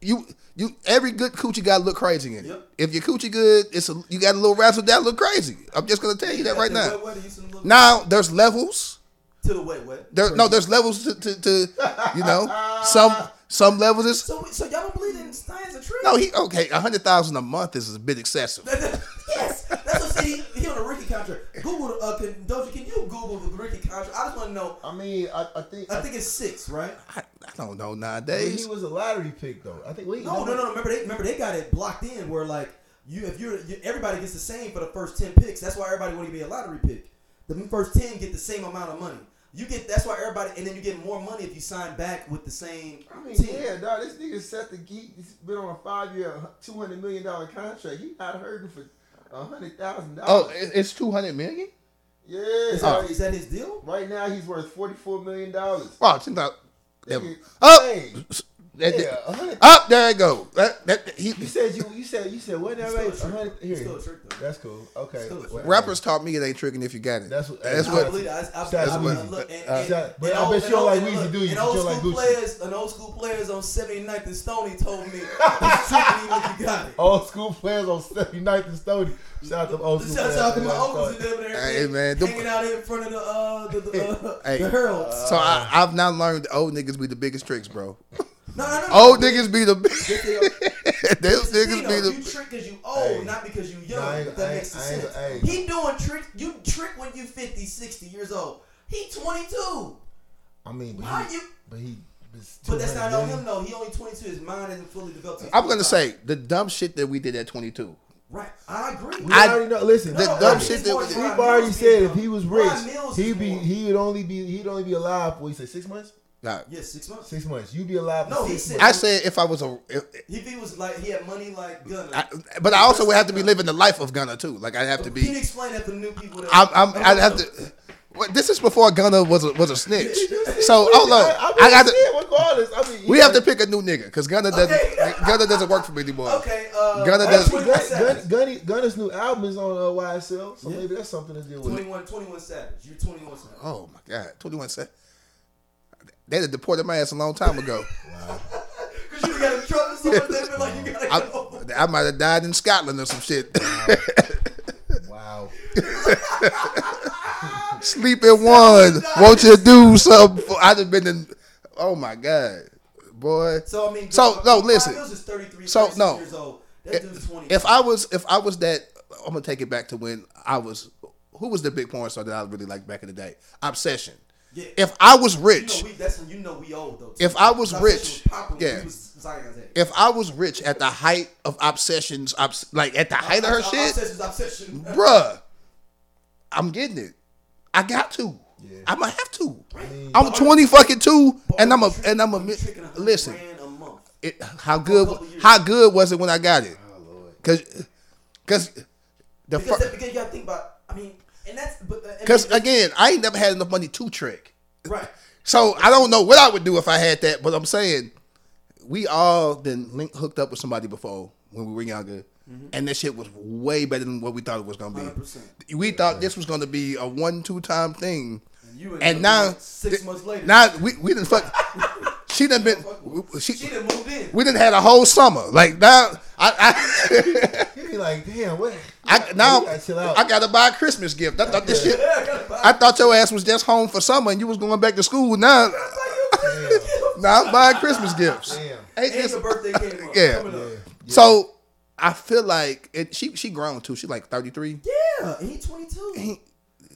[SPEAKER 3] You you every good coochie got to look crazy in it.
[SPEAKER 1] Yep.
[SPEAKER 3] If your coochie good, it's a, you got a little razzle dazzle look crazy. I'm just gonna tell you that right
[SPEAKER 1] The
[SPEAKER 3] now.
[SPEAKER 1] wet weather, you seen the look-
[SPEAKER 3] Now there's levels.
[SPEAKER 1] to the wet wet.
[SPEAKER 3] There no there's levels to, to, to you know some some levels is
[SPEAKER 1] So, so y'all don't believe in science or truth?
[SPEAKER 3] no he okay a hundred thousand a month is a bit excessive.
[SPEAKER 1] yes, that's what I'm saying. He, he on a rookie contract. Google, uh, can, Doja, can you Google the rookie contract? I just want to know.
[SPEAKER 2] I mean, I, I think.
[SPEAKER 1] I think it's six, right?
[SPEAKER 3] I, I don't know
[SPEAKER 2] I think he
[SPEAKER 3] nowadays.
[SPEAKER 2] was a lottery pick, though. I think. Wait,
[SPEAKER 1] No, no, no. no. Remember, they remember they got it blocked in where like you, if you're, you, everybody gets the same for the first ten picks. That's why everybody want to be a lottery pick. The first ten get the same amount of money. You get that's why everybody, and then you get more money if you sign back with the same
[SPEAKER 2] I mean,
[SPEAKER 1] team.
[SPEAKER 2] yeah, dog. This nigga set the geek. He's been on a five-year, two hundred million dollar contract. He not hurting for a hundred thousand
[SPEAKER 3] Oh,
[SPEAKER 2] dollars.
[SPEAKER 3] it- it's two hundred million.
[SPEAKER 2] yeah.
[SPEAKER 1] Is, that-
[SPEAKER 2] dog.
[SPEAKER 1] is that his deal?
[SPEAKER 2] Right now, he's worth forty-four million dollars.
[SPEAKER 3] Wow, ten thousand.
[SPEAKER 2] Nigga,
[SPEAKER 3] Up,
[SPEAKER 2] hey,
[SPEAKER 3] Oh! that,
[SPEAKER 2] yeah, a hundred.
[SPEAKER 3] up. There it go. That, that, he,
[SPEAKER 2] You said you. You said you said what that
[SPEAKER 1] It's still a
[SPEAKER 2] rate? A
[SPEAKER 1] trick.
[SPEAKER 2] hundred.
[SPEAKER 1] It's
[SPEAKER 2] Here,
[SPEAKER 1] still a trick, though.
[SPEAKER 2] that's cool. Okay.
[SPEAKER 1] still a trick.
[SPEAKER 2] Well,
[SPEAKER 3] rappers taught me it ain't tricking if you got it.
[SPEAKER 2] That's what-
[SPEAKER 3] That's
[SPEAKER 2] I
[SPEAKER 1] I
[SPEAKER 3] what.
[SPEAKER 1] believe it. I, I,
[SPEAKER 2] That's
[SPEAKER 1] I, I,
[SPEAKER 2] what-
[SPEAKER 1] look, and,
[SPEAKER 3] uh,
[SPEAKER 1] and, and,
[SPEAKER 2] but I
[SPEAKER 1] old-
[SPEAKER 2] bet
[SPEAKER 1] and
[SPEAKER 2] you don't
[SPEAKER 1] old-
[SPEAKER 2] like
[SPEAKER 1] and
[SPEAKER 2] Weezy,
[SPEAKER 1] look,
[SPEAKER 2] do you?
[SPEAKER 1] And
[SPEAKER 2] You
[SPEAKER 1] old
[SPEAKER 2] don't like
[SPEAKER 1] school
[SPEAKER 2] Gucci.
[SPEAKER 1] players, and old school players on 79th and Stony told me, "Just shoot me when you got it."
[SPEAKER 2] Old school players on 79th and Stony. Shout out to old school
[SPEAKER 1] Shout
[SPEAKER 2] players.
[SPEAKER 1] out to my
[SPEAKER 2] Yeah,
[SPEAKER 1] uncles and
[SPEAKER 2] Stony.
[SPEAKER 1] them and
[SPEAKER 3] Hey,
[SPEAKER 1] everything.
[SPEAKER 3] man, them-
[SPEAKER 1] hanging out in front of the uh the the, uh,
[SPEAKER 3] Hey.
[SPEAKER 1] the heralds.
[SPEAKER 3] so
[SPEAKER 2] uh,
[SPEAKER 3] I, I've now learned that old niggas be the biggest tricks, bro.
[SPEAKER 1] no, no, no. no.
[SPEAKER 3] Old niggas be the.
[SPEAKER 1] This
[SPEAKER 3] Those
[SPEAKER 1] is the
[SPEAKER 3] niggas
[SPEAKER 1] thing,
[SPEAKER 3] be
[SPEAKER 1] though. you
[SPEAKER 3] the.
[SPEAKER 1] trick because you old,
[SPEAKER 2] Hey.
[SPEAKER 1] not because you young.
[SPEAKER 2] Nah, I ain't-
[SPEAKER 1] if that
[SPEAKER 2] I ain't-
[SPEAKER 1] makes
[SPEAKER 2] I ain't-
[SPEAKER 1] sense.
[SPEAKER 2] hey.
[SPEAKER 1] He doing trick. You trick when you 50, 60 years old. He 22.
[SPEAKER 2] I mean, but
[SPEAKER 1] Why
[SPEAKER 2] he,
[SPEAKER 1] you?
[SPEAKER 2] but he,
[SPEAKER 1] But that's not on him
[SPEAKER 2] though.
[SPEAKER 1] though. He only 22. His mind isn't fully developed. He's
[SPEAKER 3] I'm gonna
[SPEAKER 1] 25.
[SPEAKER 3] say the dumb shit that we did at 22.
[SPEAKER 1] Right. I agree.
[SPEAKER 2] We
[SPEAKER 3] I-
[SPEAKER 2] already know. Listen,
[SPEAKER 1] No,
[SPEAKER 3] the
[SPEAKER 1] no,
[SPEAKER 3] dumb
[SPEAKER 1] I think
[SPEAKER 3] shit
[SPEAKER 1] it's
[SPEAKER 3] that
[SPEAKER 1] more
[SPEAKER 3] we did.
[SPEAKER 1] Brian
[SPEAKER 2] We've already
[SPEAKER 1] Mills
[SPEAKER 2] said
[SPEAKER 1] being
[SPEAKER 2] if he
[SPEAKER 1] young.
[SPEAKER 2] was rich,
[SPEAKER 1] Brian Mills is
[SPEAKER 2] he'd be
[SPEAKER 1] more-
[SPEAKER 2] he would only be he'd only be alive for you say six months,
[SPEAKER 3] Nah.
[SPEAKER 1] Yeah, six months.
[SPEAKER 2] six months. You'd be alive. For
[SPEAKER 1] No,
[SPEAKER 2] six
[SPEAKER 1] he said-
[SPEAKER 2] months.
[SPEAKER 3] I said if I was a, if,
[SPEAKER 1] If he was like he had money like Gunner.
[SPEAKER 3] I, but I also would have to be living the life of Gunna too. Like I'd have to
[SPEAKER 1] Can you
[SPEAKER 3] be.
[SPEAKER 1] explain that to new people? That
[SPEAKER 3] I'm, I'm I'd have to. Well, this is before Gunna was a, was a snitch. So hold on,
[SPEAKER 2] I,
[SPEAKER 3] I got to.
[SPEAKER 2] to. Regardless, I mean,
[SPEAKER 3] We have to pick a new nigga because Gunna doesn't
[SPEAKER 1] Okay.
[SPEAKER 3] Gunna doesn't work for me anymore.
[SPEAKER 1] Okay. Uh,
[SPEAKER 3] Gunna
[SPEAKER 1] uh,
[SPEAKER 3] does-
[SPEAKER 1] 21
[SPEAKER 2] Gun,
[SPEAKER 1] Savage.
[SPEAKER 2] Gunny, Gunner's new album is on uh, YSL, so maybe that's something to deal with.
[SPEAKER 1] 21, 21 Savage. You're 21 Savage.
[SPEAKER 3] Oh my God, twenty one cent. They had deported my ass a long time ago.
[SPEAKER 1] Because you got in trouble so much that like you got to
[SPEAKER 3] I,
[SPEAKER 1] go.
[SPEAKER 3] I might have died in Scotland or some shit.
[SPEAKER 2] Wow.
[SPEAKER 3] Sleeping one, won't you do something? For, I'd have been in. Oh my God, boy.
[SPEAKER 1] So I mean,
[SPEAKER 3] So, no,
[SPEAKER 1] Brian
[SPEAKER 3] listen.
[SPEAKER 1] Mills is 33
[SPEAKER 3] So,
[SPEAKER 1] 36
[SPEAKER 3] no.
[SPEAKER 1] years old. That dude's 20.
[SPEAKER 3] If I was if I was that, I'm gonna take it back to when I was. Who was the big porn star that I really liked back in the day? Obsession.
[SPEAKER 1] Yeah.
[SPEAKER 3] If I was
[SPEAKER 1] you
[SPEAKER 3] rich,
[SPEAKER 1] know, we, that's when you know we old though.
[SPEAKER 3] If I was
[SPEAKER 1] Because
[SPEAKER 3] rich,
[SPEAKER 1] was popular when
[SPEAKER 3] yeah.
[SPEAKER 1] he was Zion's age.
[SPEAKER 3] if I was rich at the height of obsessions, obs- like at the height of her
[SPEAKER 1] Ob-
[SPEAKER 3] shit,
[SPEAKER 1] Obsession's obsession.
[SPEAKER 3] bruh, I'm getting it. I got to.
[SPEAKER 2] Yeah.
[SPEAKER 3] I'm gonna have to.
[SPEAKER 2] mean-
[SPEAKER 3] I'm 20 fucking two,
[SPEAKER 1] But
[SPEAKER 3] and I'm a
[SPEAKER 1] you trick-
[SPEAKER 3] and I'm a
[SPEAKER 1] you
[SPEAKER 3] mi-
[SPEAKER 1] tricking a hundred
[SPEAKER 3] listen.
[SPEAKER 1] grand a month.
[SPEAKER 3] It, how good
[SPEAKER 1] couple years. Oh,
[SPEAKER 3] how good was it when I got it? Cause cause the
[SPEAKER 1] Because,
[SPEAKER 3] fir-
[SPEAKER 1] that, because you gotta think about. I mean, and that's. But, uh, I mean,
[SPEAKER 3] cause
[SPEAKER 1] that's-
[SPEAKER 3] again I ain't never had enough money to trick.
[SPEAKER 1] Right.
[SPEAKER 3] So I don't know what I would do if I had that, but I'm saying we all been linked, hooked up with somebody before when we were younger, and that shit was way better than what we thought it was gonna be.
[SPEAKER 1] 100%.
[SPEAKER 3] We thought this was gonna be a one two time thing,
[SPEAKER 1] And you ended
[SPEAKER 3] and
[SPEAKER 1] up
[SPEAKER 3] now
[SPEAKER 1] doing it six
[SPEAKER 3] th-
[SPEAKER 1] months later.
[SPEAKER 3] now we we didn't fuck. she done been she,
[SPEAKER 1] she done moved in.
[SPEAKER 3] we didn't had a whole summer like now I. I
[SPEAKER 2] You be like, damn, what?
[SPEAKER 3] I now
[SPEAKER 2] You gotta chill out.
[SPEAKER 3] I gotta buy a Christmas gift. I thought this shit.
[SPEAKER 1] I
[SPEAKER 3] I thought your ass was just home for summer and you was going back to school. Now, now I'm buying Christmas gifts.
[SPEAKER 2] Damn.
[SPEAKER 3] Ain't
[SPEAKER 1] And
[SPEAKER 3] this-
[SPEAKER 1] your birthday came up.
[SPEAKER 3] Yeah.
[SPEAKER 1] Coming up.
[SPEAKER 3] So I feel like it, she she grown too. She like 33.
[SPEAKER 1] Yeah, and he's 22.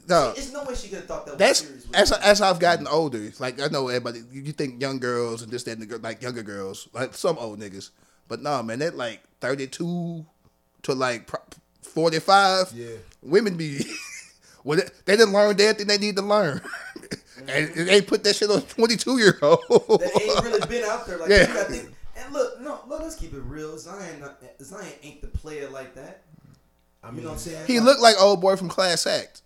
[SPEAKER 3] No,
[SPEAKER 1] There's no way she could have thought that
[SPEAKER 3] that's
[SPEAKER 1] was serious. with
[SPEAKER 3] as
[SPEAKER 1] him.
[SPEAKER 3] as I've gotten older. it's Like I know everybody. You you think young girls and this that and the gir- like younger girls like some old niggas, but no man, that like 32 to like pro- 45.
[SPEAKER 2] Yeah.
[SPEAKER 3] women be well, they- they didn't learn everything they need to learn, and and they put that shit on 22 year old.
[SPEAKER 1] that Mm-hmm. ain't really been out there. Like,
[SPEAKER 3] Yeah.
[SPEAKER 1] you gotta think. And look, no, look, let's keep it real. Zion, not, Zion ain't the player like that.
[SPEAKER 2] I
[SPEAKER 1] You know what I'm saying? Oh,
[SPEAKER 3] He looked like old boy from Class Act.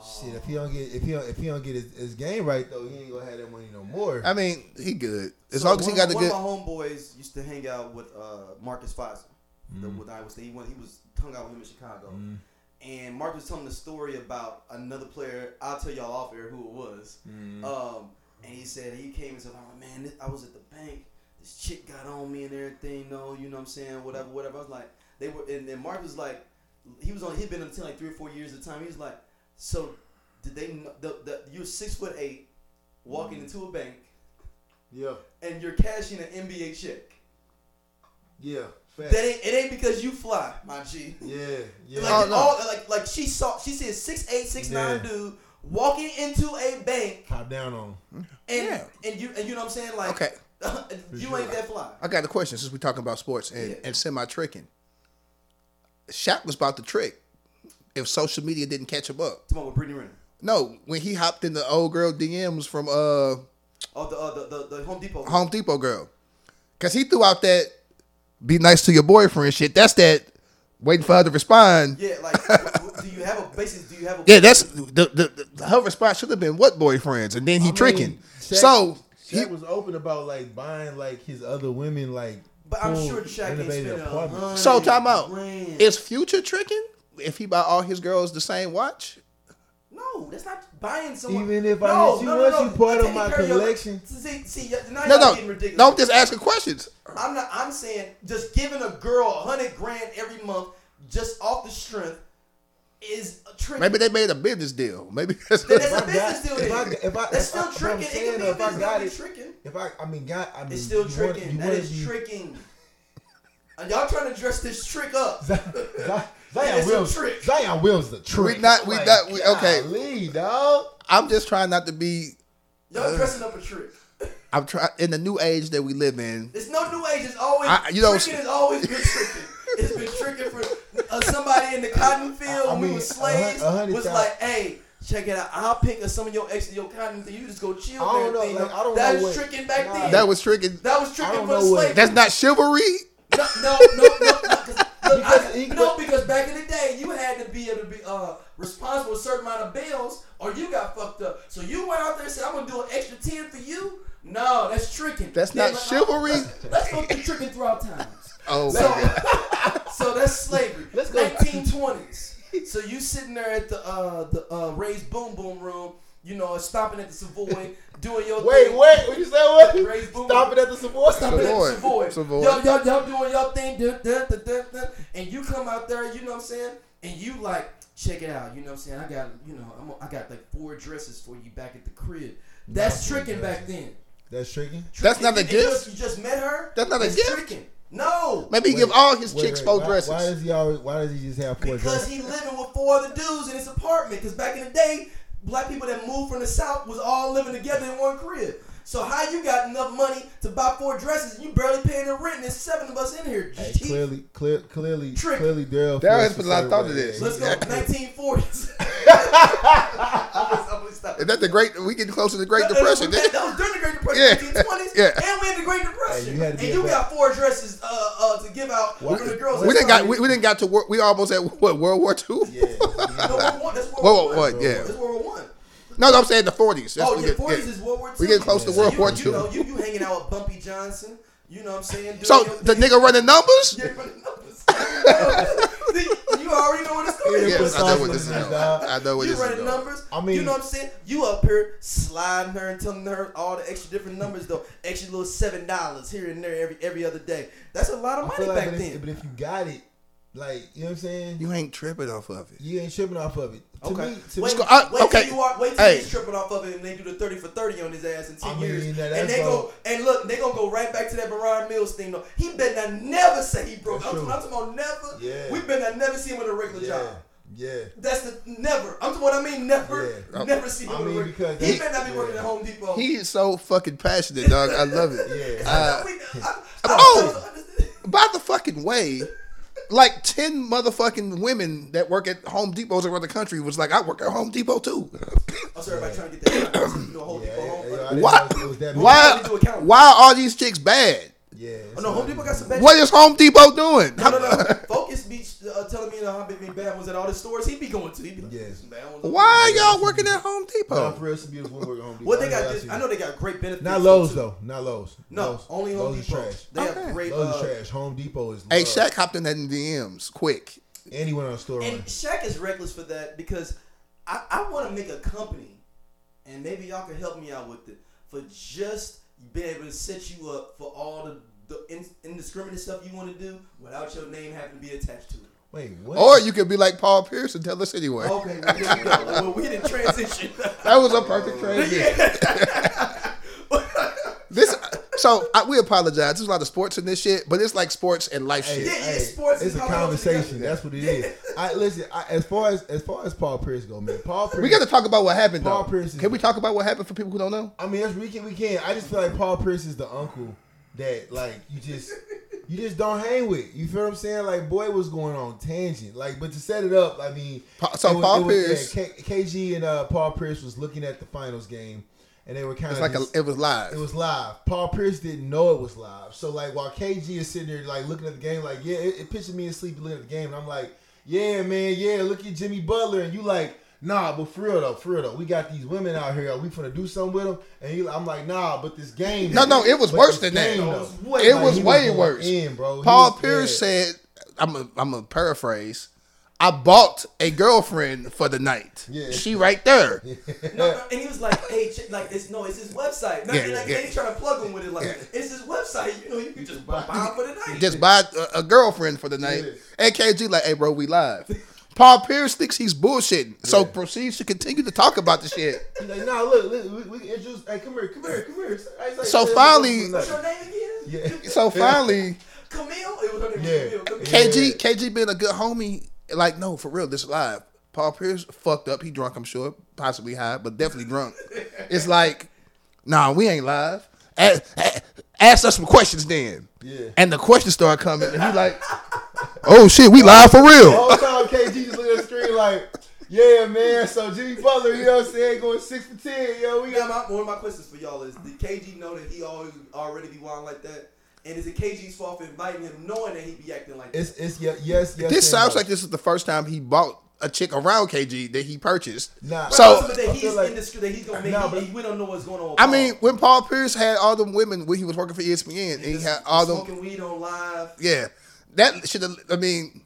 [SPEAKER 2] Shit, if he don't get if he don't, if he don't get his, his game right though, he ain't gonna have that money no more.
[SPEAKER 3] I mean, he good as
[SPEAKER 1] So
[SPEAKER 3] long as he
[SPEAKER 1] one-
[SPEAKER 3] got a
[SPEAKER 1] one
[SPEAKER 3] good.
[SPEAKER 1] of my homeboys used to hang out with uh, Marcus Foster the,
[SPEAKER 3] Mm-hmm.
[SPEAKER 1] with Iowa State. He, went, he was hung out with him in Chicago.
[SPEAKER 2] Mm-hmm.
[SPEAKER 1] And Mark was telling the story about another player. I'll tell y'all off air who it was.
[SPEAKER 3] Mm-hmm.
[SPEAKER 1] Um, and he said he came and said, "Oh man, this, I was at the bank. This chick got on me and everything. No, you know what I'm saying? Whatever, whatever." I was like, they were, and then Mark was like, he was on. He'd been on the team like three or four years at the time. He was like, "So, did they? kn- The, the, you're six foot eight,
[SPEAKER 3] Mm-hmm.
[SPEAKER 1] walking into a bank."
[SPEAKER 2] Yeah,
[SPEAKER 1] and you're cashing an NBA check.
[SPEAKER 2] yeah, fact.
[SPEAKER 1] That ain't, it ain't because you fly, my G.
[SPEAKER 2] yeah, yeah.
[SPEAKER 1] Like,
[SPEAKER 3] Oh, no.
[SPEAKER 1] all, like, like she saw, she said six eight, six nine
[SPEAKER 2] Yeah.
[SPEAKER 1] dude walking into a bank,
[SPEAKER 2] Pop down on. him.
[SPEAKER 1] and
[SPEAKER 3] Yeah.
[SPEAKER 1] and you and you know what I'm saying, like,
[SPEAKER 3] Okay.
[SPEAKER 1] you
[SPEAKER 2] sure.
[SPEAKER 1] ain't that fly.
[SPEAKER 3] I got a question since we're talking about sports and,
[SPEAKER 1] Yeah.
[SPEAKER 3] and semi tricking. Shaq was about to trick if social media didn't catch him up.
[SPEAKER 1] Come on with Brittany Renner.
[SPEAKER 3] No, when he hopped in the old girl DMs from uh
[SPEAKER 1] Oh, the uh, the, the the Home Depot.
[SPEAKER 3] Home Depot girl. Cause he threw out that be nice to your boyfriend shit. That's that waiting for her to respond.
[SPEAKER 1] Yeah, like, w- w- do you have a basis? Do you have a?
[SPEAKER 3] Yeah, that's the the, the her response should have been what boyfriends? And then he
[SPEAKER 2] I mean,
[SPEAKER 3] tricking.
[SPEAKER 2] Shaq-
[SPEAKER 3] so
[SPEAKER 2] Shaq
[SPEAKER 3] he,
[SPEAKER 2] was open about like buying like his other women like.
[SPEAKER 1] But I'm
[SPEAKER 2] full
[SPEAKER 1] sure Shaq ain't
[SPEAKER 2] renovated
[SPEAKER 1] spent a
[SPEAKER 2] apartment.
[SPEAKER 1] hundred
[SPEAKER 3] So time out.
[SPEAKER 1] grand.
[SPEAKER 3] Is future tricking? If he buy all his girls the same watch?
[SPEAKER 1] No, that's not buying someone.
[SPEAKER 2] Even if I
[SPEAKER 1] no,
[SPEAKER 2] hit you
[SPEAKER 1] no, no,
[SPEAKER 2] once,
[SPEAKER 1] no.
[SPEAKER 2] you part of
[SPEAKER 1] I'm
[SPEAKER 2] my
[SPEAKER 1] taking care
[SPEAKER 2] collection.
[SPEAKER 1] Your, see, see, y- now
[SPEAKER 3] No,
[SPEAKER 1] y'all
[SPEAKER 3] no.
[SPEAKER 1] getting ridiculous.
[SPEAKER 3] No, I'm just asking questions.
[SPEAKER 1] I'm not. I'm saying just giving a girl a hundred grand every month just off the strength is a trick.
[SPEAKER 3] Maybe they made a business deal. Maybe that's
[SPEAKER 1] That's
[SPEAKER 2] If
[SPEAKER 1] a
[SPEAKER 2] I
[SPEAKER 1] business
[SPEAKER 2] got-
[SPEAKER 1] deal.
[SPEAKER 2] if I-
[SPEAKER 1] then.
[SPEAKER 2] if I-
[SPEAKER 1] that's
[SPEAKER 2] if I-
[SPEAKER 1] still
[SPEAKER 2] if I'm
[SPEAKER 1] tricking. It
[SPEAKER 2] saying
[SPEAKER 1] can be
[SPEAKER 2] though,
[SPEAKER 1] a
[SPEAKER 2] if I
[SPEAKER 1] business
[SPEAKER 2] got
[SPEAKER 1] deal.
[SPEAKER 2] it-
[SPEAKER 1] It's tricking.
[SPEAKER 2] If I, I mean, God, I mean,
[SPEAKER 1] It's still
[SPEAKER 2] you wanna-
[SPEAKER 1] tricking.
[SPEAKER 2] you
[SPEAKER 1] that
[SPEAKER 2] wanna
[SPEAKER 1] is
[SPEAKER 2] be-
[SPEAKER 1] tricking. And y'all trying to dress this trick up?
[SPEAKER 2] Zion,
[SPEAKER 1] It's
[SPEAKER 2] Zion
[SPEAKER 1] a
[SPEAKER 2] Wills.
[SPEAKER 1] trick.
[SPEAKER 2] Zion Wills the trick.
[SPEAKER 3] We not- we not- we- okay.
[SPEAKER 2] Lee, dog.
[SPEAKER 3] I'm just trying not to be
[SPEAKER 1] Y'all dressing up a trick.
[SPEAKER 3] I'm trying in the new age that we live in.
[SPEAKER 1] It's no new age. It's always
[SPEAKER 3] I- you know-
[SPEAKER 1] tricking. Has always been tricking. It's been tricking for uh, somebody in the cotton field
[SPEAKER 2] I
[SPEAKER 1] when we
[SPEAKER 2] mean,
[SPEAKER 1] were
[SPEAKER 2] a
[SPEAKER 1] slaves.
[SPEAKER 2] hun- a hundred
[SPEAKER 1] was
[SPEAKER 2] thou-
[SPEAKER 1] like, hey, check it out. I'll pick up some of your extra your cotton field. You just go chill.
[SPEAKER 2] I don't
[SPEAKER 1] and
[SPEAKER 2] know,
[SPEAKER 1] everything."
[SPEAKER 2] like, I don't
[SPEAKER 1] that
[SPEAKER 2] know
[SPEAKER 1] was
[SPEAKER 2] what-
[SPEAKER 1] tricking back
[SPEAKER 2] nah.
[SPEAKER 1] then.
[SPEAKER 3] That was tricking.
[SPEAKER 1] That was
[SPEAKER 2] I
[SPEAKER 1] tricking
[SPEAKER 2] don't
[SPEAKER 1] for the
[SPEAKER 2] know what-
[SPEAKER 1] slave.
[SPEAKER 3] That's not chivalry.
[SPEAKER 1] no, no, no, no. no, 'cause- look, I-
[SPEAKER 2] Because he-
[SPEAKER 1] no, because back in the day, you had to be able to be uh, responsible for a certain amount of bills, or you got fucked up. So you went out there and said, "I'm gonna do an extra ten for you." No, that's tricking.
[SPEAKER 3] That's
[SPEAKER 1] They're
[SPEAKER 3] not
[SPEAKER 1] like,
[SPEAKER 3] chivalry.
[SPEAKER 1] "Oh, Let's go through tricking throughout times.
[SPEAKER 3] Oh,
[SPEAKER 1] So, so that's slavery.
[SPEAKER 2] Let's go.
[SPEAKER 1] 1920s. So you sitting there at the uh, the uh, Ray's Boom Boom Room, you know, stopping at the Savoy, doing your
[SPEAKER 2] Wait, wait.
[SPEAKER 1] thing.
[SPEAKER 2] What you say? What?
[SPEAKER 1] Raised boom.
[SPEAKER 2] Stop it at the Savoy. Stop
[SPEAKER 1] Stop
[SPEAKER 2] it.
[SPEAKER 1] it
[SPEAKER 2] At,
[SPEAKER 1] at
[SPEAKER 3] Savoy.
[SPEAKER 1] the Savoy.
[SPEAKER 3] Savoy.
[SPEAKER 1] Y'all, y'all, y'all doing y'all thing, dun, dun, dun, dun, dun, and you come out there, you know what I'm saying? And you like, check it out, you know what I'm saying? I got, you know, I'm, I got like four dresses for you back at the crib. That's
[SPEAKER 2] Not four
[SPEAKER 1] tricking back then.
[SPEAKER 2] That's tricking.
[SPEAKER 3] That's not
[SPEAKER 1] Tricking.
[SPEAKER 3] a
[SPEAKER 1] And you
[SPEAKER 3] gift?
[SPEAKER 1] just- You just met her.
[SPEAKER 3] That's not a gift?
[SPEAKER 1] Tricking. No,
[SPEAKER 3] maybe he give
[SPEAKER 2] Wait,
[SPEAKER 3] all his
[SPEAKER 2] wait,
[SPEAKER 3] chicks
[SPEAKER 2] wait,
[SPEAKER 3] four
[SPEAKER 2] why,
[SPEAKER 3] dresses.
[SPEAKER 2] Why does he always? Why does he just have four
[SPEAKER 1] because
[SPEAKER 2] dresses?
[SPEAKER 1] he living with four other dudes in his apartment. Because back in the day, black people that moved from the south was all living together in one crib. So how you got enough money to buy four dresses and you barely paying the rent? And there's seven of us in here.
[SPEAKER 2] Hey,
[SPEAKER 1] G.
[SPEAKER 2] clearly, clear, clearly,
[SPEAKER 1] Trick.
[SPEAKER 2] clearly, Daryl.
[SPEAKER 3] Daryl
[SPEAKER 2] Force
[SPEAKER 3] has put a lot of
[SPEAKER 2] was
[SPEAKER 3] thought to
[SPEAKER 2] right.
[SPEAKER 3] this.
[SPEAKER 1] Let's go.
[SPEAKER 3] Yeah.
[SPEAKER 1] 1940s. I'm just- I'm just stopping.
[SPEAKER 3] Is that the great? We getting close to the Great
[SPEAKER 1] That-
[SPEAKER 3] Depression.
[SPEAKER 1] That, that was during the Great Depression,
[SPEAKER 3] Yeah.
[SPEAKER 1] 1920s,
[SPEAKER 3] Yeah.
[SPEAKER 1] and we had the Great Depression.
[SPEAKER 2] Hey, you had
[SPEAKER 1] and
[SPEAKER 2] to be
[SPEAKER 1] you
[SPEAKER 2] a-
[SPEAKER 1] got four dresses uh, uh, to give out
[SPEAKER 2] What?
[SPEAKER 1] for the girls.
[SPEAKER 3] we
[SPEAKER 1] That's
[SPEAKER 3] didn't got.
[SPEAKER 1] how
[SPEAKER 3] We, we didn't got to. Wor- we almost at what World War Two.
[SPEAKER 2] Yeah.
[SPEAKER 1] No, World War One. That's World
[SPEAKER 3] World
[SPEAKER 1] War
[SPEAKER 3] War
[SPEAKER 1] One.
[SPEAKER 3] One. Yeah.
[SPEAKER 1] That's World War One.
[SPEAKER 3] No, no, I'm saying the 40s. That's
[SPEAKER 1] oh
[SPEAKER 3] we
[SPEAKER 1] yeah,
[SPEAKER 3] get-
[SPEAKER 1] forties
[SPEAKER 3] yeah.
[SPEAKER 1] is World War II.
[SPEAKER 3] We getting close to World
[SPEAKER 1] you,
[SPEAKER 3] War
[SPEAKER 1] You
[SPEAKER 3] II.
[SPEAKER 1] know, you, you hanging out with Bumpy Johnson. You know what I'm saying? doing
[SPEAKER 3] So
[SPEAKER 1] your
[SPEAKER 3] the
[SPEAKER 1] thing.
[SPEAKER 3] nigga running numbers?
[SPEAKER 1] Yeah, running numbers. you already know what the story
[SPEAKER 2] Yeah,
[SPEAKER 1] is.
[SPEAKER 3] Yeah,
[SPEAKER 2] put
[SPEAKER 3] I know
[SPEAKER 2] sauce
[SPEAKER 3] what this is.
[SPEAKER 2] in it,
[SPEAKER 3] about.
[SPEAKER 2] dog.
[SPEAKER 3] I know what
[SPEAKER 1] you
[SPEAKER 3] this is.
[SPEAKER 1] running
[SPEAKER 3] about.
[SPEAKER 1] numbers.
[SPEAKER 2] I mean-
[SPEAKER 1] you know what I'm saying? You up here sliding her and telling her all the extra different numbers though, extra little seven dollars here and there every every other day. That's a lot of
[SPEAKER 2] I
[SPEAKER 1] money
[SPEAKER 2] feel like,
[SPEAKER 1] back
[SPEAKER 2] but, if,
[SPEAKER 1] then.
[SPEAKER 2] but if you got it, like you know what I'm saying,
[SPEAKER 3] You ain't tripping off of it.
[SPEAKER 2] you ain't tripping off of it. To
[SPEAKER 1] Okay.
[SPEAKER 2] me, to
[SPEAKER 1] wait,
[SPEAKER 2] me,
[SPEAKER 3] I-
[SPEAKER 1] wait
[SPEAKER 3] okay.
[SPEAKER 1] till you are, wait till
[SPEAKER 3] Hey.
[SPEAKER 1] he's tripping off of it, and they do the thirty for thirty on his ass in ten
[SPEAKER 2] I mean,
[SPEAKER 1] years.
[SPEAKER 2] that-
[SPEAKER 1] and
[SPEAKER 2] that's
[SPEAKER 1] they
[SPEAKER 2] all-
[SPEAKER 1] go and look, they gonna go right back to that Baron Mills thing. Though he better not never say he broke.
[SPEAKER 2] That's
[SPEAKER 1] I'm,
[SPEAKER 2] true.
[SPEAKER 1] I'm talking about never.
[SPEAKER 2] Yeah.
[SPEAKER 1] We better not never see him with a regular
[SPEAKER 2] yeah,
[SPEAKER 1] job.
[SPEAKER 2] yeah.
[SPEAKER 1] That's the never. I'm talking what I mean. Never,
[SPEAKER 2] Yeah.
[SPEAKER 1] never see him
[SPEAKER 2] I
[SPEAKER 1] with
[SPEAKER 2] mean,
[SPEAKER 1] a regular.
[SPEAKER 2] because
[SPEAKER 1] He
[SPEAKER 2] that-
[SPEAKER 1] better not be working
[SPEAKER 2] yeah.
[SPEAKER 1] at Home Depot.
[SPEAKER 3] He is so fucking passionate, dog. I love it.
[SPEAKER 2] Yeah.
[SPEAKER 3] Uh,
[SPEAKER 1] We- I- I-
[SPEAKER 3] Oh!
[SPEAKER 1] I-
[SPEAKER 3] by the fucking way, like ten motherfucking women that work at Home Depots around the country was like, I work at Home Depot too.
[SPEAKER 1] I'm sorry, everybody trying to get that. You know, Home
[SPEAKER 2] Yeah,
[SPEAKER 1] Depot.
[SPEAKER 2] yeah,
[SPEAKER 1] Home
[SPEAKER 2] yeah, I
[SPEAKER 1] Depot.
[SPEAKER 2] didn't
[SPEAKER 3] Why?
[SPEAKER 2] know it was that big.
[SPEAKER 3] Why?
[SPEAKER 1] Nobody do accounting.
[SPEAKER 3] Why are these chicks bad?
[SPEAKER 2] Yeah.
[SPEAKER 1] Oh, no, Home Depot got some bad.
[SPEAKER 3] What is Home Depot doing?
[SPEAKER 1] No, no, no. Focus be uh, telling me how big bad ones at all the stores he be going to. He be like,
[SPEAKER 2] Yes.
[SPEAKER 1] "Man, I don't know."
[SPEAKER 3] Why are y'all working at Home
[SPEAKER 2] Nah, for
[SPEAKER 3] Depot?
[SPEAKER 2] real, some beautiful work at Home Depot.
[SPEAKER 1] Well, they
[SPEAKER 2] ain't gonna
[SPEAKER 1] got
[SPEAKER 2] lie
[SPEAKER 1] this.
[SPEAKER 2] to
[SPEAKER 1] I
[SPEAKER 2] you.
[SPEAKER 1] know they got great benefits.
[SPEAKER 2] Not Lowe's
[SPEAKER 1] too.
[SPEAKER 2] though. Not Lowe's.
[SPEAKER 1] No,
[SPEAKER 2] Lowe's.
[SPEAKER 1] only Home
[SPEAKER 2] Lowe's
[SPEAKER 1] Depot.
[SPEAKER 2] Is
[SPEAKER 1] They
[SPEAKER 3] Okay.
[SPEAKER 1] have great.
[SPEAKER 2] trash. Lowe's is
[SPEAKER 1] uh,
[SPEAKER 2] trash. Home Depot is.
[SPEAKER 3] Hey,
[SPEAKER 2] love.
[SPEAKER 3] Shaq hopped in that in DMs quick.
[SPEAKER 2] And he went on a store run.
[SPEAKER 1] And Shaq is reckless for that because I, I want to make a company, and maybe y'all can help me out with it for just being able to set you up for all the, the in, indiscriminate stuff you want to do without your name having to be attached to it.
[SPEAKER 2] Wait, what?
[SPEAKER 3] Or you could be like Paul Pierce and tell us anyway.
[SPEAKER 1] Okay, well, there we go. well we didn't transition.
[SPEAKER 3] That was a perfect transition. This so I, we apologize. There's a lot of sports in this shit, but it's like sports and life
[SPEAKER 2] Hey,
[SPEAKER 3] shit.
[SPEAKER 1] Yeah, yeah,
[SPEAKER 2] hey,
[SPEAKER 1] sports
[SPEAKER 2] It's
[SPEAKER 1] is
[SPEAKER 2] a
[SPEAKER 1] how it goes
[SPEAKER 2] conversation.
[SPEAKER 1] together.
[SPEAKER 2] That's what it is. I listen. I, as far as as far as Paul Pierce go, man. Paul Pierce.
[SPEAKER 3] We got to talk about what happened.
[SPEAKER 2] Paul
[SPEAKER 3] though.
[SPEAKER 2] Pierce is-
[SPEAKER 3] Can we talk about what happened for people who don't know?
[SPEAKER 2] I mean, that's we can we can. I just feel like Paul Pierce is the uncle that like you just you just don't hang with. You feel what I'm saying? Like, boy, what's going on tangent? Like, but to set it up, I mean,
[SPEAKER 3] Pa- so
[SPEAKER 2] it was-
[SPEAKER 3] Paul
[SPEAKER 2] it was- yeah,
[SPEAKER 3] Pierce-
[SPEAKER 2] K- KG and uh, Paul Pierce was looking at the finals game, and they were kind
[SPEAKER 3] It's
[SPEAKER 2] of
[SPEAKER 3] like a, it was live.
[SPEAKER 2] It was live. Paul Pierce didn't know it was live. So like while KG is sitting there like looking at the game, like yeah, it, it pictured me asleep looking at the game, and I'm like, yeah, man, yeah, look at Jimmy Butler, and you like, nah, but for real though, for real though, we got these women out here. Are we finna do something with them? And he, I'm like, nah, but this game.
[SPEAKER 3] No, no, it was
[SPEAKER 2] but
[SPEAKER 3] worse
[SPEAKER 2] this
[SPEAKER 3] than that.
[SPEAKER 2] game,
[SPEAKER 1] It
[SPEAKER 2] though."
[SPEAKER 1] was way-
[SPEAKER 3] it
[SPEAKER 2] Like,
[SPEAKER 3] was
[SPEAKER 2] he
[SPEAKER 3] way
[SPEAKER 2] going
[SPEAKER 3] worse.
[SPEAKER 2] in, bro. He
[SPEAKER 3] Paul
[SPEAKER 2] was-
[SPEAKER 3] Pierce
[SPEAKER 2] yeah.
[SPEAKER 3] said, "I'm a, I'm a paraphrase. I bought a girlfriend for the night.
[SPEAKER 2] Yeah.
[SPEAKER 3] She right there.
[SPEAKER 1] No, no, and he was like, "Hey, ch- like it's no, it's his website." No,
[SPEAKER 3] Yeah,
[SPEAKER 1] and like,
[SPEAKER 3] yeah.
[SPEAKER 1] they trying to plug him with it. Like it's his website. You know, you can just buy buy it for the night.
[SPEAKER 3] Just buy a, a girlfriend for the night.
[SPEAKER 2] Yeah.
[SPEAKER 3] And KG like, hey bro, we live. Paul Pierce thinks he's bullshitting, so proceeds to continue to talk about the shit.
[SPEAKER 2] He like, nah, look, look, we, we can introduce. Hey, come here, come here, come here. I was like,
[SPEAKER 3] So
[SPEAKER 2] "Yeah,
[SPEAKER 3] finally-
[SPEAKER 2] we're
[SPEAKER 1] What's
[SPEAKER 2] doing
[SPEAKER 1] your name again?
[SPEAKER 2] Yeah.
[SPEAKER 3] So finally,
[SPEAKER 1] Camille. It was her name.
[SPEAKER 2] Yeah.
[SPEAKER 1] Yeah. Camille.
[SPEAKER 2] Yeah.
[SPEAKER 3] KG KG being a good homie, like no, for real, this live. Paul Pierce fucked up. He drunk, I'm sure, possibly high, but definitely drunk. It's like, nah, we ain't live. Ask, a- ask us some questions then.
[SPEAKER 2] Yeah.
[SPEAKER 3] And the questions start coming, and he like, oh shit, we live for real.
[SPEAKER 2] The whole time KG just looking at the screen like, yeah, man. So Jimmy Butler, you know what I'm saying, going six for ten. Yo, we
[SPEAKER 1] Yeah,
[SPEAKER 2] got.
[SPEAKER 1] my, one of my questions for y'all is: Did KG know that he always already be wild like that? And is it KG's fault for inviting him, knowing that he be acting like that?
[SPEAKER 2] It's it's yeah, yes yes.
[SPEAKER 3] This
[SPEAKER 2] and
[SPEAKER 3] sounds
[SPEAKER 2] no.
[SPEAKER 3] like this is the first time he bought a chick around KG that he purchased.
[SPEAKER 2] Nah.
[SPEAKER 3] So-
[SPEAKER 1] But
[SPEAKER 2] I
[SPEAKER 1] that
[SPEAKER 2] feel
[SPEAKER 1] he's
[SPEAKER 2] like-
[SPEAKER 1] in the street, that he's gonna make.
[SPEAKER 2] Nah,
[SPEAKER 1] he-
[SPEAKER 2] but-
[SPEAKER 1] he- we don't know what's going on. with
[SPEAKER 3] I
[SPEAKER 1] Paul.
[SPEAKER 3] mean, when Paul Pierce had all them women when he was working for E ESPN, and he
[SPEAKER 1] Just
[SPEAKER 3] had all them,
[SPEAKER 1] smoking weed on live.
[SPEAKER 3] yeah, that should have. I mean,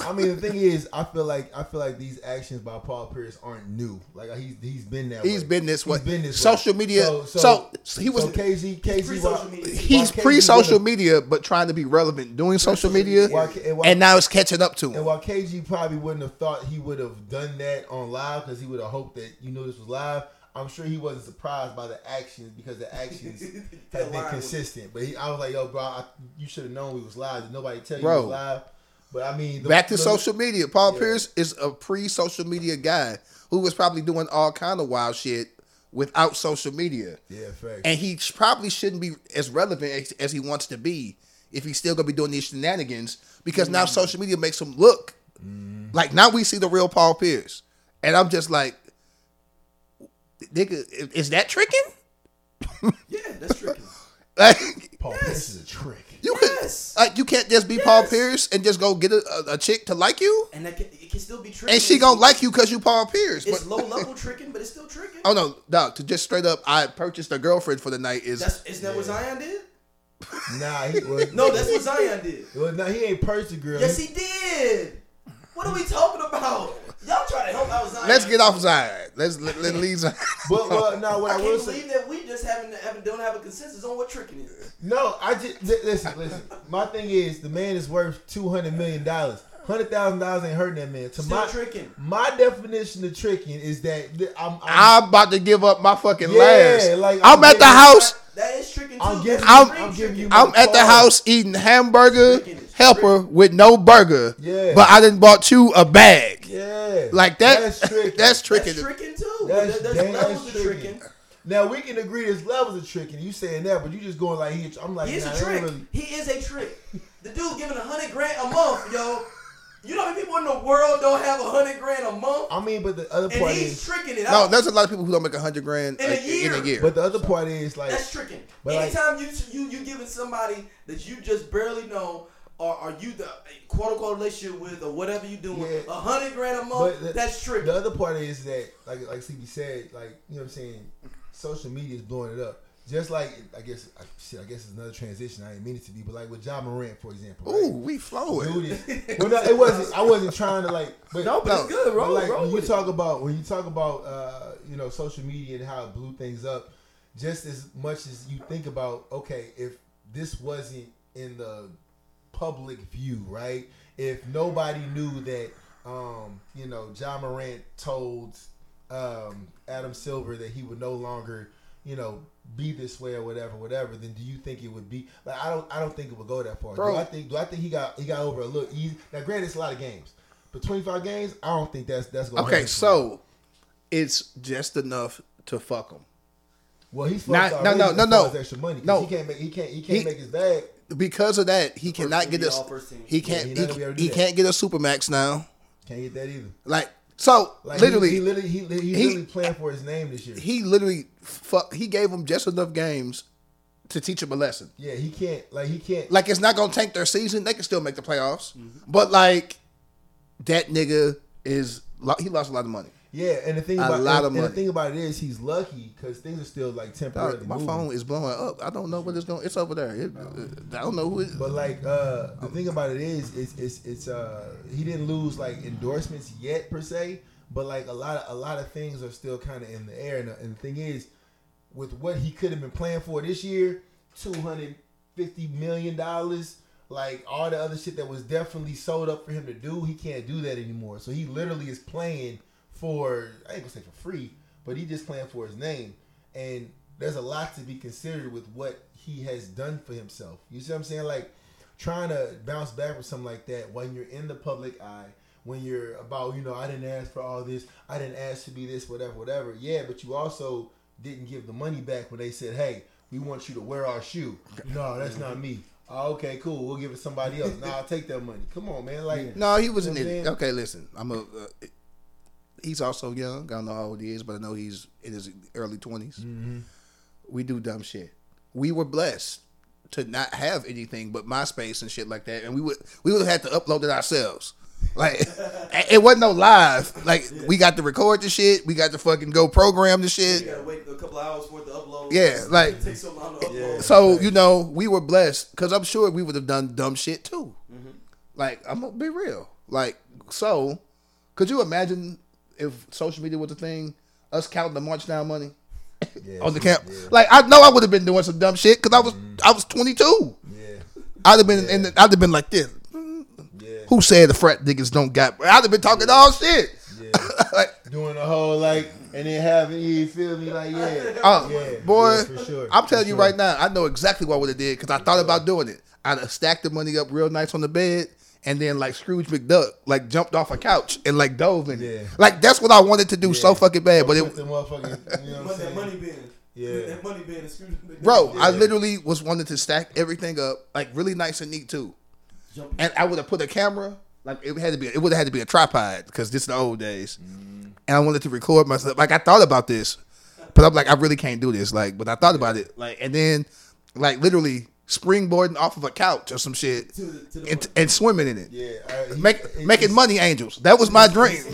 [SPEAKER 2] I mean, the thing is, I feel like I feel like these actions by Paul Pierce aren't new. Like uh, he's he's been that.
[SPEAKER 3] He's
[SPEAKER 2] way.
[SPEAKER 3] been this way.
[SPEAKER 2] He's been this
[SPEAKER 3] Social
[SPEAKER 2] way.
[SPEAKER 3] media-
[SPEAKER 2] So,
[SPEAKER 3] so- so he was-
[SPEAKER 2] so KG KG
[SPEAKER 1] pre-social media.
[SPEAKER 2] why-
[SPEAKER 3] he's
[SPEAKER 2] why KG
[SPEAKER 3] pre social
[SPEAKER 2] would've-
[SPEAKER 3] media, but trying to be relevant doing social media,
[SPEAKER 2] Why K- and why-
[SPEAKER 3] and now it's catching up to
[SPEAKER 2] And
[SPEAKER 3] him.
[SPEAKER 2] while KG probably wouldn't have thought he would have done that on live because he would have hoped that you knew this was live, I'm sure he wasn't surprised by the actions because the actions have been
[SPEAKER 1] Live.
[SPEAKER 2] consistent. But he, I was like, yo, bro, I, you should have known we was live. Did nobody tell you we
[SPEAKER 3] Bro.
[SPEAKER 2] was live? But I mean, the-
[SPEAKER 3] Back to
[SPEAKER 2] the-
[SPEAKER 3] social media. Paul Pierce is a pre social media guy who was probably doing all kind of wild shit without social media,
[SPEAKER 2] Yeah, fact.
[SPEAKER 3] and he sh- probably shouldn't be as relevant as, as he wants to be if he's still gonna be doing these shenanigans because now
[SPEAKER 1] Mm.
[SPEAKER 3] social media makes him look like now we see the real Paul Pierce, and I'm just like, nigga, i- is that tricking?
[SPEAKER 1] Yeah, that's tricky.
[SPEAKER 3] Like,
[SPEAKER 2] Paul Pierce is a trick.
[SPEAKER 3] You
[SPEAKER 1] Yes.
[SPEAKER 3] could like you can't just be Paul
[SPEAKER 1] Yes.
[SPEAKER 3] Pierce and just go get a, a, a chick to like you.
[SPEAKER 1] And that ca- it it can still be tricking.
[SPEAKER 3] And she gonna like you because you Paul Pierce.
[SPEAKER 1] It's
[SPEAKER 3] But,
[SPEAKER 1] low level tricking, but it's still tricking.
[SPEAKER 3] oh no, dog! To just straight up, I purchased a girlfriend for the night. Is
[SPEAKER 1] That's isn't that what
[SPEAKER 2] Yeah.
[SPEAKER 1] Zion did?
[SPEAKER 2] Nah, he was.
[SPEAKER 1] No, that's what Zion did.
[SPEAKER 2] Well, nah, he ain't purchased a girl.
[SPEAKER 1] Yes, he did. What are we talking about? Y'all trying to help out Zion?
[SPEAKER 3] let's get off Zion. Let's let, let leave Zion.
[SPEAKER 2] But well, no, what
[SPEAKER 1] I
[SPEAKER 2] I,
[SPEAKER 1] can't
[SPEAKER 2] will
[SPEAKER 1] believe
[SPEAKER 2] say,
[SPEAKER 1] that we just haven't, haven't don't have a consensus on what tricking is.
[SPEAKER 2] no, I just li- listen, listen. My thing is, the man is worth two hundred million dollars. Hundred thousand dollars ain't hurting that man. To
[SPEAKER 1] Still
[SPEAKER 2] my
[SPEAKER 1] tricking.
[SPEAKER 2] my definition of tricking is that th- I'm, I'm,
[SPEAKER 3] I'm about to give up my fucking
[SPEAKER 2] Yeah,
[SPEAKER 3] last.
[SPEAKER 2] like,
[SPEAKER 3] I'm,
[SPEAKER 2] I'm
[SPEAKER 3] at the
[SPEAKER 2] giving-
[SPEAKER 3] house.
[SPEAKER 1] That is tricking too.
[SPEAKER 2] I'm giving
[SPEAKER 1] That's
[SPEAKER 3] you-
[SPEAKER 1] green
[SPEAKER 2] I'm giving you-
[SPEAKER 3] I'm at the
[SPEAKER 2] Paul.
[SPEAKER 3] house eating hamburger
[SPEAKER 1] Tricking is
[SPEAKER 3] helper with no burger.
[SPEAKER 2] Yeah.
[SPEAKER 3] But I didn't bought you a bag.
[SPEAKER 2] yeah,
[SPEAKER 3] Like that.
[SPEAKER 2] That's tricking.
[SPEAKER 3] That's
[SPEAKER 1] That's
[SPEAKER 3] tricking.
[SPEAKER 1] tricking too.
[SPEAKER 2] That's-
[SPEAKER 1] There-
[SPEAKER 2] that-
[SPEAKER 1] There's levels
[SPEAKER 2] that's
[SPEAKER 1] to tricking.
[SPEAKER 2] tricking. now we can agree there's levels of tricking. You saying that, but you just going like he. I'm like,
[SPEAKER 1] He is
[SPEAKER 2] nah,
[SPEAKER 1] a
[SPEAKER 2] that ain't
[SPEAKER 1] trick.
[SPEAKER 2] really.
[SPEAKER 1] He is a trick. The dude giving a hundred grand a month, yo. You know how many people in the world don't have a hundred grand a month,
[SPEAKER 2] I mean, but the other
[SPEAKER 1] and
[SPEAKER 2] part
[SPEAKER 1] he's
[SPEAKER 2] is,
[SPEAKER 1] tricking it
[SPEAKER 3] No,
[SPEAKER 1] out.
[SPEAKER 3] there's a lot of people who don't make a hundred grand
[SPEAKER 1] In a year.
[SPEAKER 3] In a year.
[SPEAKER 2] but the other part is like,
[SPEAKER 1] That's tricking.
[SPEAKER 2] But like-
[SPEAKER 1] Anytime you you you giving somebody that you just barely know or are you the quote unquote relationship with or whatever you doing a
[SPEAKER 2] Yeah.
[SPEAKER 1] hundred grand a month,
[SPEAKER 2] But the-
[SPEAKER 1] Oh, that's tricking.
[SPEAKER 2] The other part is that, like, like CB said, like you know what I'm saying, social media is blowing it up. Just like I guess, I, shit, I guess it's another transition. I didn't mean it to be, but like with John Morant, for example.
[SPEAKER 3] Ooh,
[SPEAKER 2] Right?
[SPEAKER 3] we
[SPEAKER 2] Dude
[SPEAKER 3] flowing.
[SPEAKER 2] is, well, no, it wasn't. I wasn't trying to like. But,
[SPEAKER 3] No, but it's
[SPEAKER 2] but
[SPEAKER 1] good, roll-
[SPEAKER 2] like
[SPEAKER 1] roll
[SPEAKER 2] when you
[SPEAKER 1] with it.
[SPEAKER 2] talk about when you talk about uh, you know social media and how it blew things up, just as much as you think about okay, if this wasn't in the public view, right? If nobody knew that, um, you know, John Morant told um, Adam Silver that he would no longer, you know, be this way or whatever, whatever, then do you think it would be like I don't I don't think it would go that far.
[SPEAKER 3] Bro.
[SPEAKER 2] Do I think do I think he got he got over a little easy now granted it's a lot of games. But twenty five games, I don't think that's that's gonna
[SPEAKER 3] Okay,
[SPEAKER 2] happen.
[SPEAKER 3] so it's just enough to fuck them.
[SPEAKER 2] well he's
[SPEAKER 3] Nah,
[SPEAKER 2] fucked
[SPEAKER 3] no,
[SPEAKER 2] already
[SPEAKER 3] no,
[SPEAKER 2] as
[SPEAKER 3] no,
[SPEAKER 2] far
[SPEAKER 3] no.
[SPEAKER 2] as extra money 'cause
[SPEAKER 3] No.
[SPEAKER 2] he can't make he can't he can't
[SPEAKER 3] He-
[SPEAKER 2] make his bag.
[SPEAKER 3] Because of that, he cannot
[SPEAKER 1] team,
[SPEAKER 3] get
[SPEAKER 1] we
[SPEAKER 3] us.
[SPEAKER 1] all first team.
[SPEAKER 3] He
[SPEAKER 2] Yeah, he's
[SPEAKER 3] can't. he
[SPEAKER 2] not gonna be able to
[SPEAKER 3] he
[SPEAKER 2] do that.
[SPEAKER 3] can't get a supermax now.
[SPEAKER 2] Can't get that either.
[SPEAKER 3] Like so,
[SPEAKER 2] Like
[SPEAKER 3] literally,
[SPEAKER 2] he, he literally he, he, literally playing for his name this year.
[SPEAKER 3] he literally fuck, he gave them just enough games to teach them a lesson.
[SPEAKER 2] yeah, he can't like he can't
[SPEAKER 3] Like it's not gonna tank their season. They can still make the playoffs, but like that nigga is lo- he lost a lot of money.
[SPEAKER 2] Yeah, and the thing
[SPEAKER 3] A
[SPEAKER 2] about
[SPEAKER 3] lot
[SPEAKER 2] and,
[SPEAKER 3] of
[SPEAKER 2] and
[SPEAKER 3] money.
[SPEAKER 2] the thing about it is he's lucky because things are still like
[SPEAKER 3] Dog,
[SPEAKER 2] temporarily.
[SPEAKER 3] my
[SPEAKER 2] moving.
[SPEAKER 3] phone is blowing up. I don't know what it's going. It's over there. It, uh, I don't know who. It,
[SPEAKER 2] But like uh, the thing about it is, it's it's it's uh he didn't lose like endorsements yet per se, but like a lot of a lot of things are still kind of in the air. And the, and the thing is, with what he could have been playing for this year, two hundred fifty million dollars, like all the other shit that was definitely sold up for him to do, he can't do that anymore. So he literally is playing for I ain't gonna say for free, but he just playing for his name. And there's a lot to be considered with what he has done for himself. You see what I'm saying? Like trying to bounce back from something like that when you're in the public eye, when you're about, you know, I didn't ask for all this, I didn't ask to be this, whatever, whatever. Yeah, but you also didn't give the money back when they said, Hey, we want you to wear our shoe. No, that's not me. "Oh, okay, cool. We'll give it to somebody else. Nah, I'll take that money. Come on, man. Like
[SPEAKER 3] no, he was an
[SPEAKER 2] You know what I'm
[SPEAKER 3] idiot.
[SPEAKER 2] saying?
[SPEAKER 3] Okay, listen. I'm a. Uh, he's also young. I don't know how old he is, but I know he's in his early 20s
[SPEAKER 2] Mm-hmm.
[SPEAKER 3] We do dumb shit. We were blessed to not have anything but MySpace and shit like that, and we would we would have had to upload it ourselves. Like it- it wasn't no live. Like we got to record the shit. We got to fucking go program the
[SPEAKER 1] you
[SPEAKER 3] shit.
[SPEAKER 1] gotta wait a couple hours for it to upload.
[SPEAKER 3] Yeah, like
[SPEAKER 1] it takes so long to upload.
[SPEAKER 3] So you know, we were blessed because I'm sure we would have done dumb shit too.
[SPEAKER 2] Mm-hmm.
[SPEAKER 3] Like I'm gonna be real. Like so, could you imagine if social media was a thing? Us counting the march down money
[SPEAKER 2] yeah,
[SPEAKER 3] on the camp.
[SPEAKER 2] Yeah,
[SPEAKER 3] Like I know I would have been doing some dumb shit because I was
[SPEAKER 2] Mm-hmm.
[SPEAKER 3] I was 22.
[SPEAKER 2] yeah,
[SPEAKER 3] I'd have been in. The, I'd have been like this.
[SPEAKER 2] yeah.
[SPEAKER 3] Who said the frat niggas don't got? I'd have been talking all shit.
[SPEAKER 2] yeah.
[SPEAKER 3] like
[SPEAKER 2] doing the whole like and then having you feel me like yeah.
[SPEAKER 3] Oh,
[SPEAKER 2] Yeah,
[SPEAKER 3] boy,
[SPEAKER 2] yeah, for sure,
[SPEAKER 3] I'm
[SPEAKER 2] for
[SPEAKER 3] telling you
[SPEAKER 2] sure.
[SPEAKER 3] right now, I know exactly what I would have did because I thought about doing it. I'd have stacked the money up real nice on the bed and then like Scrooge McDuck, like jumped off a couch and like dove in it.
[SPEAKER 2] Yeah.
[SPEAKER 3] Like that's what I wanted to do so
[SPEAKER 2] Yeah.
[SPEAKER 3] fucking bad, but
[SPEAKER 2] Put
[SPEAKER 3] it,
[SPEAKER 2] the motherfucking, you know
[SPEAKER 1] But
[SPEAKER 2] what I'm
[SPEAKER 1] that
[SPEAKER 2] saying?
[SPEAKER 1] money bin.
[SPEAKER 2] Yeah.
[SPEAKER 1] That money bin is screwed.
[SPEAKER 3] bro, I
[SPEAKER 2] Yeah.
[SPEAKER 3] literally was wanting to stack everything up like really nice and neat too.
[SPEAKER 1] Jump-
[SPEAKER 3] And I would have put a camera, like it had to be, it would have had to be a tripod because this is the old days.
[SPEAKER 1] Mm-hmm.
[SPEAKER 3] And I wanted to record myself. Like I thought about this, but I'm like, I really can't do this. Like, but I thought about it. Like, and then, like literally, springboarding off of a couch or some shit
[SPEAKER 1] To the, to the
[SPEAKER 3] and, and swimming in it.
[SPEAKER 2] Yeah, I, he-
[SPEAKER 3] Make
[SPEAKER 2] it-
[SPEAKER 3] making
[SPEAKER 2] it's-
[SPEAKER 3] money, angels. That was my dream.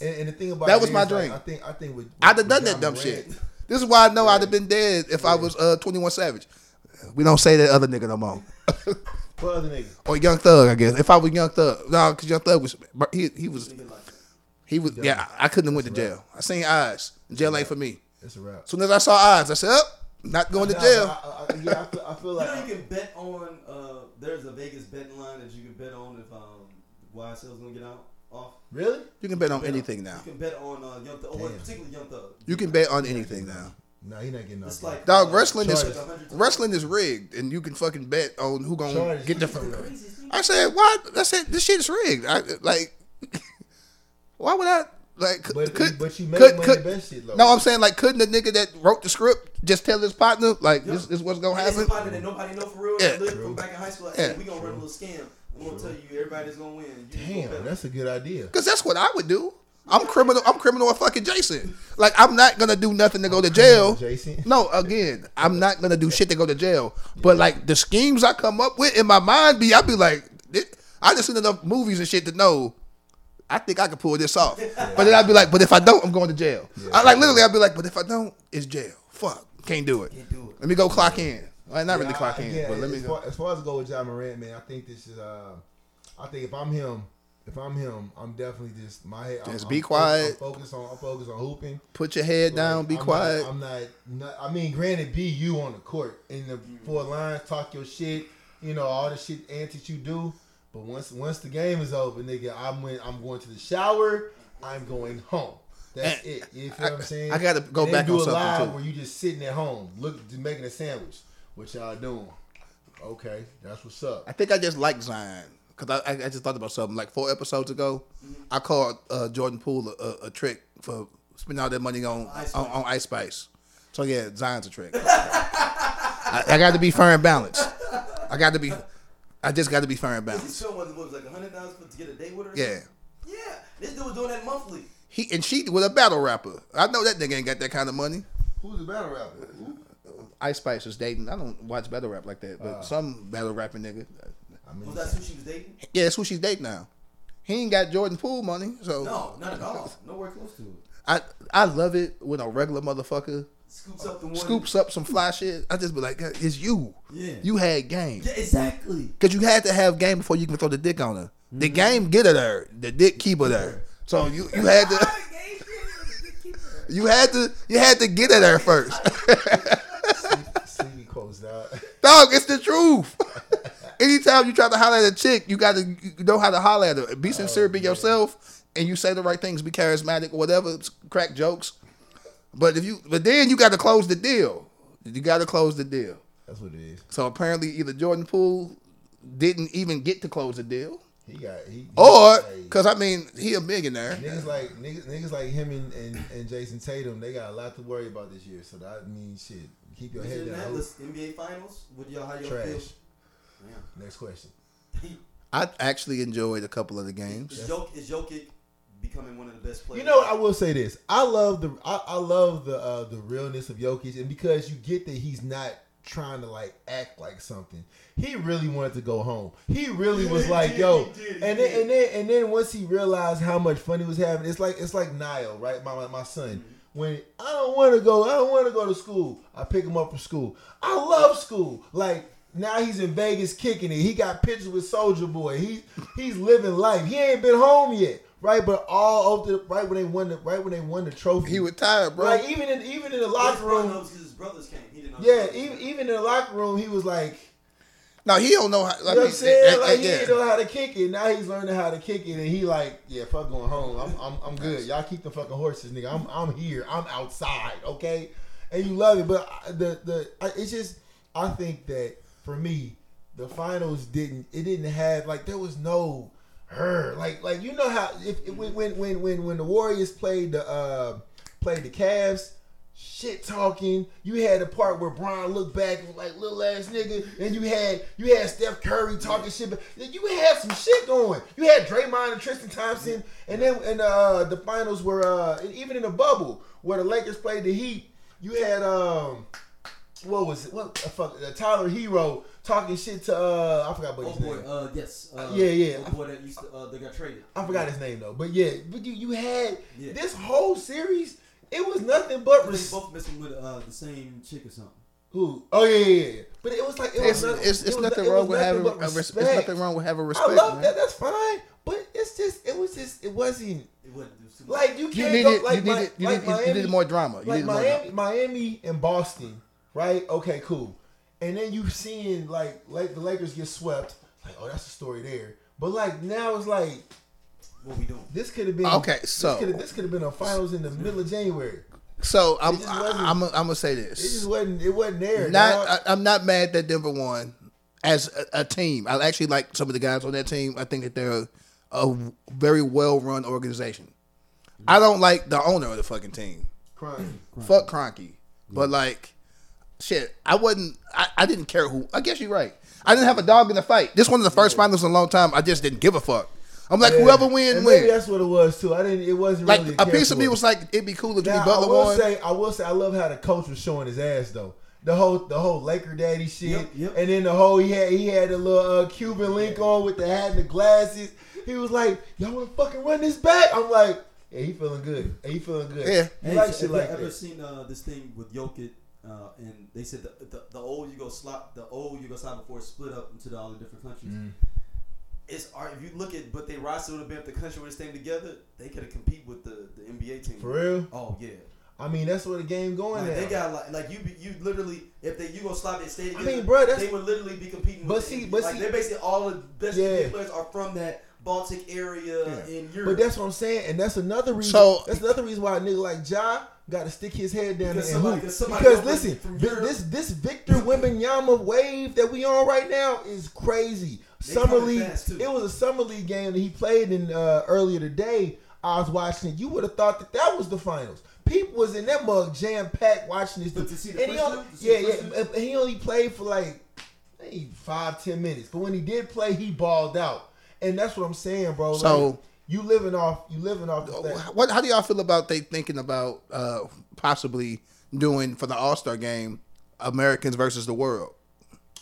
[SPEAKER 2] And, and the thing about
[SPEAKER 3] That
[SPEAKER 2] it
[SPEAKER 3] was my
[SPEAKER 2] is, like,
[SPEAKER 3] dream.
[SPEAKER 2] I think I think with,
[SPEAKER 3] I'd have
[SPEAKER 2] with
[SPEAKER 3] done that
[SPEAKER 2] John
[SPEAKER 3] dumb
[SPEAKER 2] Morant,
[SPEAKER 3] shit. This is why I know I'd have been dead if I was uh, 21 Savage. We don't say that other nigga no more.
[SPEAKER 2] What other nigga?
[SPEAKER 3] or Young Thug, I guess. If I was Young Thug, no, because Young Thug was he, he was he was yeah. I, I couldn't have went to jail. I seen eyes. Jail ain't for me.
[SPEAKER 2] It's a wrap.
[SPEAKER 3] As soon as I saw eyes, I said, "Up, not going to
[SPEAKER 2] Nah,
[SPEAKER 3] jail."
[SPEAKER 2] I, I, I, yeah, I feel, I feel
[SPEAKER 1] You know
[SPEAKER 2] like
[SPEAKER 1] you can bet on. Uh, there's a Vegas betting line that you can bet on if um, YSL's gonna get out off.
[SPEAKER 2] really.
[SPEAKER 3] You can bet on anything now.
[SPEAKER 1] You can bet on uh, Young Thug, or
[SPEAKER 2] Damn.
[SPEAKER 1] particularly Young Thug.
[SPEAKER 3] You can bet on anything now.
[SPEAKER 2] No, he not getting
[SPEAKER 1] It's
[SPEAKER 2] nothing.
[SPEAKER 1] like
[SPEAKER 3] Dog,
[SPEAKER 1] uh,
[SPEAKER 3] wrestling is
[SPEAKER 1] Chargers.
[SPEAKER 3] wrestling is rigged, and you can fucking bet on who gonna
[SPEAKER 2] Chargers.
[SPEAKER 3] get the.
[SPEAKER 1] Crazy thing.
[SPEAKER 3] I said, "Why?" I said, "This shit is rigged." I like, why would I like? Could,
[SPEAKER 2] But,
[SPEAKER 3] could,
[SPEAKER 2] but you make
[SPEAKER 3] could-
[SPEAKER 2] money
[SPEAKER 3] could-
[SPEAKER 2] the best shit though.
[SPEAKER 3] no, I'm saying like, couldn't the nigga that wrote the script just tell his partner like, "This, this is what's gonna
[SPEAKER 1] And it's
[SPEAKER 3] happen"?
[SPEAKER 1] somebody that nobody know for real.
[SPEAKER 3] Yeah.
[SPEAKER 1] Yeah. Lived from back in high school. Like,
[SPEAKER 3] Yeah.
[SPEAKER 1] hey, we gonna run a little scam. I'm gonna tell you everybody's gonna win. You just gonna
[SPEAKER 2] Damn,
[SPEAKER 1] bet.
[SPEAKER 2] that's a good idea.
[SPEAKER 3] Because that's what I would do. I'm criminal. I'm criminal or fucking Jason. Like I'm not gonna do nothing to go to jail.
[SPEAKER 2] Jason.
[SPEAKER 3] No, again, I'm not gonna do shit to go to jail. But like the schemes I come up with in my mind, be I be like, "Thi- I just seen enough movies and shit to know. I think I can pull this off. But then I'd be like, but if I don't, I'm going to jail. I like literally, I'd be like, but if I don't, it's jail. Fuck, can't do it.
[SPEAKER 1] Can't do it.
[SPEAKER 3] Let me go clock in. Well, not really
[SPEAKER 2] Yeah,
[SPEAKER 3] clock
[SPEAKER 2] I-
[SPEAKER 3] in,
[SPEAKER 2] yeah,
[SPEAKER 3] but let me
[SPEAKER 2] as
[SPEAKER 3] go.
[SPEAKER 2] Far, as far as go with John Morant, man, I think this is. Uh, I think if I'm him, if I'm him, I'm definitely just my head. I'm-
[SPEAKER 3] Just
[SPEAKER 2] I'm,
[SPEAKER 3] be
[SPEAKER 2] fo-
[SPEAKER 3] quiet.
[SPEAKER 2] I'm focused on. I'm focused on hooping.
[SPEAKER 3] Put your head down.
[SPEAKER 2] Like,
[SPEAKER 3] Be
[SPEAKER 2] I'm
[SPEAKER 3] quiet.
[SPEAKER 2] Not, I'm not, not. I mean, granted, be you on the court in the four lines, talk your shit. You know all the shit antics you do. But once once the game is over, nigga, I'm went, I'm going to the shower. I'm going home. That's
[SPEAKER 3] And
[SPEAKER 2] it. You feel
[SPEAKER 3] I-
[SPEAKER 2] what I'm saying?
[SPEAKER 3] I gotta go
[SPEAKER 2] And then
[SPEAKER 3] back
[SPEAKER 2] do
[SPEAKER 3] on
[SPEAKER 2] a
[SPEAKER 3] something,
[SPEAKER 2] live
[SPEAKER 3] too.
[SPEAKER 2] where you just sitting at home, look, just making a sandwich. What y'all doing? Okay, that's what's up.
[SPEAKER 3] I think I just like Zion because I, I, I just thought about something like four episodes ago.
[SPEAKER 1] Mm-hmm.
[SPEAKER 3] I called uh, Jordan Poole a, a, a trick for spending all that money on
[SPEAKER 1] Ice
[SPEAKER 3] on,
[SPEAKER 1] Spice.
[SPEAKER 3] on Ice Spice. So yeah, Zion's a trick. I, I got to be fair and balanced. I got to be. I just got to be fair and
[SPEAKER 1] This
[SPEAKER 3] balanced.
[SPEAKER 1] film was, what was like a hundred thousand to get a date with her.
[SPEAKER 3] Yeah.
[SPEAKER 1] Yeah. This dude was doing that monthly.
[SPEAKER 3] He and she was a battle rapper. I know that nigga ain't got that kind of money.
[SPEAKER 2] Who's the battle rapper? Who?
[SPEAKER 3] Ice Spice was dating. I don't watch battle rap like that, but
[SPEAKER 1] Uh.
[SPEAKER 3] some battle rapping nigga.
[SPEAKER 2] I mean,
[SPEAKER 1] Was that who she was dating?
[SPEAKER 3] Yeah, that's who she's dating now. He ain't got Jordan Poole money, so
[SPEAKER 1] No, not at all. Nowhere close to it.
[SPEAKER 3] I I love it when a regular motherfucker
[SPEAKER 1] Scoops up the one.
[SPEAKER 3] scoops up some fly shit. I just be like, "God, it's you.
[SPEAKER 1] Yeah.
[SPEAKER 3] You had game.
[SPEAKER 1] Yeah, exactly.
[SPEAKER 3] Because you had to have game before you can throw the dick on her.
[SPEAKER 1] Mm-hmm.
[SPEAKER 3] The game get her there. The dick keep her there. So you, you had to you had to you had to get her there first.
[SPEAKER 2] Sleepy quotes, dog.
[SPEAKER 3] Dog, it's the truth. Anytime you try to holler at a chick, you gotta you know how to holler at her.
[SPEAKER 1] Oh,
[SPEAKER 3] Be sincere, be yourself, and you say the right things, be charismatic, whatever, crack jokes. But if you but then you gotta close the deal. You gotta close the deal.
[SPEAKER 2] That's what it is.
[SPEAKER 3] So apparently, either Jordan Poole didn't even get to close the deal,
[SPEAKER 2] He got he. he-
[SPEAKER 3] or
[SPEAKER 2] hey.
[SPEAKER 3] because I mean, he a millionaire.
[SPEAKER 2] Niggas like niggas, niggas like him and, and, and Jason Tatum, they got a lot to worry about this year. So that means shit. Keep your head
[SPEAKER 1] Did
[SPEAKER 2] down.
[SPEAKER 1] that
[SPEAKER 2] hope.
[SPEAKER 1] list NBA Finals? Would y'all how y'all
[SPEAKER 2] Trash.
[SPEAKER 1] feel?
[SPEAKER 2] Next question.
[SPEAKER 1] Yeah.
[SPEAKER 3] I actually enjoyed a couple of the games.
[SPEAKER 1] Is Jok- is Jokic becoming one of the best players?
[SPEAKER 2] You know, what? I will say this. I love the I, I love the uh, the realness of Jokic, and because you get that he's not trying to like act like something. He really wanted to go home. He really was
[SPEAKER 1] He
[SPEAKER 2] like,
[SPEAKER 1] did,
[SPEAKER 2] yo.
[SPEAKER 1] he did, he
[SPEAKER 2] And then
[SPEAKER 1] did.
[SPEAKER 2] and then and then once he realized how much fun he was having, it's like it's like Niall, right? My my, my son. When I don't want to go, I don't want to go to school. I pick him up from school. I love school. Like now he's in Vegas kicking it. He got pictures with Soldier Boy. He he's living life. He ain't been home yet, right? But all over the right when they won the right when they won the trophy.
[SPEAKER 3] He retired, bro.
[SPEAKER 2] like even in even in the
[SPEAKER 1] His
[SPEAKER 2] locker
[SPEAKER 1] brother
[SPEAKER 2] room.
[SPEAKER 1] knows 'cause his brothers came. He didn't know. his
[SPEAKER 2] Yeah,
[SPEAKER 1] brothers
[SPEAKER 2] even
[SPEAKER 1] came.
[SPEAKER 2] even in the locker room, he was like.
[SPEAKER 3] no, he don't know how.
[SPEAKER 2] You
[SPEAKER 3] Like,
[SPEAKER 2] know what I'm saying?
[SPEAKER 3] eh, eh,
[SPEAKER 2] like he
[SPEAKER 3] yeah.
[SPEAKER 2] didn't know how to kick it. Now he's learning how to kick it, and he like, yeah, fuck going home. I'm, I'm, I'm good. Y'all keep the fucking horses, nigga. I'm, I'm here. I'm outside, okay? And you love it, but I- the, the, I- it's just, I think that for me, the finals didn't, it didn't have like there was no her, like, like you know how if, if when, when, when, when, when the Warriors played the, uh, played the Cavs. Shit talking. You had the part where Brian looked back and was like little ass nigga, and you had you had Steph Curry talking shit. But you had some shit going. You had Draymond and Tristan Thompson, and then in uh, the finals were uh, and even in the bubble where the Lakers played the Heat. You had um, what was it? What uh, fuck? Uh, Tyler Hero talking shit to uh, I forgot what
[SPEAKER 1] Oh
[SPEAKER 2] his
[SPEAKER 1] boy,
[SPEAKER 2] name.
[SPEAKER 1] uh, yes, uh,
[SPEAKER 2] Yeah, yeah.
[SPEAKER 1] Oh boy, that used to, uh, they got traded.
[SPEAKER 2] I forgot his name though. But yeah, but you you had
[SPEAKER 1] Yeah.
[SPEAKER 2] this whole series. It was nothing but
[SPEAKER 1] They
[SPEAKER 2] res-
[SPEAKER 1] both messing with uh, the same chick or something.
[SPEAKER 2] who? Oh yeah, yeah, yeah. But it was like it was
[SPEAKER 3] It's, it's,
[SPEAKER 2] nothing-
[SPEAKER 3] it's,
[SPEAKER 2] it was
[SPEAKER 3] nothing
[SPEAKER 2] no- it
[SPEAKER 3] wrong
[SPEAKER 2] was
[SPEAKER 3] with having
[SPEAKER 2] nothing
[SPEAKER 3] a
[SPEAKER 2] but
[SPEAKER 3] res- it's
[SPEAKER 2] respect.
[SPEAKER 3] nothing wrong with having respect.
[SPEAKER 2] I love
[SPEAKER 3] man.
[SPEAKER 2] that. That's fine. But it's just it was just it wasn't
[SPEAKER 1] It wasn't, it was too much.
[SPEAKER 2] like you
[SPEAKER 3] You
[SPEAKER 2] can't
[SPEAKER 3] needed,
[SPEAKER 2] go
[SPEAKER 3] you
[SPEAKER 2] like
[SPEAKER 3] needed,
[SPEAKER 2] my,
[SPEAKER 3] you,
[SPEAKER 2] like
[SPEAKER 3] needed,
[SPEAKER 2] Miami,
[SPEAKER 3] you needed more drama. You
[SPEAKER 2] like
[SPEAKER 3] needed more
[SPEAKER 2] Miami,
[SPEAKER 3] drama.
[SPEAKER 2] Miami and Boston, right? Okay, cool. And then you seeing like like the Lakers get swept. Like oh, that's the story there. But like now it's like
[SPEAKER 1] what we doing?
[SPEAKER 2] this could have been
[SPEAKER 3] Okay, so-
[SPEAKER 2] this could have this could have been a finals in the middle of January.
[SPEAKER 3] So I'm,
[SPEAKER 2] just wasn't-
[SPEAKER 3] I, I'm, I'm gonna say
[SPEAKER 2] It just
[SPEAKER 3] this.
[SPEAKER 2] wasn't it wasn't there.
[SPEAKER 3] Not,
[SPEAKER 2] dog.
[SPEAKER 3] I, I'm not mad that Denver won as a, a team. I actually like some of the guys on that team. I think that they're a, a very well run organization. I don't like the owner of the fucking team.
[SPEAKER 2] crying.
[SPEAKER 3] Fuck Cronky. But like, shit, I wasn't. I, I didn't care who. I guess you're right. I didn't have a dog in the fight. This one of the first finals in a long time. I just didn't give a fuck. I'm like,
[SPEAKER 2] Yeah.
[SPEAKER 3] whoever win,
[SPEAKER 2] And maybe
[SPEAKER 3] win.
[SPEAKER 2] that's what it was too. I didn't. It wasn't
[SPEAKER 3] Like
[SPEAKER 2] really
[SPEAKER 3] a
[SPEAKER 2] care
[SPEAKER 3] piece of
[SPEAKER 2] for
[SPEAKER 3] me
[SPEAKER 2] it.
[SPEAKER 3] was like, it'd be cool if Jimmy
[SPEAKER 2] Now, I
[SPEAKER 3] Butler
[SPEAKER 2] will
[SPEAKER 3] won.
[SPEAKER 2] say, I will say, I love how the coach was showing his ass though. The whole, the whole Laker daddy shit,
[SPEAKER 1] Yep, yep.
[SPEAKER 2] and then the whole he had, he had a little uh, Cuban link on with the hat and the glasses. He was like, "Y'all want to fucking run this back?" I'm like, "Yeah, he feeling good. Yeah, he feeling good.
[SPEAKER 3] Yeah.
[SPEAKER 2] he
[SPEAKER 1] Hey,
[SPEAKER 2] like
[SPEAKER 1] have
[SPEAKER 2] shit
[SPEAKER 1] you
[SPEAKER 2] like
[SPEAKER 1] ever
[SPEAKER 2] that."
[SPEAKER 1] seen uh, this thing with Jokic? Uh, and they said the, the, the old Yugoslav, the old Yugoslav before it split up into the, all the different countries.
[SPEAKER 2] Mm.
[SPEAKER 1] It's art. If you look at what they roster would have been if the country would have stayed together, they could have compete with the, the NBA team.
[SPEAKER 2] For real?
[SPEAKER 1] Oh yeah.
[SPEAKER 2] I mean, that's where the game going
[SPEAKER 1] Like,
[SPEAKER 2] now.
[SPEAKER 1] they got like like you be- you literally if they Yugoslavia stayed
[SPEAKER 2] I
[SPEAKER 1] together,
[SPEAKER 2] mean, bruh, that's-
[SPEAKER 1] they would literally be competing.
[SPEAKER 2] But
[SPEAKER 1] with
[SPEAKER 2] see-
[SPEAKER 1] the, NBA.
[SPEAKER 2] but
[SPEAKER 1] like
[SPEAKER 2] see-
[SPEAKER 1] they're basically all the best
[SPEAKER 2] Yeah.
[SPEAKER 1] NBA players are from that Baltic area
[SPEAKER 3] Yeah.
[SPEAKER 1] in Europe.
[SPEAKER 2] but that's what I'm saying, and that's another reason.
[SPEAKER 3] So-
[SPEAKER 2] that's another reason why a nigga like Ja got to stick his head
[SPEAKER 1] Because
[SPEAKER 2] down there and
[SPEAKER 1] somebody-
[SPEAKER 2] hoop.
[SPEAKER 1] because somebody
[SPEAKER 2] Because
[SPEAKER 1] over
[SPEAKER 2] listen,
[SPEAKER 1] from
[SPEAKER 2] vi-
[SPEAKER 1] Europe-
[SPEAKER 2] this this Victor Wembanyama wave that we on right now is crazy.
[SPEAKER 1] They
[SPEAKER 2] summer
[SPEAKER 1] coming
[SPEAKER 2] league.
[SPEAKER 1] fast, too.
[SPEAKER 2] It was a summer league game that he played in uh, earlier today. I was watching it. You would have thought that that was the finals. People was in that mug jam packed watching this.
[SPEAKER 1] But to see the
[SPEAKER 2] and he
[SPEAKER 1] first
[SPEAKER 2] only,
[SPEAKER 1] dude, to see
[SPEAKER 2] yeah,
[SPEAKER 1] the
[SPEAKER 2] yeah.
[SPEAKER 1] first dude.
[SPEAKER 2] and- and he only played for like maybe five, ten minutes. But when he did play, he balled out, and that's what I'm saying, bro. Like,
[SPEAKER 3] So-
[SPEAKER 2] you living off, you living off. The fact-
[SPEAKER 3] What? How do y'all feel about they thinking about uh, possibly doing for the All Star game Americans versus the world?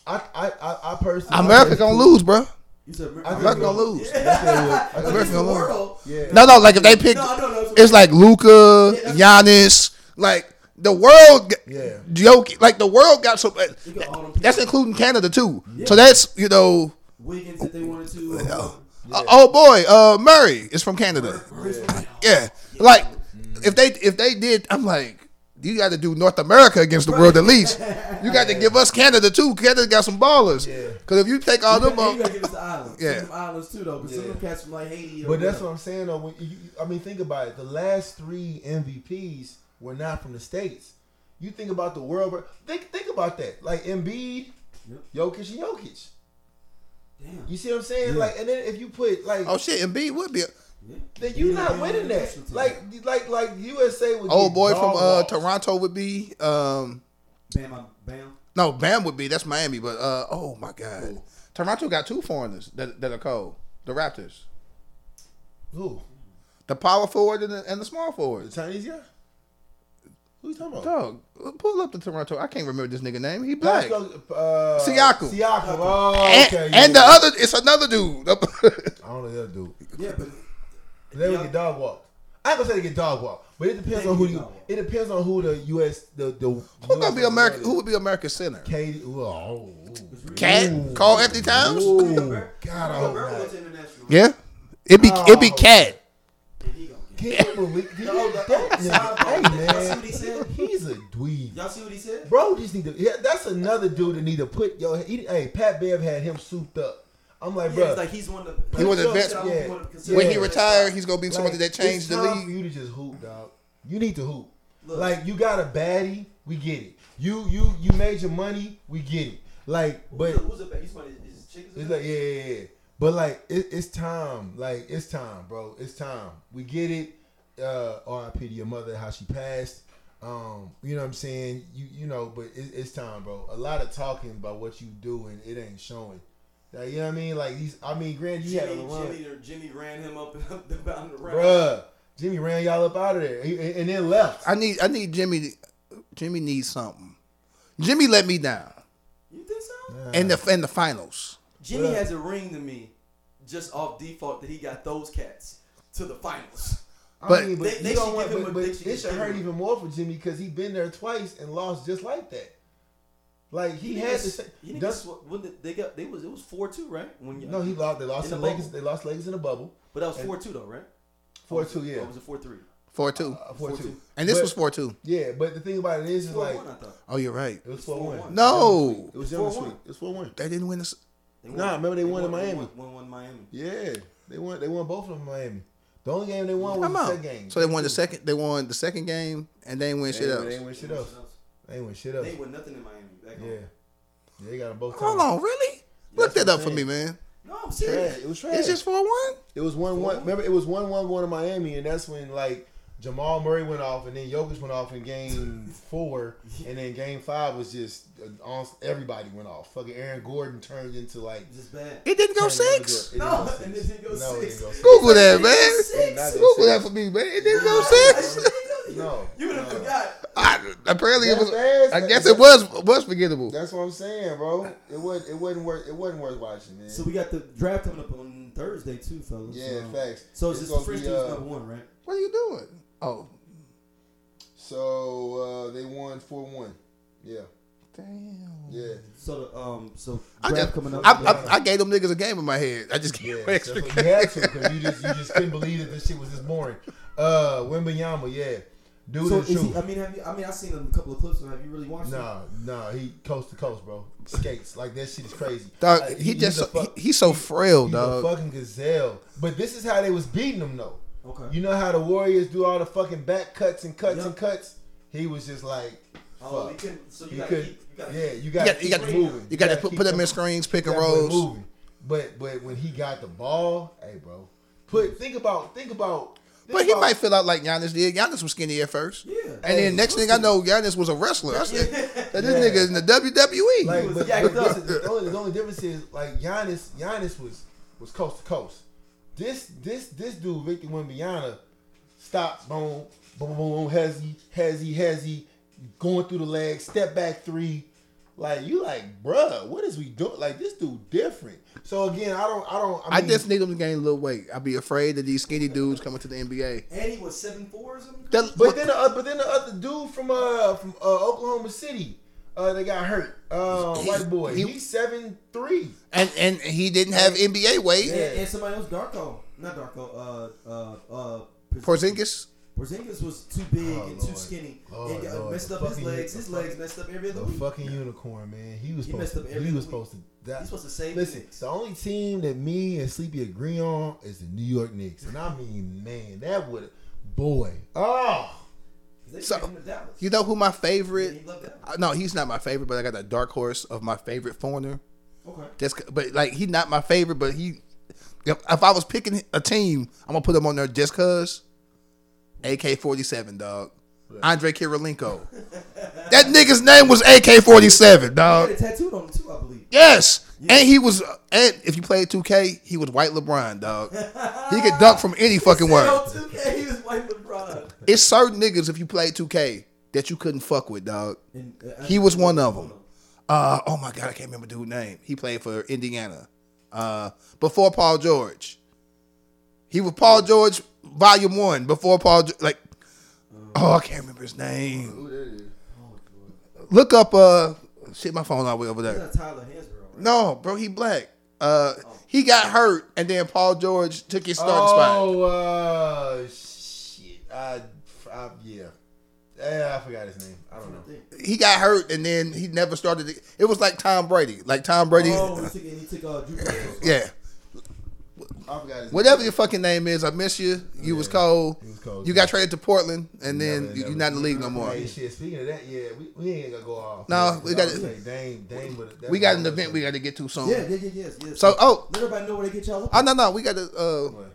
[SPEAKER 2] I, I, I, I personally,
[SPEAKER 3] America gonna lose, bro.
[SPEAKER 1] you said Amer-
[SPEAKER 2] I
[SPEAKER 3] America
[SPEAKER 2] America
[SPEAKER 3] gonna lose.
[SPEAKER 2] I
[SPEAKER 1] Like,
[SPEAKER 2] think
[SPEAKER 1] it's
[SPEAKER 3] America
[SPEAKER 1] the
[SPEAKER 3] gonna lose.
[SPEAKER 1] world.
[SPEAKER 2] Yeah.
[SPEAKER 3] No, no. Like if they pick,
[SPEAKER 1] No, no, no,
[SPEAKER 3] it's like Luca, Giannis, like the world. g-
[SPEAKER 2] Yeah.
[SPEAKER 3] Joke, like the world got so.
[SPEAKER 1] You got all them
[SPEAKER 3] That's
[SPEAKER 1] people.
[SPEAKER 3] including Canada too. So that's you know.
[SPEAKER 1] Wiggins if they wanted to.
[SPEAKER 3] uh, oh boy, uh, Murray is from Canada.
[SPEAKER 1] Chris Brown.
[SPEAKER 3] Yeah, like if they if they did, I'm like, you got to do North America against the world at least. You got to give us Canada too. Canada got some ballers.
[SPEAKER 2] Yeah.
[SPEAKER 3] Because if you take all
[SPEAKER 1] You
[SPEAKER 3] them,
[SPEAKER 1] gotta, you
[SPEAKER 3] up,
[SPEAKER 1] gotta give us the islands.
[SPEAKER 3] Yeah.
[SPEAKER 1] Yeah. Some islands too though, because some of them cats from like Haiti. Or
[SPEAKER 2] But that's
[SPEAKER 1] whatever.
[SPEAKER 2] what I'm saying though. When you, you- I mean, think about it. The last three MVPs were not from the states. You think about the world. bro. Think think about that. Like Embiid,
[SPEAKER 1] Yep.
[SPEAKER 2] Jokic, and Jokic.
[SPEAKER 1] Damn.
[SPEAKER 2] You see what I'm saying? Like, and then if you put like,
[SPEAKER 3] oh shit, Embiid would be. A,
[SPEAKER 1] Yeah.
[SPEAKER 2] then you
[SPEAKER 1] Yeah,
[SPEAKER 2] not
[SPEAKER 1] yeah,
[SPEAKER 2] winning
[SPEAKER 1] yeah,
[SPEAKER 2] that.
[SPEAKER 1] that's what
[SPEAKER 2] Like
[SPEAKER 1] I'm
[SPEAKER 2] like like USA would.
[SPEAKER 3] old
[SPEAKER 2] get
[SPEAKER 3] boy from
[SPEAKER 2] dog
[SPEAKER 3] uh,
[SPEAKER 2] walked.
[SPEAKER 3] Toronto would be. Um,
[SPEAKER 1] Bam, I'm- bam.
[SPEAKER 3] no, Bam would be. That's Miami. But uh, oh my god, Toronto got two foreigners that, that are cold. The Raptors,
[SPEAKER 2] Who?
[SPEAKER 3] the power forward and the, and the small forward.
[SPEAKER 2] The Chinese guy? Who you talking about?
[SPEAKER 3] Dog, pull up the Toronto. I can't remember this nigga name. He black.
[SPEAKER 2] Pascal, uh,
[SPEAKER 3] Siakam.
[SPEAKER 2] Siakam. Oh,
[SPEAKER 3] And,
[SPEAKER 2] okay. yeah,
[SPEAKER 3] and the
[SPEAKER 2] yeah.
[SPEAKER 3] other, it's another dude.
[SPEAKER 2] I don't know the other dude.
[SPEAKER 1] Yeah, but
[SPEAKER 2] They would
[SPEAKER 1] Yeah.
[SPEAKER 2] get dog walked. I ain't gonna say they get dog walked, but it depends
[SPEAKER 1] They
[SPEAKER 2] on who
[SPEAKER 1] get
[SPEAKER 2] you.
[SPEAKER 1] dog walked.
[SPEAKER 2] It depends on who the U.S. the the
[SPEAKER 3] Who gonna be America? Who would be America's center?
[SPEAKER 2] Katie. ooh, Oh, ooh.
[SPEAKER 3] Cat? Call Anthony Towns?
[SPEAKER 2] Ooh,
[SPEAKER 1] Remember-
[SPEAKER 2] God,
[SPEAKER 3] oh,
[SPEAKER 2] I hope
[SPEAKER 1] remember
[SPEAKER 2] not.
[SPEAKER 1] went to international.
[SPEAKER 3] Yeah, it be it be
[SPEAKER 2] Oh.
[SPEAKER 3] cat.
[SPEAKER 1] And he gonna get.
[SPEAKER 2] Can you believe can
[SPEAKER 1] No,
[SPEAKER 2] you-
[SPEAKER 1] no,
[SPEAKER 2] that
[SPEAKER 1] no,
[SPEAKER 2] nigga-
[SPEAKER 1] no, no, no,
[SPEAKER 2] Hey
[SPEAKER 1] no,
[SPEAKER 2] man, he's a dweeb.
[SPEAKER 1] Y'all see what he said?
[SPEAKER 2] Bro, just need to. Yeah, that's another dude that need to put yo. He, hey, Pat Bev had him souped up. I'm like,
[SPEAKER 1] Yeah,
[SPEAKER 2] bro,
[SPEAKER 1] it's like he's one of the.
[SPEAKER 3] He was the
[SPEAKER 1] Yeah,
[SPEAKER 3] best-
[SPEAKER 1] I'm
[SPEAKER 2] yeah.
[SPEAKER 1] one of the-
[SPEAKER 2] Yeah.
[SPEAKER 3] When he
[SPEAKER 2] Yeah.
[SPEAKER 3] retired, he's gonna be somebody that
[SPEAKER 2] Like,
[SPEAKER 3] changed the
[SPEAKER 2] it's time For
[SPEAKER 3] league.
[SPEAKER 2] you to just hoop, dog. You need to hoop.
[SPEAKER 1] Look.
[SPEAKER 2] Like you got a baddie, we get it. You you you made your money, we get it. Like, but
[SPEAKER 1] Who's the best? He's one of his chicks.
[SPEAKER 2] it's like yeah, yeah, yeah. But like it, it's time. Like it's time, bro. It's time. We get it. Uh, R.I.P. to your mother, how she passed. Um, you know what I'm saying? You you know, but it, it's time, bro. A lot of talking about what you do and it ain't showing. Like, you know what I mean? Like these. I mean, granted, you had a
[SPEAKER 1] Jimmy,
[SPEAKER 2] run.
[SPEAKER 1] Jimmy, Jimmy ran him up and up the bound the round.
[SPEAKER 2] Bruh, Jimmy ran y'all up out of there He- and, and then left.
[SPEAKER 3] I need I need Jimmy. Jimmy needs something. Jimmy let me down
[SPEAKER 1] You think so?
[SPEAKER 3] in the in the finals.
[SPEAKER 1] Jimmy
[SPEAKER 2] Well-
[SPEAKER 1] has a ring to me, just off default that he got those cats to the finals.
[SPEAKER 3] But-
[SPEAKER 2] I mean, but
[SPEAKER 1] They- they
[SPEAKER 2] you don't
[SPEAKER 1] should
[SPEAKER 2] want,
[SPEAKER 1] give him
[SPEAKER 2] but,
[SPEAKER 1] a-
[SPEAKER 2] but
[SPEAKER 1] they
[SPEAKER 2] it
[SPEAKER 1] should
[SPEAKER 2] should
[SPEAKER 1] give
[SPEAKER 2] hurt
[SPEAKER 1] him-
[SPEAKER 2] even more for Jimmy because he been there twice and lost just like that. Like he, had to say,
[SPEAKER 1] He didn't
[SPEAKER 2] Dun-
[SPEAKER 1] get sw- when did- they got they was it was four two right? When you,
[SPEAKER 2] no, he lost. They lost
[SPEAKER 1] In
[SPEAKER 2] the
[SPEAKER 1] the bubble.
[SPEAKER 2] Lakers. They lost Lakers in the bubble.
[SPEAKER 1] but that was four two though, right?
[SPEAKER 2] Four two, yeah,
[SPEAKER 1] Or was it four three?
[SPEAKER 3] Four two.
[SPEAKER 2] four two.
[SPEAKER 1] 4-2.
[SPEAKER 3] And this
[SPEAKER 2] but-
[SPEAKER 3] was four two.
[SPEAKER 2] Yeah, but the thing about it is, is
[SPEAKER 1] Four
[SPEAKER 2] like
[SPEAKER 1] one, I thought.
[SPEAKER 3] Oh, you're right.
[SPEAKER 2] it was four one.
[SPEAKER 1] 4-1.
[SPEAKER 3] No,
[SPEAKER 2] it was young this
[SPEAKER 1] 4-1.
[SPEAKER 2] week. It was four one.
[SPEAKER 3] they didn't win this.
[SPEAKER 1] They
[SPEAKER 2] Nah, remember they won in
[SPEAKER 1] they
[SPEAKER 2] Miami.
[SPEAKER 1] Won, won, won Miami.
[SPEAKER 2] Yeah, they won. They won both of them. in Miami. The only game they won was
[SPEAKER 3] I'm
[SPEAKER 2] the
[SPEAKER 3] out.
[SPEAKER 2] second game.
[SPEAKER 3] So they won the second. They won the second game, and they didn't win
[SPEAKER 2] They
[SPEAKER 3] shit
[SPEAKER 2] ain't-
[SPEAKER 3] else.
[SPEAKER 2] They ain't win shit
[SPEAKER 1] They
[SPEAKER 2] else.
[SPEAKER 1] won-
[SPEAKER 2] They ain't win shit else.
[SPEAKER 1] They won nothing in Miami. Back
[SPEAKER 2] Yeah,
[SPEAKER 1] home.
[SPEAKER 2] yeah, they got them both.
[SPEAKER 3] Hold
[SPEAKER 2] times.
[SPEAKER 3] on, really? Look
[SPEAKER 2] That's
[SPEAKER 3] that up
[SPEAKER 2] what
[SPEAKER 3] for
[SPEAKER 2] I'm
[SPEAKER 3] me, man.
[SPEAKER 1] No, I'm
[SPEAKER 2] Trash.
[SPEAKER 1] serious.
[SPEAKER 2] It was trash.
[SPEAKER 3] It's just four one.
[SPEAKER 2] It was one one. Remember, it was one one going to Miami, and that's when like Jamal Murray went off, and then Jokic went off in game four, and then game five was just uh, on everybody went off. Fucking Aaron Gordon turned into like
[SPEAKER 1] It's just bad.
[SPEAKER 3] It didn't go
[SPEAKER 2] turned into
[SPEAKER 3] six.
[SPEAKER 2] a- it
[SPEAKER 1] No,
[SPEAKER 2] didn't
[SPEAKER 1] and it didn't go
[SPEAKER 2] No, it
[SPEAKER 1] six.
[SPEAKER 2] didn't go
[SPEAKER 3] Google that,
[SPEAKER 1] It
[SPEAKER 3] man.
[SPEAKER 1] didn't go six.
[SPEAKER 3] Google that for me, man. It didn't go six.
[SPEAKER 2] No,
[SPEAKER 1] You would have
[SPEAKER 2] no.
[SPEAKER 1] forgot.
[SPEAKER 3] I, apparently, it
[SPEAKER 2] That's
[SPEAKER 3] was.
[SPEAKER 2] fast.
[SPEAKER 3] I guess it was was forgettable.
[SPEAKER 2] That's what I'm saying, bro. It was it wasn't worth it wasn't worth watching, man.
[SPEAKER 1] So we got the draft coming up on Thursday too, fellas.
[SPEAKER 2] yeah,
[SPEAKER 1] so.
[SPEAKER 2] facts.
[SPEAKER 1] So it's, just the
[SPEAKER 2] gonna
[SPEAKER 1] first
[SPEAKER 2] be,
[SPEAKER 1] dude's
[SPEAKER 2] uh,
[SPEAKER 1] number one, right?
[SPEAKER 3] What are you doing? Oh,
[SPEAKER 2] So uh, they won four one. Yeah,
[SPEAKER 3] damn.
[SPEAKER 2] yeah.
[SPEAKER 1] So the um, so
[SPEAKER 3] I,
[SPEAKER 1] draft
[SPEAKER 3] just,
[SPEAKER 1] coming up.
[SPEAKER 3] I, I, I gave them niggas a game in my head. I just gave
[SPEAKER 2] Yeah,
[SPEAKER 3] them
[SPEAKER 2] that's
[SPEAKER 3] extra.
[SPEAKER 2] what you had to because you just you just couldn't believe that this shit was just boring. Uh, Wimbayama, yeah, dude,
[SPEAKER 1] so
[SPEAKER 2] is
[SPEAKER 1] is
[SPEAKER 2] true.
[SPEAKER 1] he, I mean, have you? I mean, I've seen a couple of clips. But have you really watched it?
[SPEAKER 2] Nah, nah, he coast to coast, bro. Skates like that shit is crazy.
[SPEAKER 3] Dog,
[SPEAKER 2] Like,
[SPEAKER 3] he, just
[SPEAKER 2] he's a,
[SPEAKER 3] so,
[SPEAKER 2] fuck-
[SPEAKER 3] he, he's so frail,
[SPEAKER 2] he's a
[SPEAKER 3] dog.
[SPEAKER 2] fucking gazelle. But this is how they was beating him though.
[SPEAKER 1] Okay.
[SPEAKER 2] You know how the Warriors do all the fucking back cuts and cuts
[SPEAKER 1] Yeah.
[SPEAKER 2] and cuts. He was just like, fuck.
[SPEAKER 1] oh, you can. So you
[SPEAKER 2] you
[SPEAKER 1] got.
[SPEAKER 2] could,
[SPEAKER 1] You got.
[SPEAKER 2] yeah, you
[SPEAKER 3] You
[SPEAKER 2] got
[SPEAKER 3] got, you got,
[SPEAKER 2] moving.
[SPEAKER 3] you got to
[SPEAKER 2] gotta
[SPEAKER 3] put,
[SPEAKER 2] keep
[SPEAKER 3] put them
[SPEAKER 2] them-
[SPEAKER 3] in screens, pick and
[SPEAKER 2] that boy
[SPEAKER 3] rolls.
[SPEAKER 2] moving. But but when he got the ball, hey bro, put think about think about. think
[SPEAKER 3] But he
[SPEAKER 2] about-
[SPEAKER 3] might feel out like Giannis did. Giannis was skinny at first.
[SPEAKER 1] Yeah.
[SPEAKER 3] And then next thing I know, Giannis was a wrestler. I said, that this nigga is in the E." WWE.
[SPEAKER 2] Like,
[SPEAKER 1] was
[SPEAKER 2] but,
[SPEAKER 1] yacked
[SPEAKER 2] but
[SPEAKER 1] up.
[SPEAKER 2] this is, the, only, the only difference is like Giannis. Giannis was was coast to coast. This this this dude Victor Wembanyama stops boom boom boom boom has he has he has he going through the leg step back three. Like you like bruh, what is we doing? Like this dude different. So again, I don't I don't. I,
[SPEAKER 3] I
[SPEAKER 2] mean,
[SPEAKER 3] just need him to gain a little weight. I'd be afraid that these skinny dudes coming to the NBA.
[SPEAKER 1] And he was seven four or something.
[SPEAKER 3] That-
[SPEAKER 2] But then the oth- but then the other dude from uh from uh, Oklahoma City. Uh, they got hurt. Uh,
[SPEAKER 3] He-
[SPEAKER 2] white boy.
[SPEAKER 3] he-
[SPEAKER 2] he's seven three.
[SPEAKER 3] and and he didn't have NBA weight.
[SPEAKER 1] and, and somebody else, Darko, not Darko. Uh, uh, uh.
[SPEAKER 3] Porzingis.
[SPEAKER 1] Porzingis was too big
[SPEAKER 2] Oh,
[SPEAKER 1] and too
[SPEAKER 2] Lord.
[SPEAKER 1] skinny.
[SPEAKER 2] Lord,
[SPEAKER 1] it got-
[SPEAKER 2] Lord,
[SPEAKER 1] messed
[SPEAKER 2] the
[SPEAKER 1] up his
[SPEAKER 2] fucking-
[SPEAKER 1] legs.
[SPEAKER 2] the
[SPEAKER 1] His
[SPEAKER 2] fuck-
[SPEAKER 1] legs messed up every other
[SPEAKER 2] The
[SPEAKER 1] week.
[SPEAKER 2] fucking unicorn, man. He was
[SPEAKER 1] He
[SPEAKER 2] supposed.
[SPEAKER 1] messed up
[SPEAKER 2] To,
[SPEAKER 1] every
[SPEAKER 2] he was
[SPEAKER 1] week.
[SPEAKER 2] supposed to. That,
[SPEAKER 1] He's supposed to save.
[SPEAKER 2] listen,
[SPEAKER 1] the Knicks.
[SPEAKER 2] the only team that me and Sleepy agree on is the New York Knicks, and I mean, man, that would, boy, oh,
[SPEAKER 1] They
[SPEAKER 3] So-
[SPEAKER 1] sent him to Dallas.
[SPEAKER 3] You know who my
[SPEAKER 1] Yeah,
[SPEAKER 3] favorite?
[SPEAKER 1] he loved that.
[SPEAKER 3] uh, No, he's not my favorite, but I got the dark horse of my favorite foreigner.
[SPEAKER 1] Okay.
[SPEAKER 3] That's c- but like he's not my favorite, but he. If, if I was picking a team, I'm gonna put him on there just cause. AK47, dog. Andre Kirilenko. that nigga's name was AK47,
[SPEAKER 1] He
[SPEAKER 3] dog.
[SPEAKER 1] had it tattooed on him too, I believe.
[SPEAKER 3] Yes. And he was, and if you played 2K, he was white LeBron, dog. He could dunk from any fucking word.
[SPEAKER 1] Hell, 2K, he was white LeBron.
[SPEAKER 3] It's certain niggas, if you played 2K, that you couldn't fuck with, dog.
[SPEAKER 1] And, uh,
[SPEAKER 3] He was one of them. Uh, oh my God, I can't remember dude's name. He played for Indiana. Uh, before Paul George. He was Paul George Volume 1 before Paul, Ge- like, oh, I can't remember his name.
[SPEAKER 2] who that is?
[SPEAKER 3] Look up, uh, shit, my phone all the way over there.
[SPEAKER 1] He's not Tyler Hansborough, right?
[SPEAKER 3] No, bro, he black. Uh, he got hurt, and then Paul George took his starting spot.
[SPEAKER 2] Oh, uh, shit, I, I, yeah, yeah, I forgot his name. I don't know.
[SPEAKER 1] I think.
[SPEAKER 3] He got hurt, and then he never started. It, it was like Tom Brady, like Tom Brady.
[SPEAKER 1] Oh, he took, and he took uh, Drew Brees.
[SPEAKER 3] Yeah,
[SPEAKER 2] I forgot his
[SPEAKER 3] whatever
[SPEAKER 2] name.
[SPEAKER 3] your fucking name is, I miss you. You was cold.
[SPEAKER 2] He was cold,
[SPEAKER 3] You
[SPEAKER 2] yeah.
[SPEAKER 3] got traded to Portland, and then
[SPEAKER 2] Never,
[SPEAKER 3] you,
[SPEAKER 2] never.
[SPEAKER 3] you're not in the league no more.
[SPEAKER 2] Hey, shit. Speaking of that, yeah, we, we ain't gonna go off.
[SPEAKER 3] No,
[SPEAKER 2] Yeah, 'cause
[SPEAKER 3] we
[SPEAKER 2] I
[SPEAKER 3] got
[SPEAKER 2] was
[SPEAKER 3] it.
[SPEAKER 2] like, Dame, Dame would've- that
[SPEAKER 3] We got an
[SPEAKER 2] would've
[SPEAKER 3] event we got to get to soon.
[SPEAKER 1] Yeah, yeah, yeah, yes, yes.
[SPEAKER 3] So, oh,
[SPEAKER 1] let everybody know where they get y'all up.
[SPEAKER 3] oh no, no, we got to. Uh,
[SPEAKER 2] done.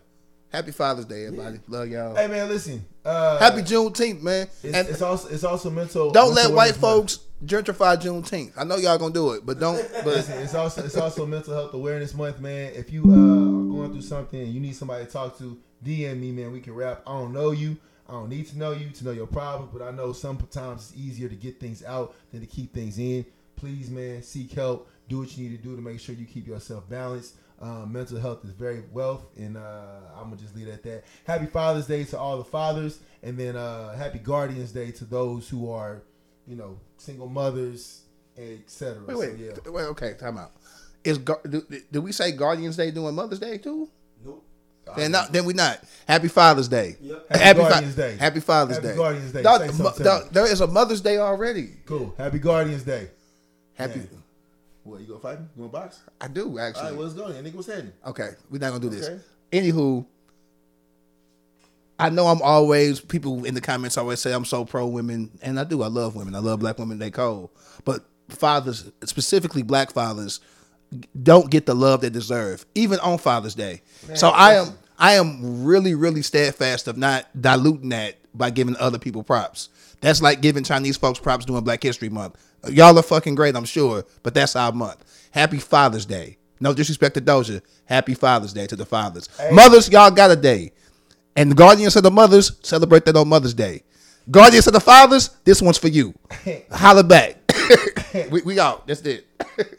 [SPEAKER 3] happy Father's Day, everybody. Love y'all.
[SPEAKER 2] Hey man, listen. Uh,
[SPEAKER 3] Happy Juneteenth, man.
[SPEAKER 2] It's,
[SPEAKER 3] and
[SPEAKER 2] it's also it's also mental.
[SPEAKER 3] don't
[SPEAKER 2] mental
[SPEAKER 3] let white
[SPEAKER 2] awareness month.
[SPEAKER 3] folks gentrify Juneteenth. I know y'all gonna do it, but don't. But
[SPEAKER 2] Listen, it's also it's also mental health awareness month, man. If you uh, are going through something and you need somebody to talk to, DM me, man. We can rap. I don't know you. I don't need to know you to know your problems, but I know sometimes it's easier to get things out than to keep things in. Please, man, seek help. Do what you need to do to make sure you keep yourself balanced. Um, mental health is very wealth, and uh, I'm gonna just leave it at that. Happy Father's Day to all the fathers, and then uh, Happy Guardians Day to those who are, you know, single mothers, etc.
[SPEAKER 3] Wait,
[SPEAKER 2] So, yeah.
[SPEAKER 3] wait, wait. Okay, time out. Is Gu- do, do we say Guardians Day doing Mother's Day too?
[SPEAKER 1] Nope.
[SPEAKER 3] Then not. Then we not. Happy Father's Day.
[SPEAKER 1] Yep.
[SPEAKER 2] Happy
[SPEAKER 3] Happy, Fa-
[SPEAKER 2] Guardians Day.
[SPEAKER 3] Happy Father's
[SPEAKER 2] Happy
[SPEAKER 3] Day.
[SPEAKER 2] Guardians Day.
[SPEAKER 3] Dog,
[SPEAKER 2] Say
[SPEAKER 3] mo-
[SPEAKER 2] something.
[SPEAKER 3] dog, there is a Mother's Day already.
[SPEAKER 2] Cool. Happy Guardians Day.
[SPEAKER 3] Happy.
[SPEAKER 2] Yeah. What you gonna fight me? You gonna box?
[SPEAKER 3] I do actually.
[SPEAKER 2] what's going? on? Nigga, what's happening?
[SPEAKER 3] Okay, we're not gonna do this.
[SPEAKER 2] Okay.
[SPEAKER 3] Anywho, I know I'm always people in the comments always say I'm so pro women, and I do. I love women. I love black women. They cold, but fathers, specifically black fathers, don't get the love they deserve, even on Father's Day. so I am, I am really, really steadfast of not diluting that by giving other people props. That's like giving Chinese folks props during Black History Month. Y'all are fucking great, I'm sure, but that's our month. Happy Father's Day. No disrespect to Doja. Happy Father's Day to the fathers. Mothers, y'all got a day. And the guardians of the mothers celebrate that on Mother's Day. Guardians of the fathers, this one's for you. Holla back. we, we out. That's it.